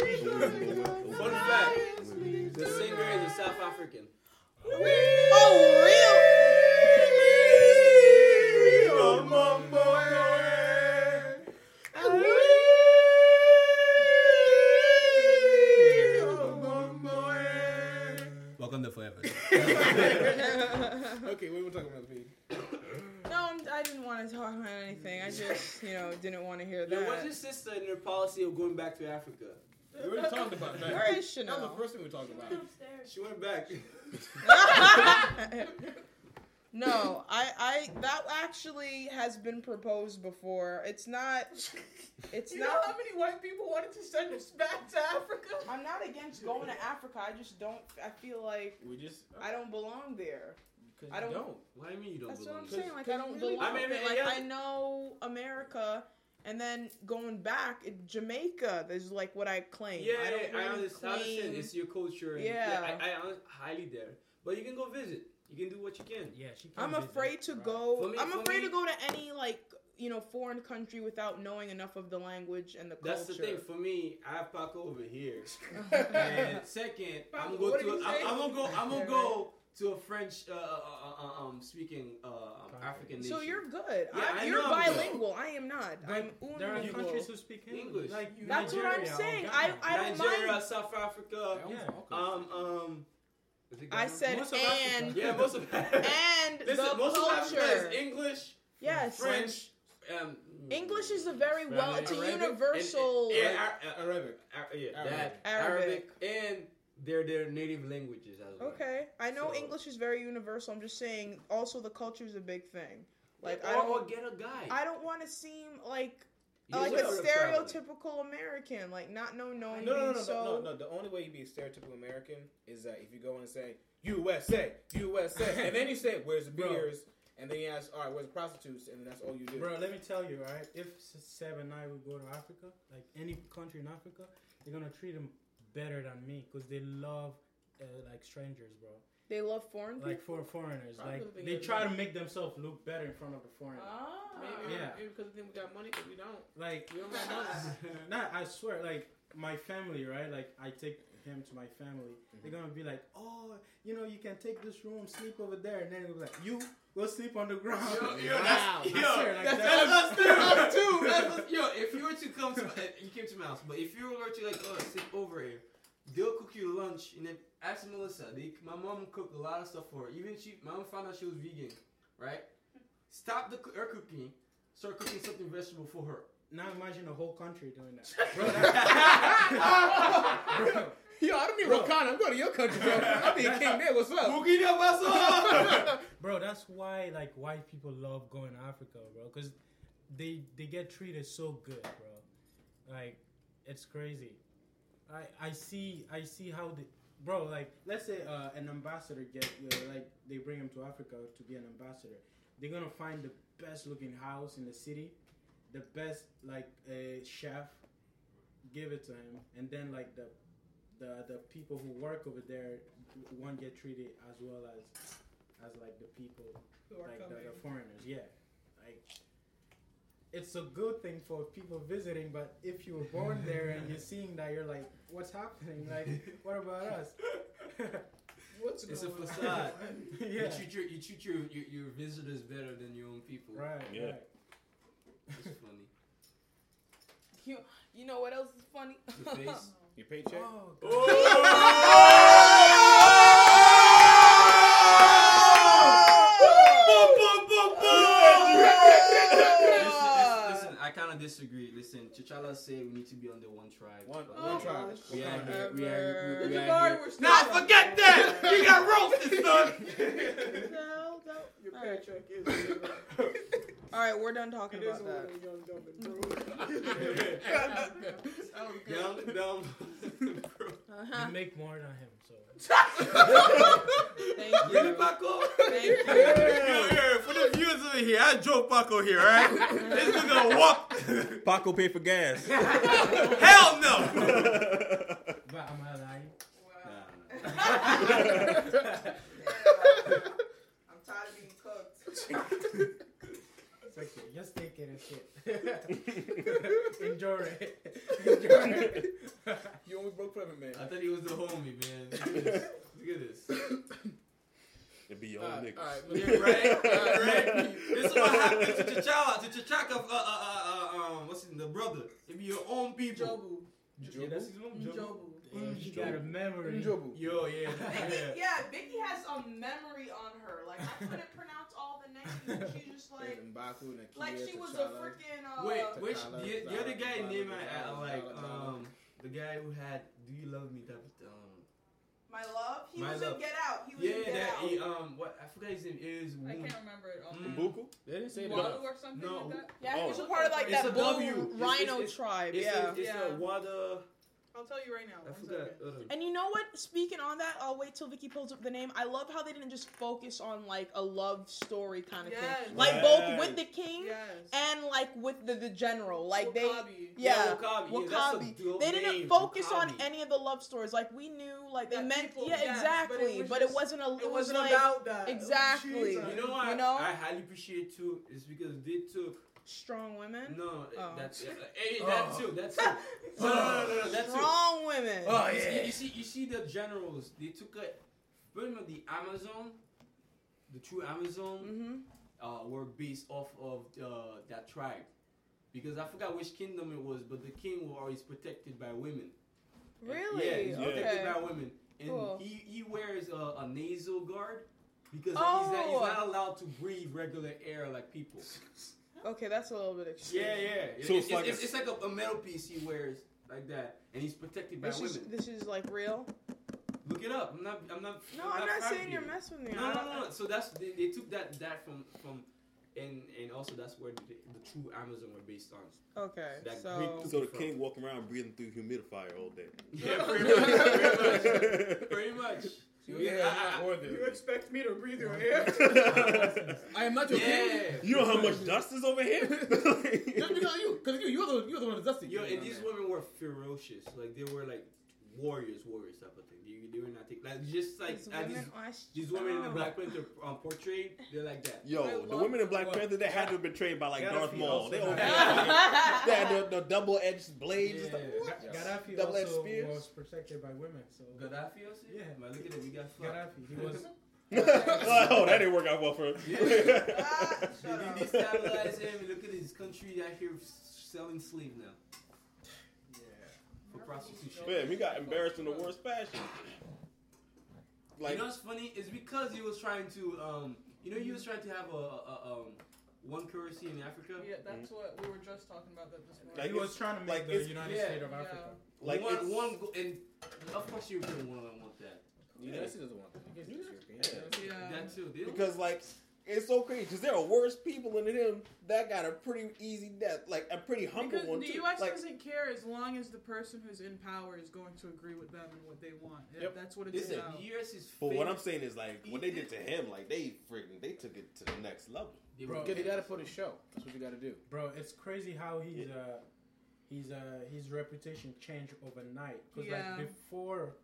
Speaker 1: Fun fact: the singer is a South African.
Speaker 3: Oh, real.
Speaker 1: Welcome to Forever.
Speaker 3: *laughs*
Speaker 4: Okay, what are we talking about, Pete?
Speaker 3: No, I'm, I didn't want to talk about anything. I just, you know, didn't want to hear
Speaker 1: Now, what's your
Speaker 3: that.
Speaker 1: sister and her policy of going back to Africa?
Speaker 4: We already talked about
Speaker 3: All
Speaker 4: that.
Speaker 3: right,
Speaker 4: That was
Speaker 3: Chanel.
Speaker 4: the first thing we talked about.
Speaker 1: She went back.
Speaker 3: *laughs* no, I, I, that actually has been proposed before. It's not, it's
Speaker 6: *laughs* You know
Speaker 3: not.
Speaker 6: how many white people wanted to send us back to Africa?
Speaker 3: I'm not against going to Africa. I just don't. I feel like
Speaker 4: We just.
Speaker 3: I don't belong there.
Speaker 4: Cause
Speaker 3: I don't-
Speaker 1: What do you mean you don't
Speaker 3: That's what
Speaker 1: belong?
Speaker 3: I'm saying. Like I
Speaker 4: Cause
Speaker 3: don't
Speaker 4: really-
Speaker 3: belong.
Speaker 1: I mean,
Speaker 3: there.
Speaker 1: yeah.
Speaker 3: like I know America, and then going back, it, Jamaica is like what I claim.
Speaker 1: Yeah,
Speaker 3: I
Speaker 1: I,
Speaker 3: don't really
Speaker 1: understand. I understand.
Speaker 3: claim-
Speaker 1: It's your culture. And
Speaker 3: Yeah.
Speaker 1: yeah. I, I honest- highly dare. But you can go visit. You can do what you can.
Speaker 7: Yeah, she.
Speaker 3: I'm
Speaker 7: can't be
Speaker 3: afraid to
Speaker 7: there.
Speaker 3: go.
Speaker 1: For me-
Speaker 3: I'm
Speaker 1: for
Speaker 3: afraid
Speaker 1: me-
Speaker 3: to go to any like you know foreign country without knowing enough of the language and the culture.
Speaker 1: That's the thing for me. I have Paco over
Speaker 3: *laughs*
Speaker 1: here.
Speaker 3: thing.
Speaker 1: And second,
Speaker 6: Paco,
Speaker 1: I'm gonna go
Speaker 6: what
Speaker 1: to.
Speaker 6: did
Speaker 1: A,
Speaker 6: you
Speaker 1: I'm,
Speaker 6: say?
Speaker 1: I'm gonna go. I'm
Speaker 3: Yeah,
Speaker 1: gonna
Speaker 3: *laughs*
Speaker 1: go to a French uh, uh, uh, um, speaking uh, um,
Speaker 7: Country.
Speaker 1: African nation.
Speaker 3: so you're good.
Speaker 1: Yeah,
Speaker 3: I'm,
Speaker 1: I
Speaker 3: you're
Speaker 1: know I'm good.
Speaker 3: bilingual. I am not.
Speaker 7: But
Speaker 3: I'm
Speaker 7: There are
Speaker 3: unilingual.
Speaker 7: countries who speak
Speaker 1: English.
Speaker 7: English. Like
Speaker 3: That's what I'm
Speaker 7: Nigeria,
Speaker 3: saying. I,
Speaker 7: Ghana.
Speaker 3: I don't
Speaker 1: Nigeria,
Speaker 3: mind.
Speaker 1: South Africa.
Speaker 7: Yeah.
Speaker 1: Um um. is it
Speaker 3: I
Speaker 1: Ghana?
Speaker 3: said
Speaker 7: Most of Africa.
Speaker 3: *laughs* and
Speaker 1: Yeah, most of
Speaker 3: and the
Speaker 1: *laughs* Listen, most of Africa
Speaker 3: culture.
Speaker 1: is English,
Speaker 3: yes,
Speaker 1: French, um,
Speaker 3: English is a very well. It's a
Speaker 1: Arabic, and-
Speaker 3: universal.
Speaker 1: and Ar- uh,
Speaker 4: Arabic.
Speaker 1: Ar- yeah,
Speaker 4: Arabic.
Speaker 1: that, Arabic.
Speaker 3: Arabic.
Speaker 1: and their their native languages as well.
Speaker 3: Okay, I know
Speaker 1: So-
Speaker 3: English is very universal. I'm just saying. Also, the culture is a big thing. Like
Speaker 1: or,
Speaker 3: I don't.
Speaker 1: or get a guy.
Speaker 3: I don't want to seem like
Speaker 1: You
Speaker 3: like
Speaker 1: should
Speaker 3: a
Speaker 1: go traveling.
Speaker 3: stereotypical American, like not no no,
Speaker 4: No, no, no, no,
Speaker 3: so
Speaker 4: no, no. The only way you be a stereotypical American is that if you go and say USA, USA, and then you say where's the
Speaker 7: Bro.
Speaker 4: beers, and then you ask, all right, where's the prostitutes, and that's all you do.
Speaker 7: Bro, let me tell you, right? If Seb and I would go to Africa, like any country in Africa, they're gonna treat them better than me because they love uh, like strangers, bro.
Speaker 3: They love foreign people.
Speaker 7: Like for foreigners,
Speaker 4: Probably
Speaker 7: like
Speaker 6: because they
Speaker 7: they
Speaker 6: get
Speaker 7: try to make themselves look better in front of the foreigners.
Speaker 6: Ah, Maybe,
Speaker 7: Yeah.
Speaker 6: maybe because we think we got money, but we don't.
Speaker 7: Like,
Speaker 6: We don't got nothing.
Speaker 7: *laughs* nah, I swear, like my family, right? Like I take him to my family. They're gonna be like, oh, you know, you can take this room, sleep over there, and then they'll be like, you go sleep on the ground.
Speaker 1: Yo, yo,
Speaker 7: wow,
Speaker 1: that's, yo,
Speaker 7: I swear, like
Speaker 1: that's,
Speaker 7: that-
Speaker 1: that's us too. Us too. That's us. Yo, if you were to come to my, uh, you came to my house, but if you were to like, oh, sit over here, they'll cook you lunch, and then ask Melissa. They, my mom cooked a lot of stuff for her. Even she, my mom found out she was vegan, right? Stop the coo- her cooking, start cooking something vegetable for her.
Speaker 7: *laughs* Now imagine a whole country doing that. *laughs*
Speaker 4: Yo, I don't mean Wakanda. I'm going to your country, bro. *laughs* I'll be a king there. What's up?
Speaker 1: Burkina
Speaker 4: *laughs*
Speaker 5: *laughs*
Speaker 1: Faso.
Speaker 7: bro that's why like white people love going to africa bro because they they get treated so good bro like it's crazy i i see i see how the bro like let's say uh, an ambassador get uh, like they bring him to africa to be an ambassador they're gonna find the best looking house in the city the best like uh, chef give it to him and then like the the, the people who work over there one get treated as well as as like the people,
Speaker 6: Who are
Speaker 7: like the,
Speaker 6: coming.
Speaker 7: the foreigners. Yeah, like it's a good thing for people visiting, but if you were born there and you're seeing that, you're like, what's happening? *laughs* Like, what about us?
Speaker 6: What's
Speaker 1: It's a
Speaker 6: going
Speaker 1: facade.
Speaker 6: on?
Speaker 1: You
Speaker 7: yeah,
Speaker 1: treat your you treat your, your your visitors better than your own people.
Speaker 7: right.
Speaker 5: Yeah.
Speaker 7: right.
Speaker 1: It's funny.
Speaker 3: You, you know what else is funny?
Speaker 1: The *laughs* face.
Speaker 4: Your paycheck.
Speaker 7: Oh, God.
Speaker 1: Listen, listen, listen, I kind of disagree. Listen, Chichala said we need to be under one tribe.
Speaker 4: One,
Speaker 1: But
Speaker 4: one
Speaker 6: Oh.
Speaker 4: tribe.
Speaker 1: We out
Speaker 4: One
Speaker 1: here. We out here. We, we
Speaker 6: Jabari,
Speaker 1: out *laughs* here.
Speaker 6: we're still
Speaker 1: Nah, forget
Speaker 5: *laughs*
Speaker 6: *laughs*
Speaker 1: that. You got roasted, son.
Speaker 6: No, no. Your
Speaker 3: All right.
Speaker 6: paycheck is zero.
Speaker 3: All right, we're done talking
Speaker 6: It is
Speaker 3: about
Speaker 6: a
Speaker 3: that.
Speaker 6: little young dumb and
Speaker 1: Dumb,
Speaker 6: broke.
Speaker 1: *laughs* dumb.
Speaker 3: Uh-huh.
Speaker 7: You make more than him, so.
Speaker 3: Thank you.
Speaker 1: Really, *laughs* Paco?
Speaker 3: *laughs* Thank you.
Speaker 1: Yo, yo, for the viewers over here, I drove Paco here, right? this nigga walk.
Speaker 5: Paco paid for gas.
Speaker 1: Hell no.
Speaker 7: But I'm not lying.
Speaker 6: *laughs* I'm tired of being cooked. *laughs*
Speaker 7: It's okay. Just take it and
Speaker 5: *laughs*
Speaker 7: shit. *laughs* Enjoy it. *laughs* Enjoy it.
Speaker 4: You only broke forever, man.
Speaker 1: *laughs* I thought he was the homie, man. Look at this. Look at this.
Speaker 5: It'd be your
Speaker 4: All right,
Speaker 5: niggas.
Speaker 4: all right,
Speaker 1: Yeah,
Speaker 4: look.
Speaker 1: right, yeah, right. This is what happened to T'Challa, to T'Chaka, uh, uh, uh, um, what's his the brother? It be your own people.
Speaker 6: Jobu.
Speaker 1: Yeah, that's his name, Jobu.
Speaker 6: Jobu.
Speaker 7: Damn, she got a memory.
Speaker 4: Enjoyable.
Speaker 1: Yo, yeah,
Speaker 6: Vicky,
Speaker 1: *laughs* yeah.
Speaker 6: Mm-hmm. *laughs* yeah, Vicky has a memory on her. Like I couldn't pronounce all the names. and She just like,
Speaker 4: Mbaku, Nakia,
Speaker 6: like she was a
Speaker 4: T'Challa.
Speaker 6: freaking. Uh,
Speaker 1: Wait,
Speaker 6: Wait.
Speaker 1: which
Speaker 4: T'Challa,
Speaker 1: the, the other
Speaker 4: T'Challa,
Speaker 1: guy
Speaker 4: T'Challa,
Speaker 1: name I, I
Speaker 4: T'Challa,
Speaker 1: like,
Speaker 4: T'Challa.
Speaker 1: um, the guy who had "Do You Love Me" type of um,
Speaker 6: My love. He
Speaker 1: My
Speaker 6: was
Speaker 1: Love.
Speaker 6: in Get Out. He was in
Speaker 1: yeah,
Speaker 6: Get
Speaker 1: that
Speaker 6: Out.
Speaker 1: he, um, what I forgot his name is.
Speaker 6: I can't
Speaker 1: Wu-
Speaker 6: remember it. All.
Speaker 1: Mm.
Speaker 5: Mbuku?
Speaker 4: They didn't say
Speaker 1: Wow.
Speaker 4: that.
Speaker 6: Walu or something
Speaker 1: No.
Speaker 6: like that.
Speaker 3: Yeah, he was a
Speaker 6: Oh.
Speaker 3: part of like
Speaker 1: It's
Speaker 3: that
Speaker 1: a
Speaker 3: bull
Speaker 1: W. It's-
Speaker 3: rhino
Speaker 1: it's- it's-
Speaker 3: tribe.
Speaker 1: It's,
Speaker 3: yeah.
Speaker 1: it's, it's
Speaker 6: Yeah.
Speaker 1: the water.
Speaker 6: I'll tell you right now.
Speaker 1: I
Speaker 6: one
Speaker 1: forgot. uh,
Speaker 6: second.
Speaker 1: Hold on.
Speaker 3: And you know what? Speaking on that, I'll wait till Vicky pulls up the name. I love how they didn't just focus on like a love story kind of
Speaker 6: Yes.
Speaker 3: thing, like
Speaker 5: Yes.
Speaker 3: both with the king
Speaker 6: Yes.
Speaker 3: and like with the, the general. Like they,
Speaker 6: Wakabi.
Speaker 3: yeah,
Speaker 1: Wakabi. Yeah, that's a
Speaker 3: Wakabi.
Speaker 1: dope
Speaker 3: they didn't
Speaker 1: name,
Speaker 3: focus on
Speaker 1: Wakabi.
Speaker 3: any of the love stories. Like we knew, like they
Speaker 6: That
Speaker 3: meant,
Speaker 6: people-
Speaker 3: yeah,
Speaker 6: yes, but it
Speaker 3: exactly.
Speaker 6: was
Speaker 3: but it
Speaker 6: just-
Speaker 3: wasn't a, it,
Speaker 6: It,
Speaker 3: was
Speaker 6: wasn't
Speaker 3: like
Speaker 6: about that.
Speaker 3: exactly.
Speaker 6: Jesus.
Speaker 1: You know what?
Speaker 3: You know?
Speaker 1: I highly appreciate too is because they took
Speaker 3: strong women, *laughs*
Speaker 1: no
Speaker 3: Oh.
Speaker 1: that's yeah, eh, that
Speaker 7: Oh.
Speaker 1: too that's *laughs* too. No, no, no, no, no, that's too. Uh,
Speaker 3: strong women.
Speaker 7: Oh,
Speaker 1: You see-
Speaker 7: yeah.
Speaker 1: You see, you see the generals. They took a remember the Amazon, the true Amazon,
Speaker 3: hmm
Speaker 1: uh, were based off of uh, that tribe, because I forgot which kingdom it was, but the king was always protected by women.
Speaker 3: Really?
Speaker 1: Yeah, he's protected
Speaker 3: Okay.
Speaker 1: by women, and
Speaker 3: Cool.
Speaker 1: he he wears a, a nasal guard because he's, not,
Speaker 3: Oh.
Speaker 1: he's not allowed to breathe regular air like
Speaker 5: *laughs*
Speaker 1: people.
Speaker 3: Okay, that's a little bit extreme.
Speaker 1: Yeah, yeah.
Speaker 5: So
Speaker 1: it's,
Speaker 5: it's like
Speaker 1: it's,
Speaker 5: a-
Speaker 1: it's like a, a metal piece he wears like that, and he's protected by
Speaker 3: This is
Speaker 1: women.
Speaker 3: this is like real.
Speaker 1: Look it up. I'm not. I'm not.
Speaker 3: No, I'm not saying
Speaker 1: fabricating.
Speaker 3: you're messing with me.
Speaker 1: No,
Speaker 3: I
Speaker 1: no,
Speaker 3: don't-
Speaker 1: no, no. So that's they, they took that that from from, and and also that's where the, the true Amazon were
Speaker 3: *laughs*
Speaker 1: based on.
Speaker 3: Okay,
Speaker 1: That
Speaker 3: so
Speaker 6: *laughs*
Speaker 1: Greek-
Speaker 5: So the king walking around breathing through humidifier all day.
Speaker 1: *laughs* Yeah, pretty much. Pretty much.
Speaker 5: That's
Speaker 3: *laughs*
Speaker 1: Pretty much.
Speaker 4: You
Speaker 1: Yeah,
Speaker 4: ain't
Speaker 1: I- I-
Speaker 4: more than-
Speaker 6: expect me to breathe your
Speaker 4: *laughs* I am not your king.
Speaker 1: yeah.
Speaker 5: You know how much dust is
Speaker 1: *laughs*
Speaker 5: over here?
Speaker 4: Just because of you, because you, you're the you're the one that's dusty.
Speaker 1: Yo, and these women were ferocious. Like they were like warriors, warriors type of thing. They, they were not taking like just like
Speaker 3: these
Speaker 2: *laughs*
Speaker 1: as these, these
Speaker 2: Oh,
Speaker 3: women are
Speaker 1: women in the
Speaker 3: strong.
Speaker 1: Black Panther um, portrayed, they're like that.
Speaker 5: Yo, the women in Black Panther, they had to have been trained by like
Speaker 7: Gotta
Speaker 5: Darth
Speaker 7: feel
Speaker 5: Maul. They,
Speaker 7: so
Speaker 5: over
Speaker 7: bad.
Speaker 5: here. they
Speaker 3: *laughs*
Speaker 5: had the, the double edged blades. and stuff.
Speaker 1: Yeah.
Speaker 4: Yeah.
Speaker 7: Gaddafi
Speaker 5: Double-edged
Speaker 7: also
Speaker 5: spears?
Speaker 7: was protected by women, so
Speaker 1: Gaddafi also?
Speaker 7: Yeah.
Speaker 1: Man, look at it. We got fucked.
Speaker 7: Gaddafi, he
Speaker 1: *laughs*
Speaker 7: was
Speaker 5: *laughs* oh, that didn't work out well for him. *laughs*
Speaker 1: They they destabilize him. Look at this country out here selling slave now for prostitution.
Speaker 5: Man, he got embarrassed in the worst fashion. Like,
Speaker 1: you know what's funny? It's because he was trying to, um, you know, he was trying to have a, a, a um, one currency in Africa.
Speaker 6: Yeah, that's what we were just talking about that this morning.
Speaker 5: Like,
Speaker 7: he was trying to make
Speaker 5: like,
Speaker 7: the
Speaker 5: it's-
Speaker 7: United
Speaker 1: yeah,
Speaker 7: States of
Speaker 6: yeah.
Speaker 7: Africa.
Speaker 5: like
Speaker 1: one,
Speaker 5: it's-
Speaker 1: one, go- and of course you wouldn't want to want that.
Speaker 4: You
Speaker 5: Yeah.
Speaker 4: know, she doesn't want that. You know, she's European.
Speaker 6: Yeah.
Speaker 1: That too. They don't-
Speaker 5: because like it's so crazy because there are worse people than him that got a pretty easy death, like a pretty humble
Speaker 6: Because
Speaker 5: one
Speaker 6: the
Speaker 5: too.
Speaker 6: U.S.
Speaker 5: like,
Speaker 6: doesn't care as long as the person who's in power is going to agree with them and what they want. Yeah,
Speaker 4: Yep.
Speaker 6: That's what it's
Speaker 1: listen,
Speaker 6: about.
Speaker 1: the U.S. is.
Speaker 5: but what I'm
Speaker 1: famous.
Speaker 5: saying is like what they did to him, like they freaking they took it to the next level.
Speaker 1: They
Speaker 7: Bro,
Speaker 1: were
Speaker 4: Get
Speaker 1: good.
Speaker 4: it out for the show. That's what you got to do.
Speaker 7: Bro, it's crazy how he's uh, he's uh, his reputation changed overnight. Cause
Speaker 6: Yeah.
Speaker 7: like before,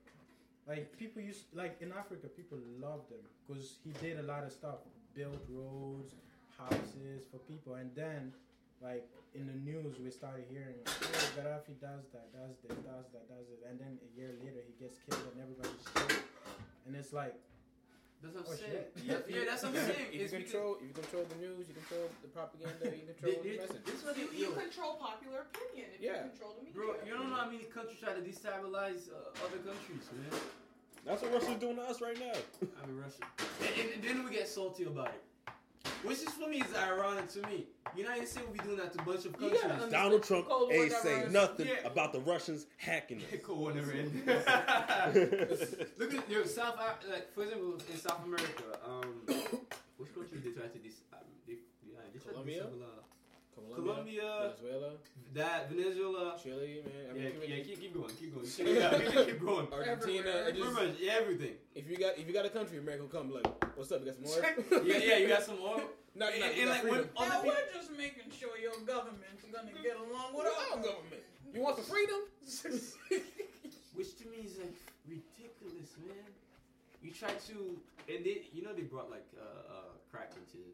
Speaker 7: like people used like in Africa, people loved him because he did a lot of stuff, built roads, houses for people, and then like in the news we started hearing oh, Gaddafi does that, does this, does that, does it, and then a year later he gets killed and everybody's killed, and it's like *laughs*
Speaker 1: That's what I'm
Speaker 7: Oh,
Speaker 1: saying.
Speaker 7: shit.
Speaker 1: Yeah, yeah, that's what I'm saying. It's
Speaker 4: If you
Speaker 1: because
Speaker 4: control, if you control the news, you control the propaganda, you
Speaker 1: they,
Speaker 4: control the
Speaker 1: they,
Speaker 4: message.
Speaker 1: this what
Speaker 6: You,
Speaker 1: they,
Speaker 6: you
Speaker 1: yo,
Speaker 6: control popular opinion if
Speaker 4: Yeah.
Speaker 6: you control the media.
Speaker 1: bro. You don't know how many countries try to destabilize uh, other countries, man.
Speaker 5: That's what Russia's doing to us right now.
Speaker 1: I'm in Russia. And, and, and then we get salty about it. Which is for me is ironic to me. United States will be doing that to a bunch of
Speaker 6: You
Speaker 1: countries. *laughs*
Speaker 6: gotta
Speaker 5: Donald Trump
Speaker 6: Cold War
Speaker 5: ain't say
Speaker 6: diversion.
Speaker 5: nothing
Speaker 1: Yeah.
Speaker 5: about the Russians hacking us.
Speaker 1: Cool, whatever. Look
Speaker 5: That's
Speaker 1: at yo, South Af- like for example in South America, um, *coughs* which country they try to dis- um, they, yeah, they try
Speaker 4: Colombia?
Speaker 1: to disable, uh,
Speaker 4: Colombia,
Speaker 1: Colombia,
Speaker 4: Venezuela,
Speaker 1: that Venezuela.
Speaker 4: Chile, man. I mean,
Speaker 1: yeah,
Speaker 4: even
Speaker 1: yeah, keep, keep going, keep *laughs* going. Check it out, keep, keep going.
Speaker 4: Argentina. it
Speaker 6: Everywhere.
Speaker 1: Pretty
Speaker 4: Just,
Speaker 1: much everything.
Speaker 4: if you got if you got a country, America will come. Like, what's up? You got some
Speaker 1: *laughs*
Speaker 4: oil?
Speaker 1: Yeah, yeah, you got some *laughs* oil.
Speaker 4: *laughs* No,
Speaker 1: and,
Speaker 4: you got-
Speaker 1: and
Speaker 4: you got
Speaker 1: like
Speaker 4: freedom.
Speaker 1: when other
Speaker 6: Now
Speaker 1: people-
Speaker 6: we're just making sure your government's gonna get along
Speaker 4: What
Speaker 6: with
Speaker 4: our
Speaker 6: our
Speaker 4: government? You want some freedom?
Speaker 1: *laughs* Which to me is like ridiculous, man. You try to, and they, you know, they brought like uh, uh, crack into,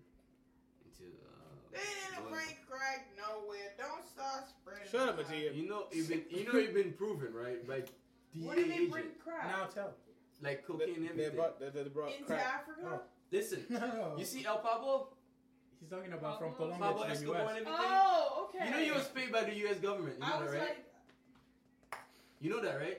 Speaker 1: into. Uh,
Speaker 6: They didn't
Speaker 1: oil.
Speaker 6: bring crack nowhere. Don't start spreading.
Speaker 4: Shut up,
Speaker 6: lies.
Speaker 4: Matia.
Speaker 1: You know, it been, you know, it's been proven, right? By DEA
Speaker 6: What did they
Speaker 1: agent,
Speaker 6: bring crack?
Speaker 7: Now tell.
Speaker 1: like
Speaker 4: They,
Speaker 1: cocaine and everything.
Speaker 4: they brought they, they brought
Speaker 6: Into
Speaker 4: crack.
Speaker 6: Africa?
Speaker 1: Listen,
Speaker 7: No.
Speaker 1: you see El Pablo,
Speaker 7: He's talking about from
Speaker 6: Pablo-
Speaker 7: Colombia
Speaker 1: Pablo
Speaker 7: to the
Speaker 1: Escobar
Speaker 7: U.S.
Speaker 1: and everything.
Speaker 6: Oh, okay.
Speaker 1: You know, he was paid by the U.S. government. You
Speaker 6: I
Speaker 1: know
Speaker 6: was
Speaker 1: that, right?
Speaker 6: like,
Speaker 1: you know that, right?
Speaker 6: alright.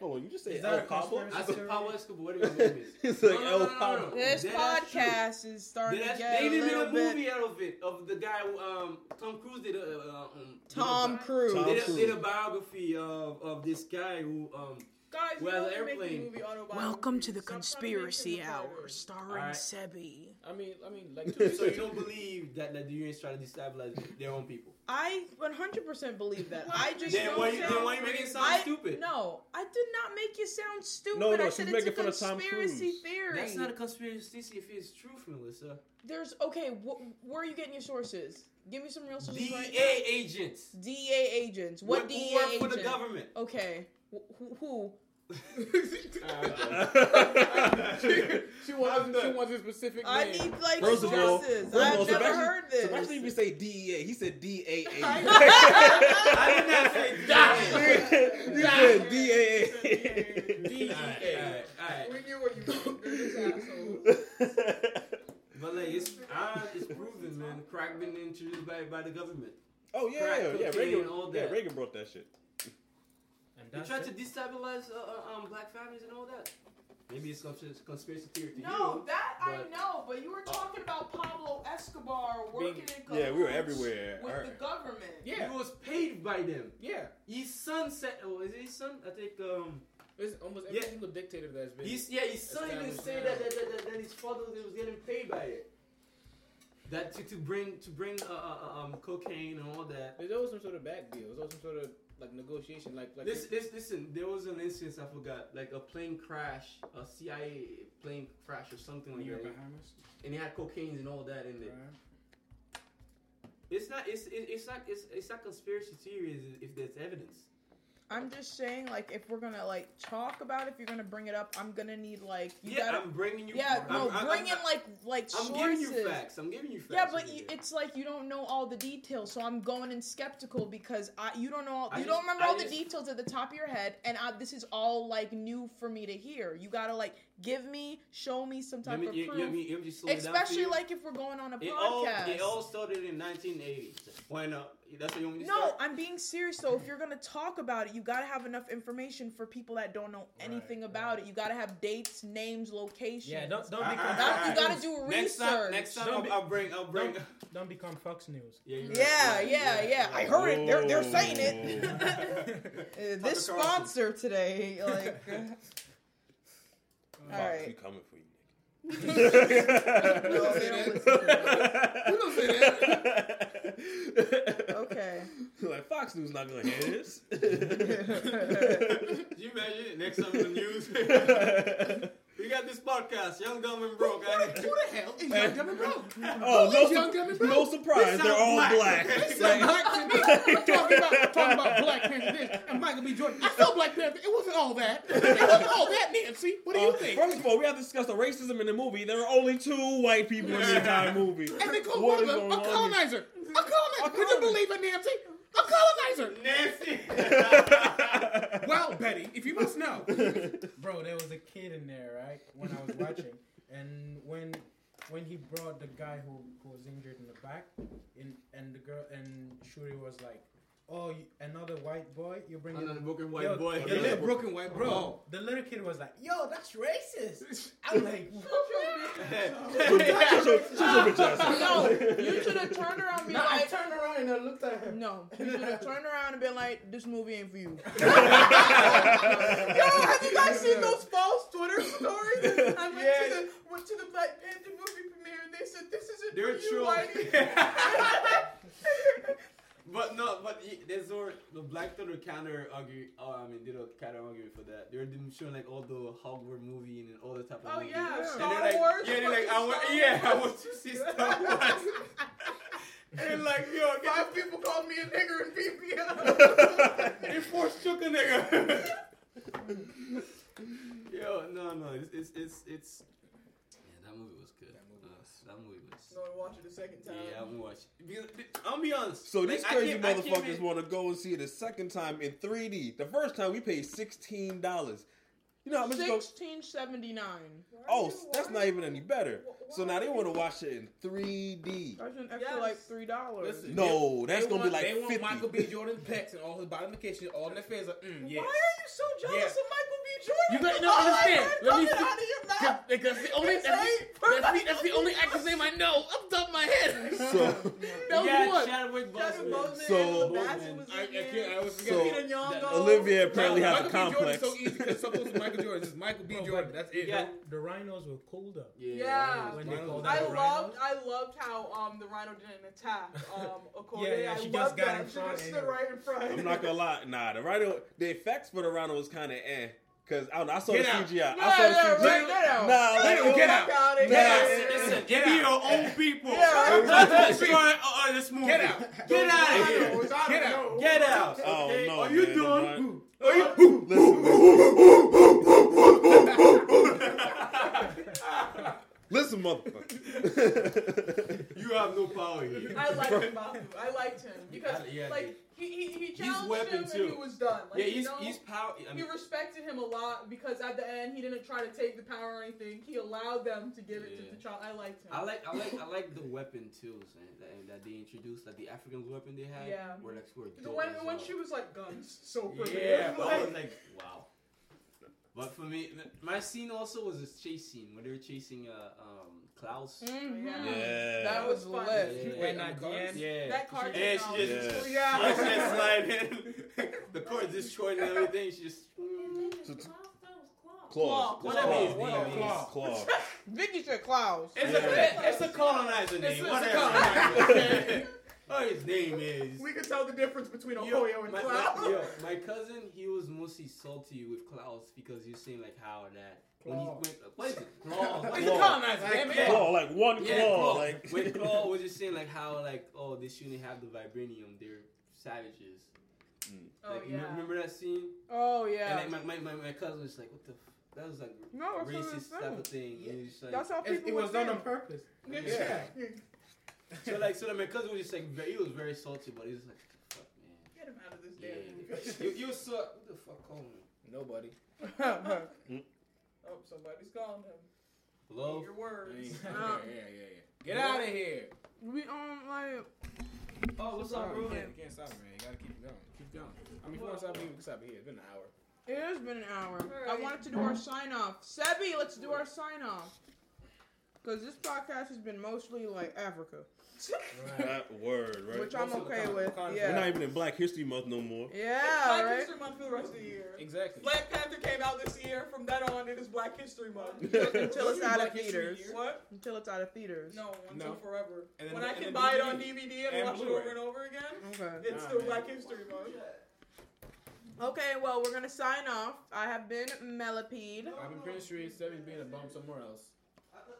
Speaker 5: Hold on, you just say
Speaker 7: Is that
Speaker 5: El
Speaker 7: a
Speaker 5: Pablo?
Speaker 7: conspiracy?
Speaker 1: I
Speaker 4: *laughs*
Speaker 1: said
Speaker 7: Sorry.
Speaker 1: Pablo Escobar. What do you mean?
Speaker 3: *laughs*
Speaker 5: It's
Speaker 1: No, *laughs*
Speaker 5: like
Speaker 1: no, no,
Speaker 5: El
Speaker 1: no, no,
Speaker 5: Pablo. *laughs*
Speaker 1: no.
Speaker 3: This
Speaker 1: Dead ass truth.
Speaker 3: podcast is starting
Speaker 1: Did
Speaker 3: to
Speaker 1: that-
Speaker 3: get
Speaker 1: they
Speaker 3: a
Speaker 1: did
Speaker 3: little
Speaker 1: a
Speaker 3: bit.
Speaker 1: movie out of it of the guy who, um Tom Cruise did a uh, um,
Speaker 3: Tom
Speaker 1: did
Speaker 3: Cruise.
Speaker 1: a,
Speaker 5: Tom
Speaker 1: did a,
Speaker 5: Cruise.
Speaker 1: did a biography of, of this guy who um
Speaker 6: Guys, you
Speaker 1: Well,
Speaker 6: know they make the
Speaker 1: airplane.
Speaker 6: movie Autobiography.
Speaker 3: Welcome to the
Speaker 6: Stop
Speaker 3: conspiracy
Speaker 6: trying to make things
Speaker 3: hour, starring
Speaker 1: Alright.
Speaker 3: Sebi.
Speaker 4: I mean, I mean, like,
Speaker 1: so
Speaker 4: two,
Speaker 1: you don't believe that that the unions try to destabilize their own people.
Speaker 3: I 100% believe that.
Speaker 6: Well,
Speaker 3: I just
Speaker 1: Then
Speaker 3: don't
Speaker 1: why you
Speaker 3: sound-
Speaker 1: then why you making it sound
Speaker 3: I,
Speaker 1: stupid?
Speaker 3: No, I did not make you sound stupid.
Speaker 5: No, no,
Speaker 3: I
Speaker 5: she's
Speaker 3: said it's
Speaker 5: making
Speaker 3: a
Speaker 5: fun of Tom
Speaker 3: conspiracy
Speaker 5: Cruise.
Speaker 3: theory.
Speaker 1: That's not a conspiracy if it's truth, Melissa.
Speaker 3: There's okay. Wh- where are you getting your sources? Give me some real sources. right now.
Speaker 1: DEA agents.
Speaker 3: DEA agents. What
Speaker 1: Who
Speaker 3: DEA
Speaker 1: work
Speaker 3: agent?
Speaker 1: for the government? *laughs*
Speaker 3: *laughs* Okay. Wh- who? who?
Speaker 5: Uh,
Speaker 1: *laughs*
Speaker 5: *laughs*
Speaker 4: she wants she
Speaker 1: I'm
Speaker 4: wants a specific
Speaker 3: I
Speaker 4: name.
Speaker 3: need like
Speaker 5: First of all,
Speaker 3: sources.
Speaker 5: first of all,
Speaker 3: I've never
Speaker 5: Sebastian-
Speaker 3: heard
Speaker 5: So actually,
Speaker 3: this.
Speaker 5: even say DEA. He said DAA.
Speaker 1: *laughs* I did not E say DEA.
Speaker 5: he said *laughs* DAA.
Speaker 4: DEA.
Speaker 1: Alright, *laughs* alright, alright.
Speaker 6: We knew what you were doing, this asshole.
Speaker 1: But like it's uh, it's proven, man. Crack been introduced by by the government.
Speaker 5: oh yeah,
Speaker 1: Crack
Speaker 5: yeah, yeah.
Speaker 1: cocaine,
Speaker 5: Reagan,
Speaker 1: all
Speaker 5: yeah,
Speaker 1: that.
Speaker 5: Reagan brought that shit.
Speaker 7: And
Speaker 1: They
Speaker 7: that's
Speaker 1: tried
Speaker 7: it.
Speaker 1: to destabilize uh, uh, um, black families and all that. Maybe it's cons- conspiracy theory to
Speaker 6: No, that
Speaker 1: but-
Speaker 6: I know, but you were talking about Pablo Escobar working in cahoots
Speaker 5: Yeah, we were everywhere.
Speaker 6: with the
Speaker 5: Alright.
Speaker 6: government.
Speaker 1: you.
Speaker 4: Yeah,
Speaker 1: He was paid by them.
Speaker 4: yeah.
Speaker 1: His son said, "Oh, is it his son? I think um,
Speaker 4: It's almost every
Speaker 1: Yeah.
Speaker 4: single dictator that's been.
Speaker 1: his yeah, his son even
Speaker 4: Established,
Speaker 1: said that
Speaker 4: yeah.
Speaker 1: that, that, that that his father was getting paid by it. That to, to bring to bring uh, uh, uh, um cocaine and all that.
Speaker 4: There's always some sort of back deal. There's always some sort of like negotiation. Like like
Speaker 1: This, this, listen. There was an instance I forgot, like a plane crash, a CIA plane crash or something like
Speaker 7: Near
Speaker 1: that,
Speaker 7: Bahamas.
Speaker 1: and it had cocaine and all that in it.
Speaker 7: right?
Speaker 1: It's not. It's it, it's not. It's it's not conspiracy theories if there's evidence.
Speaker 3: I'm just saying, like, if we're gonna like talk about, it, if you're gonna bring it up, I'm gonna need like you
Speaker 1: yeah,
Speaker 3: gotta.
Speaker 1: I'm bringing you.
Speaker 3: yeah,
Speaker 1: I'm-
Speaker 3: no,
Speaker 1: I'm, I'm,
Speaker 3: bring in like like
Speaker 1: I'm
Speaker 3: sources.
Speaker 1: giving you facts. I'm giving you facts.
Speaker 3: Yeah, but
Speaker 1: over
Speaker 3: you,
Speaker 1: here.
Speaker 3: it's like you don't know all the details, so I'm going in skeptical because I you don't know all,
Speaker 1: I
Speaker 3: you
Speaker 1: just-
Speaker 3: don't remember
Speaker 1: I
Speaker 3: all the
Speaker 1: just-
Speaker 3: details at the top of your head, and I, this is all like new for me to hear. You gotta like give me, show me some type
Speaker 1: Let me-
Speaker 3: of
Speaker 1: you- you
Speaker 3: proof,
Speaker 1: want me- you want me to slow it down for
Speaker 3: especially
Speaker 1: you?
Speaker 3: like if we're going on a
Speaker 1: it all.
Speaker 3: podcast.
Speaker 1: It all started in 1980. Why not? uh, That's what you want me to
Speaker 3: no,
Speaker 1: start?
Speaker 3: I'm being serious though. If you're gonna talk about it, you gotta have enough information for people that don't know anything about it. You gotta have dates, names, locations.
Speaker 7: Yeah, don't don't
Speaker 1: All
Speaker 7: become.
Speaker 1: right,
Speaker 3: That-
Speaker 1: all
Speaker 3: you
Speaker 1: right.
Speaker 3: gotta do
Speaker 1: Next time,
Speaker 3: research.
Speaker 1: next time
Speaker 7: Don't
Speaker 1: I'll,
Speaker 7: be-
Speaker 1: I'll bring. I'll bring.
Speaker 7: Don't- Don't become Fox News.
Speaker 1: *laughs* Yeah, you're right.
Speaker 3: Yeah, yeah, yeah. I heard it. They're they're saying
Speaker 1: Oh.
Speaker 3: it.
Speaker 5: Whoa.
Speaker 3: *laughs* Uh, this
Speaker 1: Tucker Carlson.
Speaker 3: sponsor today,
Speaker 1: *laughs*
Speaker 3: like. uh, all
Speaker 5: Fox, we
Speaker 3: right.
Speaker 5: coming for you, nigga. *laughs*
Speaker 3: No, they don't listen to that.
Speaker 5: don't *laughs* say *laughs* that.
Speaker 3: Okay.
Speaker 5: Like Fox News not gonna hear this. *laughs*
Speaker 1: Can you imagine it? next time on the
Speaker 6: *laughs*
Speaker 1: news? we got this podcast. Young dumb and
Speaker 6: *laughs*
Speaker 1: broke. I ain't-
Speaker 4: the hell is Young Dumb and Broke?
Speaker 5: oh no!
Speaker 4: is Young Dumb and
Speaker 5: Su-
Speaker 4: Broke?
Speaker 5: no surprise,
Speaker 1: sound
Speaker 5: they're all
Speaker 1: black.
Speaker 5: black.
Speaker 1: This
Speaker 5: Like,
Speaker 4: Black to me.
Speaker 5: *laughs*
Speaker 4: I'm talking about, I'm talking about Black Panther this and Michael B. Jordan. I saw Black Panther. It wasn't all that. It wasn't all that, Nancy. What do you
Speaker 5: uh,
Speaker 4: think?
Speaker 5: first of all, we have to discuss the racism in the movie. There are only two white people in the entire movie.
Speaker 4: And they call
Speaker 5: What
Speaker 4: one of
Speaker 5: is
Speaker 4: them
Speaker 5: going
Speaker 4: a
Speaker 5: on here?
Speaker 4: colonizer. A colonizer. Could you believe it, Nancy? A colonizer.
Speaker 1: *laughs* Nancy.
Speaker 4: *laughs*
Speaker 5: *laughs*
Speaker 4: Well, Betty, if you must know.
Speaker 1: *laughs*
Speaker 7: *laughs* Bro, there was a kid in there, right? When I was watching, And when when he brought the guy who, who was injured in the back, in and the girl and Shuri was like, "Oh, you, another white boy? You're bringing
Speaker 1: Another broken white
Speaker 7: Yo,
Speaker 1: boy.
Speaker 7: The little
Speaker 4: broken white
Speaker 7: bro."
Speaker 4: bro.
Speaker 7: The little kid was like, "Yo, that's *laughs* racist." I'm like,
Speaker 5: Shut your- shut your bitch ass up.
Speaker 3: No, you should have turned around and been
Speaker 7: no, I
Speaker 3: like,
Speaker 7: turned around and I looked at him.
Speaker 3: no, you should have turned around and been like, this movie ain't for you. Yo,
Speaker 5: Yo,
Speaker 3: have you guys seen those false Twitter
Speaker 4: *laughs*
Speaker 3: stories?
Speaker 6: I went
Speaker 7: Yeah.
Speaker 6: to the went to the Black Panther movie premiere and they said this isn't
Speaker 1: They're
Speaker 6: for you,
Speaker 1: true.
Speaker 6: Whitey."
Speaker 1: *laughs* But no, but y- there's or the Black Thunder counter argue. Oh, I mean, did a counter argument for that. They were doing- showing like all the Hogwarts movie and all the type of.
Speaker 6: Oh
Speaker 1: movies.
Speaker 6: yeah,
Speaker 1: And
Speaker 6: Star
Speaker 1: they're like,
Speaker 6: Wars.
Speaker 1: Yeah, they're like,
Speaker 6: fucking
Speaker 1: I want,
Speaker 6: Star
Speaker 1: yeah, I
Speaker 6: Wars.
Speaker 1: want to see Star
Speaker 6: *laughs*
Speaker 1: Wars. and like, yo,
Speaker 6: Five people called me a nigger and beat me up.
Speaker 1: it forced took a nigga. yo, no, no, it's it's it's. it's yeah, that movie was good.
Speaker 4: That movie
Speaker 1: Uh,
Speaker 4: was-
Speaker 1: that movie was.
Speaker 6: So I watched it a second time.
Speaker 1: Yeah, I'm watching. Because I'll be honest.
Speaker 5: So
Speaker 1: like,
Speaker 5: these
Speaker 1: I
Speaker 5: crazy
Speaker 1: came- I came
Speaker 5: motherfuckers
Speaker 1: in-
Speaker 5: want to go and see it a second time in 3D. The first time we paid sixteen dollars. You know how much? it goes?
Speaker 3: 1679.
Speaker 6: Why
Speaker 5: Oh,
Speaker 6: you- why
Speaker 5: that's
Speaker 6: you-
Speaker 5: not even any better.
Speaker 6: wh-
Speaker 5: So
Speaker 6: why
Speaker 5: now they
Speaker 6: you-
Speaker 5: want to watch it in 3D.
Speaker 3: That's an extra
Speaker 6: Yes.
Speaker 3: like three dollars.
Speaker 4: Listen,
Speaker 5: No, that's
Speaker 4: They
Speaker 5: gonna be
Speaker 4: want-
Speaker 5: like
Speaker 4: they want
Speaker 5: fifty.
Speaker 4: Michael B. Jordan pecs and all his modifications, all in their face. Like, mm, yes.
Speaker 6: Why are you so jealous
Speaker 4: Yeah.
Speaker 6: of Michael B. Jordan?
Speaker 4: You gotta- no,
Speaker 6: All I
Speaker 4: understand.
Speaker 6: heard
Speaker 4: Let me
Speaker 6: coming
Speaker 4: see-
Speaker 6: out of your mouth.
Speaker 4: That's the only
Speaker 6: This ain't for
Speaker 4: that's the,
Speaker 6: Michael
Speaker 4: that's the
Speaker 6: B.
Speaker 4: only actor's name I know. Up top of my head.
Speaker 2: *laughs*
Speaker 5: So,
Speaker 4: That was
Speaker 1: yeah,
Speaker 4: one.
Speaker 1: Chadwick
Speaker 6: Chadwick
Speaker 1: Boseman.
Speaker 6: Boseman,
Speaker 5: So-
Speaker 6: Emma Watson was in
Speaker 4: I, I can't. I
Speaker 6: there.
Speaker 4: always forget.
Speaker 5: So-
Speaker 6: Lupita Nyong'o.
Speaker 5: Olivia apparently has a
Speaker 4: Michael B. Jordan
Speaker 5: complex.
Speaker 4: is so easy because so close to Michael Jordan. It's Michael B.
Speaker 7: Bro,
Speaker 4: Jordan.
Speaker 7: but-
Speaker 4: That's it.
Speaker 1: Yeah.
Speaker 7: The rhinos were cold up.
Speaker 6: Yeah.
Speaker 7: When they called
Speaker 6: I
Speaker 7: them
Speaker 6: loved,
Speaker 7: rhinos.
Speaker 6: I loved how um the rhino didn't attack um Okoro.
Speaker 7: Yeah, yeah,
Speaker 6: I
Speaker 7: she just
Speaker 6: loved
Speaker 7: got
Speaker 6: that.
Speaker 7: in
Speaker 6: She
Speaker 7: front
Speaker 6: just
Speaker 7: and-
Speaker 6: stood right in front.
Speaker 5: I'm
Speaker 6: *laughs*
Speaker 5: not gonna lie. Nah, the rhino, the effects for the rhino was kind of eh. Cause I don't know. I saw
Speaker 4: Get
Speaker 5: the
Speaker 4: out.
Speaker 3: Nah,
Speaker 5: CGI. I saw the
Speaker 3: nah,
Speaker 5: CGI.
Speaker 3: right, get out.
Speaker 5: Nah, like,
Speaker 4: Get
Speaker 5: oh,
Speaker 4: out.
Speaker 3: out of
Speaker 5: Nah,
Speaker 3: here.
Speaker 1: Listen,
Speaker 4: Get
Speaker 1: be
Speaker 4: out.
Speaker 1: your own people.
Speaker 3: Yeah,
Speaker 1: That's
Speaker 4: right.
Speaker 1: what you are on this movie.
Speaker 4: Get out.
Speaker 1: Get out of here.
Speaker 6: Get out.
Speaker 4: Get out.
Speaker 1: Get out.
Speaker 5: Oh,
Speaker 1: okay?
Speaker 5: no,
Speaker 1: Are you
Speaker 5: man,
Speaker 1: doing? Are you?
Speaker 5: Listen, motherfucker.
Speaker 1: You *laughs* have no power here.
Speaker 6: I liked him, Baku. I liked him because
Speaker 1: I- yeah,
Speaker 6: like he he, he challenged
Speaker 1: weapon,
Speaker 6: him
Speaker 1: too.
Speaker 6: and he was done. Like,
Speaker 1: yeah,
Speaker 6: you
Speaker 1: he's
Speaker 6: know,
Speaker 1: he's power. I
Speaker 6: he
Speaker 1: mean,
Speaker 6: respected him a lot because at the end he didn't try to take the power or anything. He allowed them to give it
Speaker 1: Yeah.
Speaker 6: to the child. I liked him.
Speaker 1: I like I like I like the weapon too man, that, that they introduced, like the African weapon they had.
Speaker 6: Yeah.
Speaker 1: Where like were
Speaker 6: the
Speaker 1: dope
Speaker 6: one
Speaker 1: as
Speaker 6: when
Speaker 1: hell.
Speaker 6: she was like guns so pretty.
Speaker 1: Yeah, but I
Speaker 6: *laughs* like,
Speaker 1: was like, wow. But for me, my scene also was this chase scene where they were chasing uh, um, Klaus.
Speaker 3: Mhm.
Speaker 5: *laughs* yeah.
Speaker 3: That was
Speaker 6: That was
Speaker 3: lit.
Speaker 1: Yeah.
Speaker 7: When at the end,
Speaker 1: Yeah.
Speaker 6: that car.
Speaker 1: Yeah, she
Speaker 6: technology.
Speaker 5: just-
Speaker 6: yeah.
Speaker 1: I was
Speaker 6: *laughs*
Speaker 1: just *laughs* sliding. *laughs* the cord's just short and everything. She just.
Speaker 5: Claws.
Speaker 6: Claw,
Speaker 1: Whatever
Speaker 5: Claws.
Speaker 1: his name
Speaker 5: Claws.
Speaker 1: is.
Speaker 5: Claws.
Speaker 3: Vicky said Klaus.
Speaker 1: It's,
Speaker 5: Yeah.
Speaker 1: a, it's a colonizer name.
Speaker 4: It's a-
Speaker 1: whatever.
Speaker 4: it's a
Speaker 1: *laughs*
Speaker 5: *laughs*
Speaker 4: colonizer.
Speaker 1: what his name is.
Speaker 6: We could tell the difference between
Speaker 1: Yo,
Speaker 6: Okoyo and
Speaker 1: my,
Speaker 6: Cloud.
Speaker 1: My,
Speaker 6: *laughs*
Speaker 1: yo, my cousin, he was mostly salty with Klaus because he was saying like how that when he
Speaker 7: Claw.
Speaker 1: went, what is it? *laughs* Claw. What is
Speaker 4: He's a
Speaker 1: it?
Speaker 5: Claw.
Speaker 4: colonizer.
Speaker 1: Like,
Speaker 4: Damn it.
Speaker 1: yeah.
Speaker 5: Claw, like one
Speaker 1: Yeah, Claw.
Speaker 5: claw. Like
Speaker 1: when Claw was just saying like how like oh they shouldn't have the vibranium, they're savages.
Speaker 6: Oh
Speaker 1: like, you
Speaker 6: yeah.
Speaker 1: remember that scene?
Speaker 3: Oh yeah.
Speaker 1: And like my, my, my, my cousin was like, what the? F-? That was like
Speaker 3: No, that's what I'm
Speaker 1: racist type
Speaker 3: saying.
Speaker 1: of thing. And he was just like,
Speaker 3: That's how
Speaker 7: It,
Speaker 3: people.
Speaker 7: it
Speaker 3: would
Speaker 7: was done
Speaker 3: feel.
Speaker 7: on purpose.
Speaker 1: *laughs*
Speaker 6: Yeah.
Speaker 1: So like, *laughs* so like, my cousin was just like, very, he was very salty, but he was like, fuck man.
Speaker 6: Get him out of this
Speaker 1: Yeah,
Speaker 6: damn
Speaker 1: you, you so what the fuck calling him?
Speaker 4: Nobody.
Speaker 1: *laughs*
Speaker 6: Oh, somebody's calling him.
Speaker 1: Hello.
Speaker 6: Eat
Speaker 1: *laughs*
Speaker 6: your words.
Speaker 4: Yeah, yeah, yeah, yeah. Get out of here.
Speaker 3: we on like
Speaker 1: Oh, what's up, bro?
Speaker 4: You can't stop it, man. You gotta keep it going. Keep going. I mean, if you want to stop it, we can stop it here. It's been an hour.
Speaker 3: it has been an hour.
Speaker 6: Alright.
Speaker 3: I wanted to do our sign off. Sebi, let's do our sign off. Cause this podcast has been mostly like Africa,
Speaker 5: that word, right?
Speaker 3: which I'm
Speaker 4: Most of the
Speaker 3: okay
Speaker 4: con-
Speaker 3: with.
Speaker 4: con-
Speaker 5: We're not
Speaker 3: Yeah.
Speaker 5: even in Black History Month no more.
Speaker 3: Yeah.
Speaker 6: Black
Speaker 3: Right.
Speaker 6: History Month for the rest of the year.
Speaker 4: Exactly.
Speaker 6: Black Panther came out this year. From that on, it is Black History Month.
Speaker 3: Until it's out of *laughs*
Speaker 4: Black History
Speaker 3: theaters.
Speaker 4: Year.
Speaker 6: What?
Speaker 3: Until it's out of theaters.
Speaker 6: No, until
Speaker 4: No.
Speaker 6: forever.
Speaker 4: And then-
Speaker 6: when I
Speaker 4: and
Speaker 6: can
Speaker 4: then
Speaker 6: buy it
Speaker 4: DVD.
Speaker 6: on DVD and,
Speaker 4: And
Speaker 6: watch it
Speaker 4: Blu-ray.
Speaker 6: over and over again,
Speaker 3: Okay.
Speaker 6: it's
Speaker 4: Nah,
Speaker 6: still
Speaker 4: man.
Speaker 6: Black History Month.
Speaker 3: Okay. Well, we're gonna sign off. I have been Melipede.
Speaker 4: I've been Prince Street. Seven's being a bum somewhere else.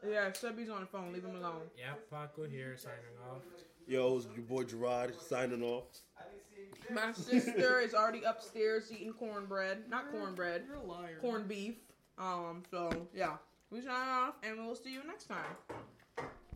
Speaker 3: Yeah. Sebi's on the phone. Leave him alone.
Speaker 7: Yeah, Paco here signing off.
Speaker 5: Yo, it's your boy Gerard signing off.
Speaker 3: My sister is already upstairs eating cornbread. Not cornbread,
Speaker 6: You're a liar.
Speaker 3: corned beef. Um, so yeah. We sign off and we'll see you next time.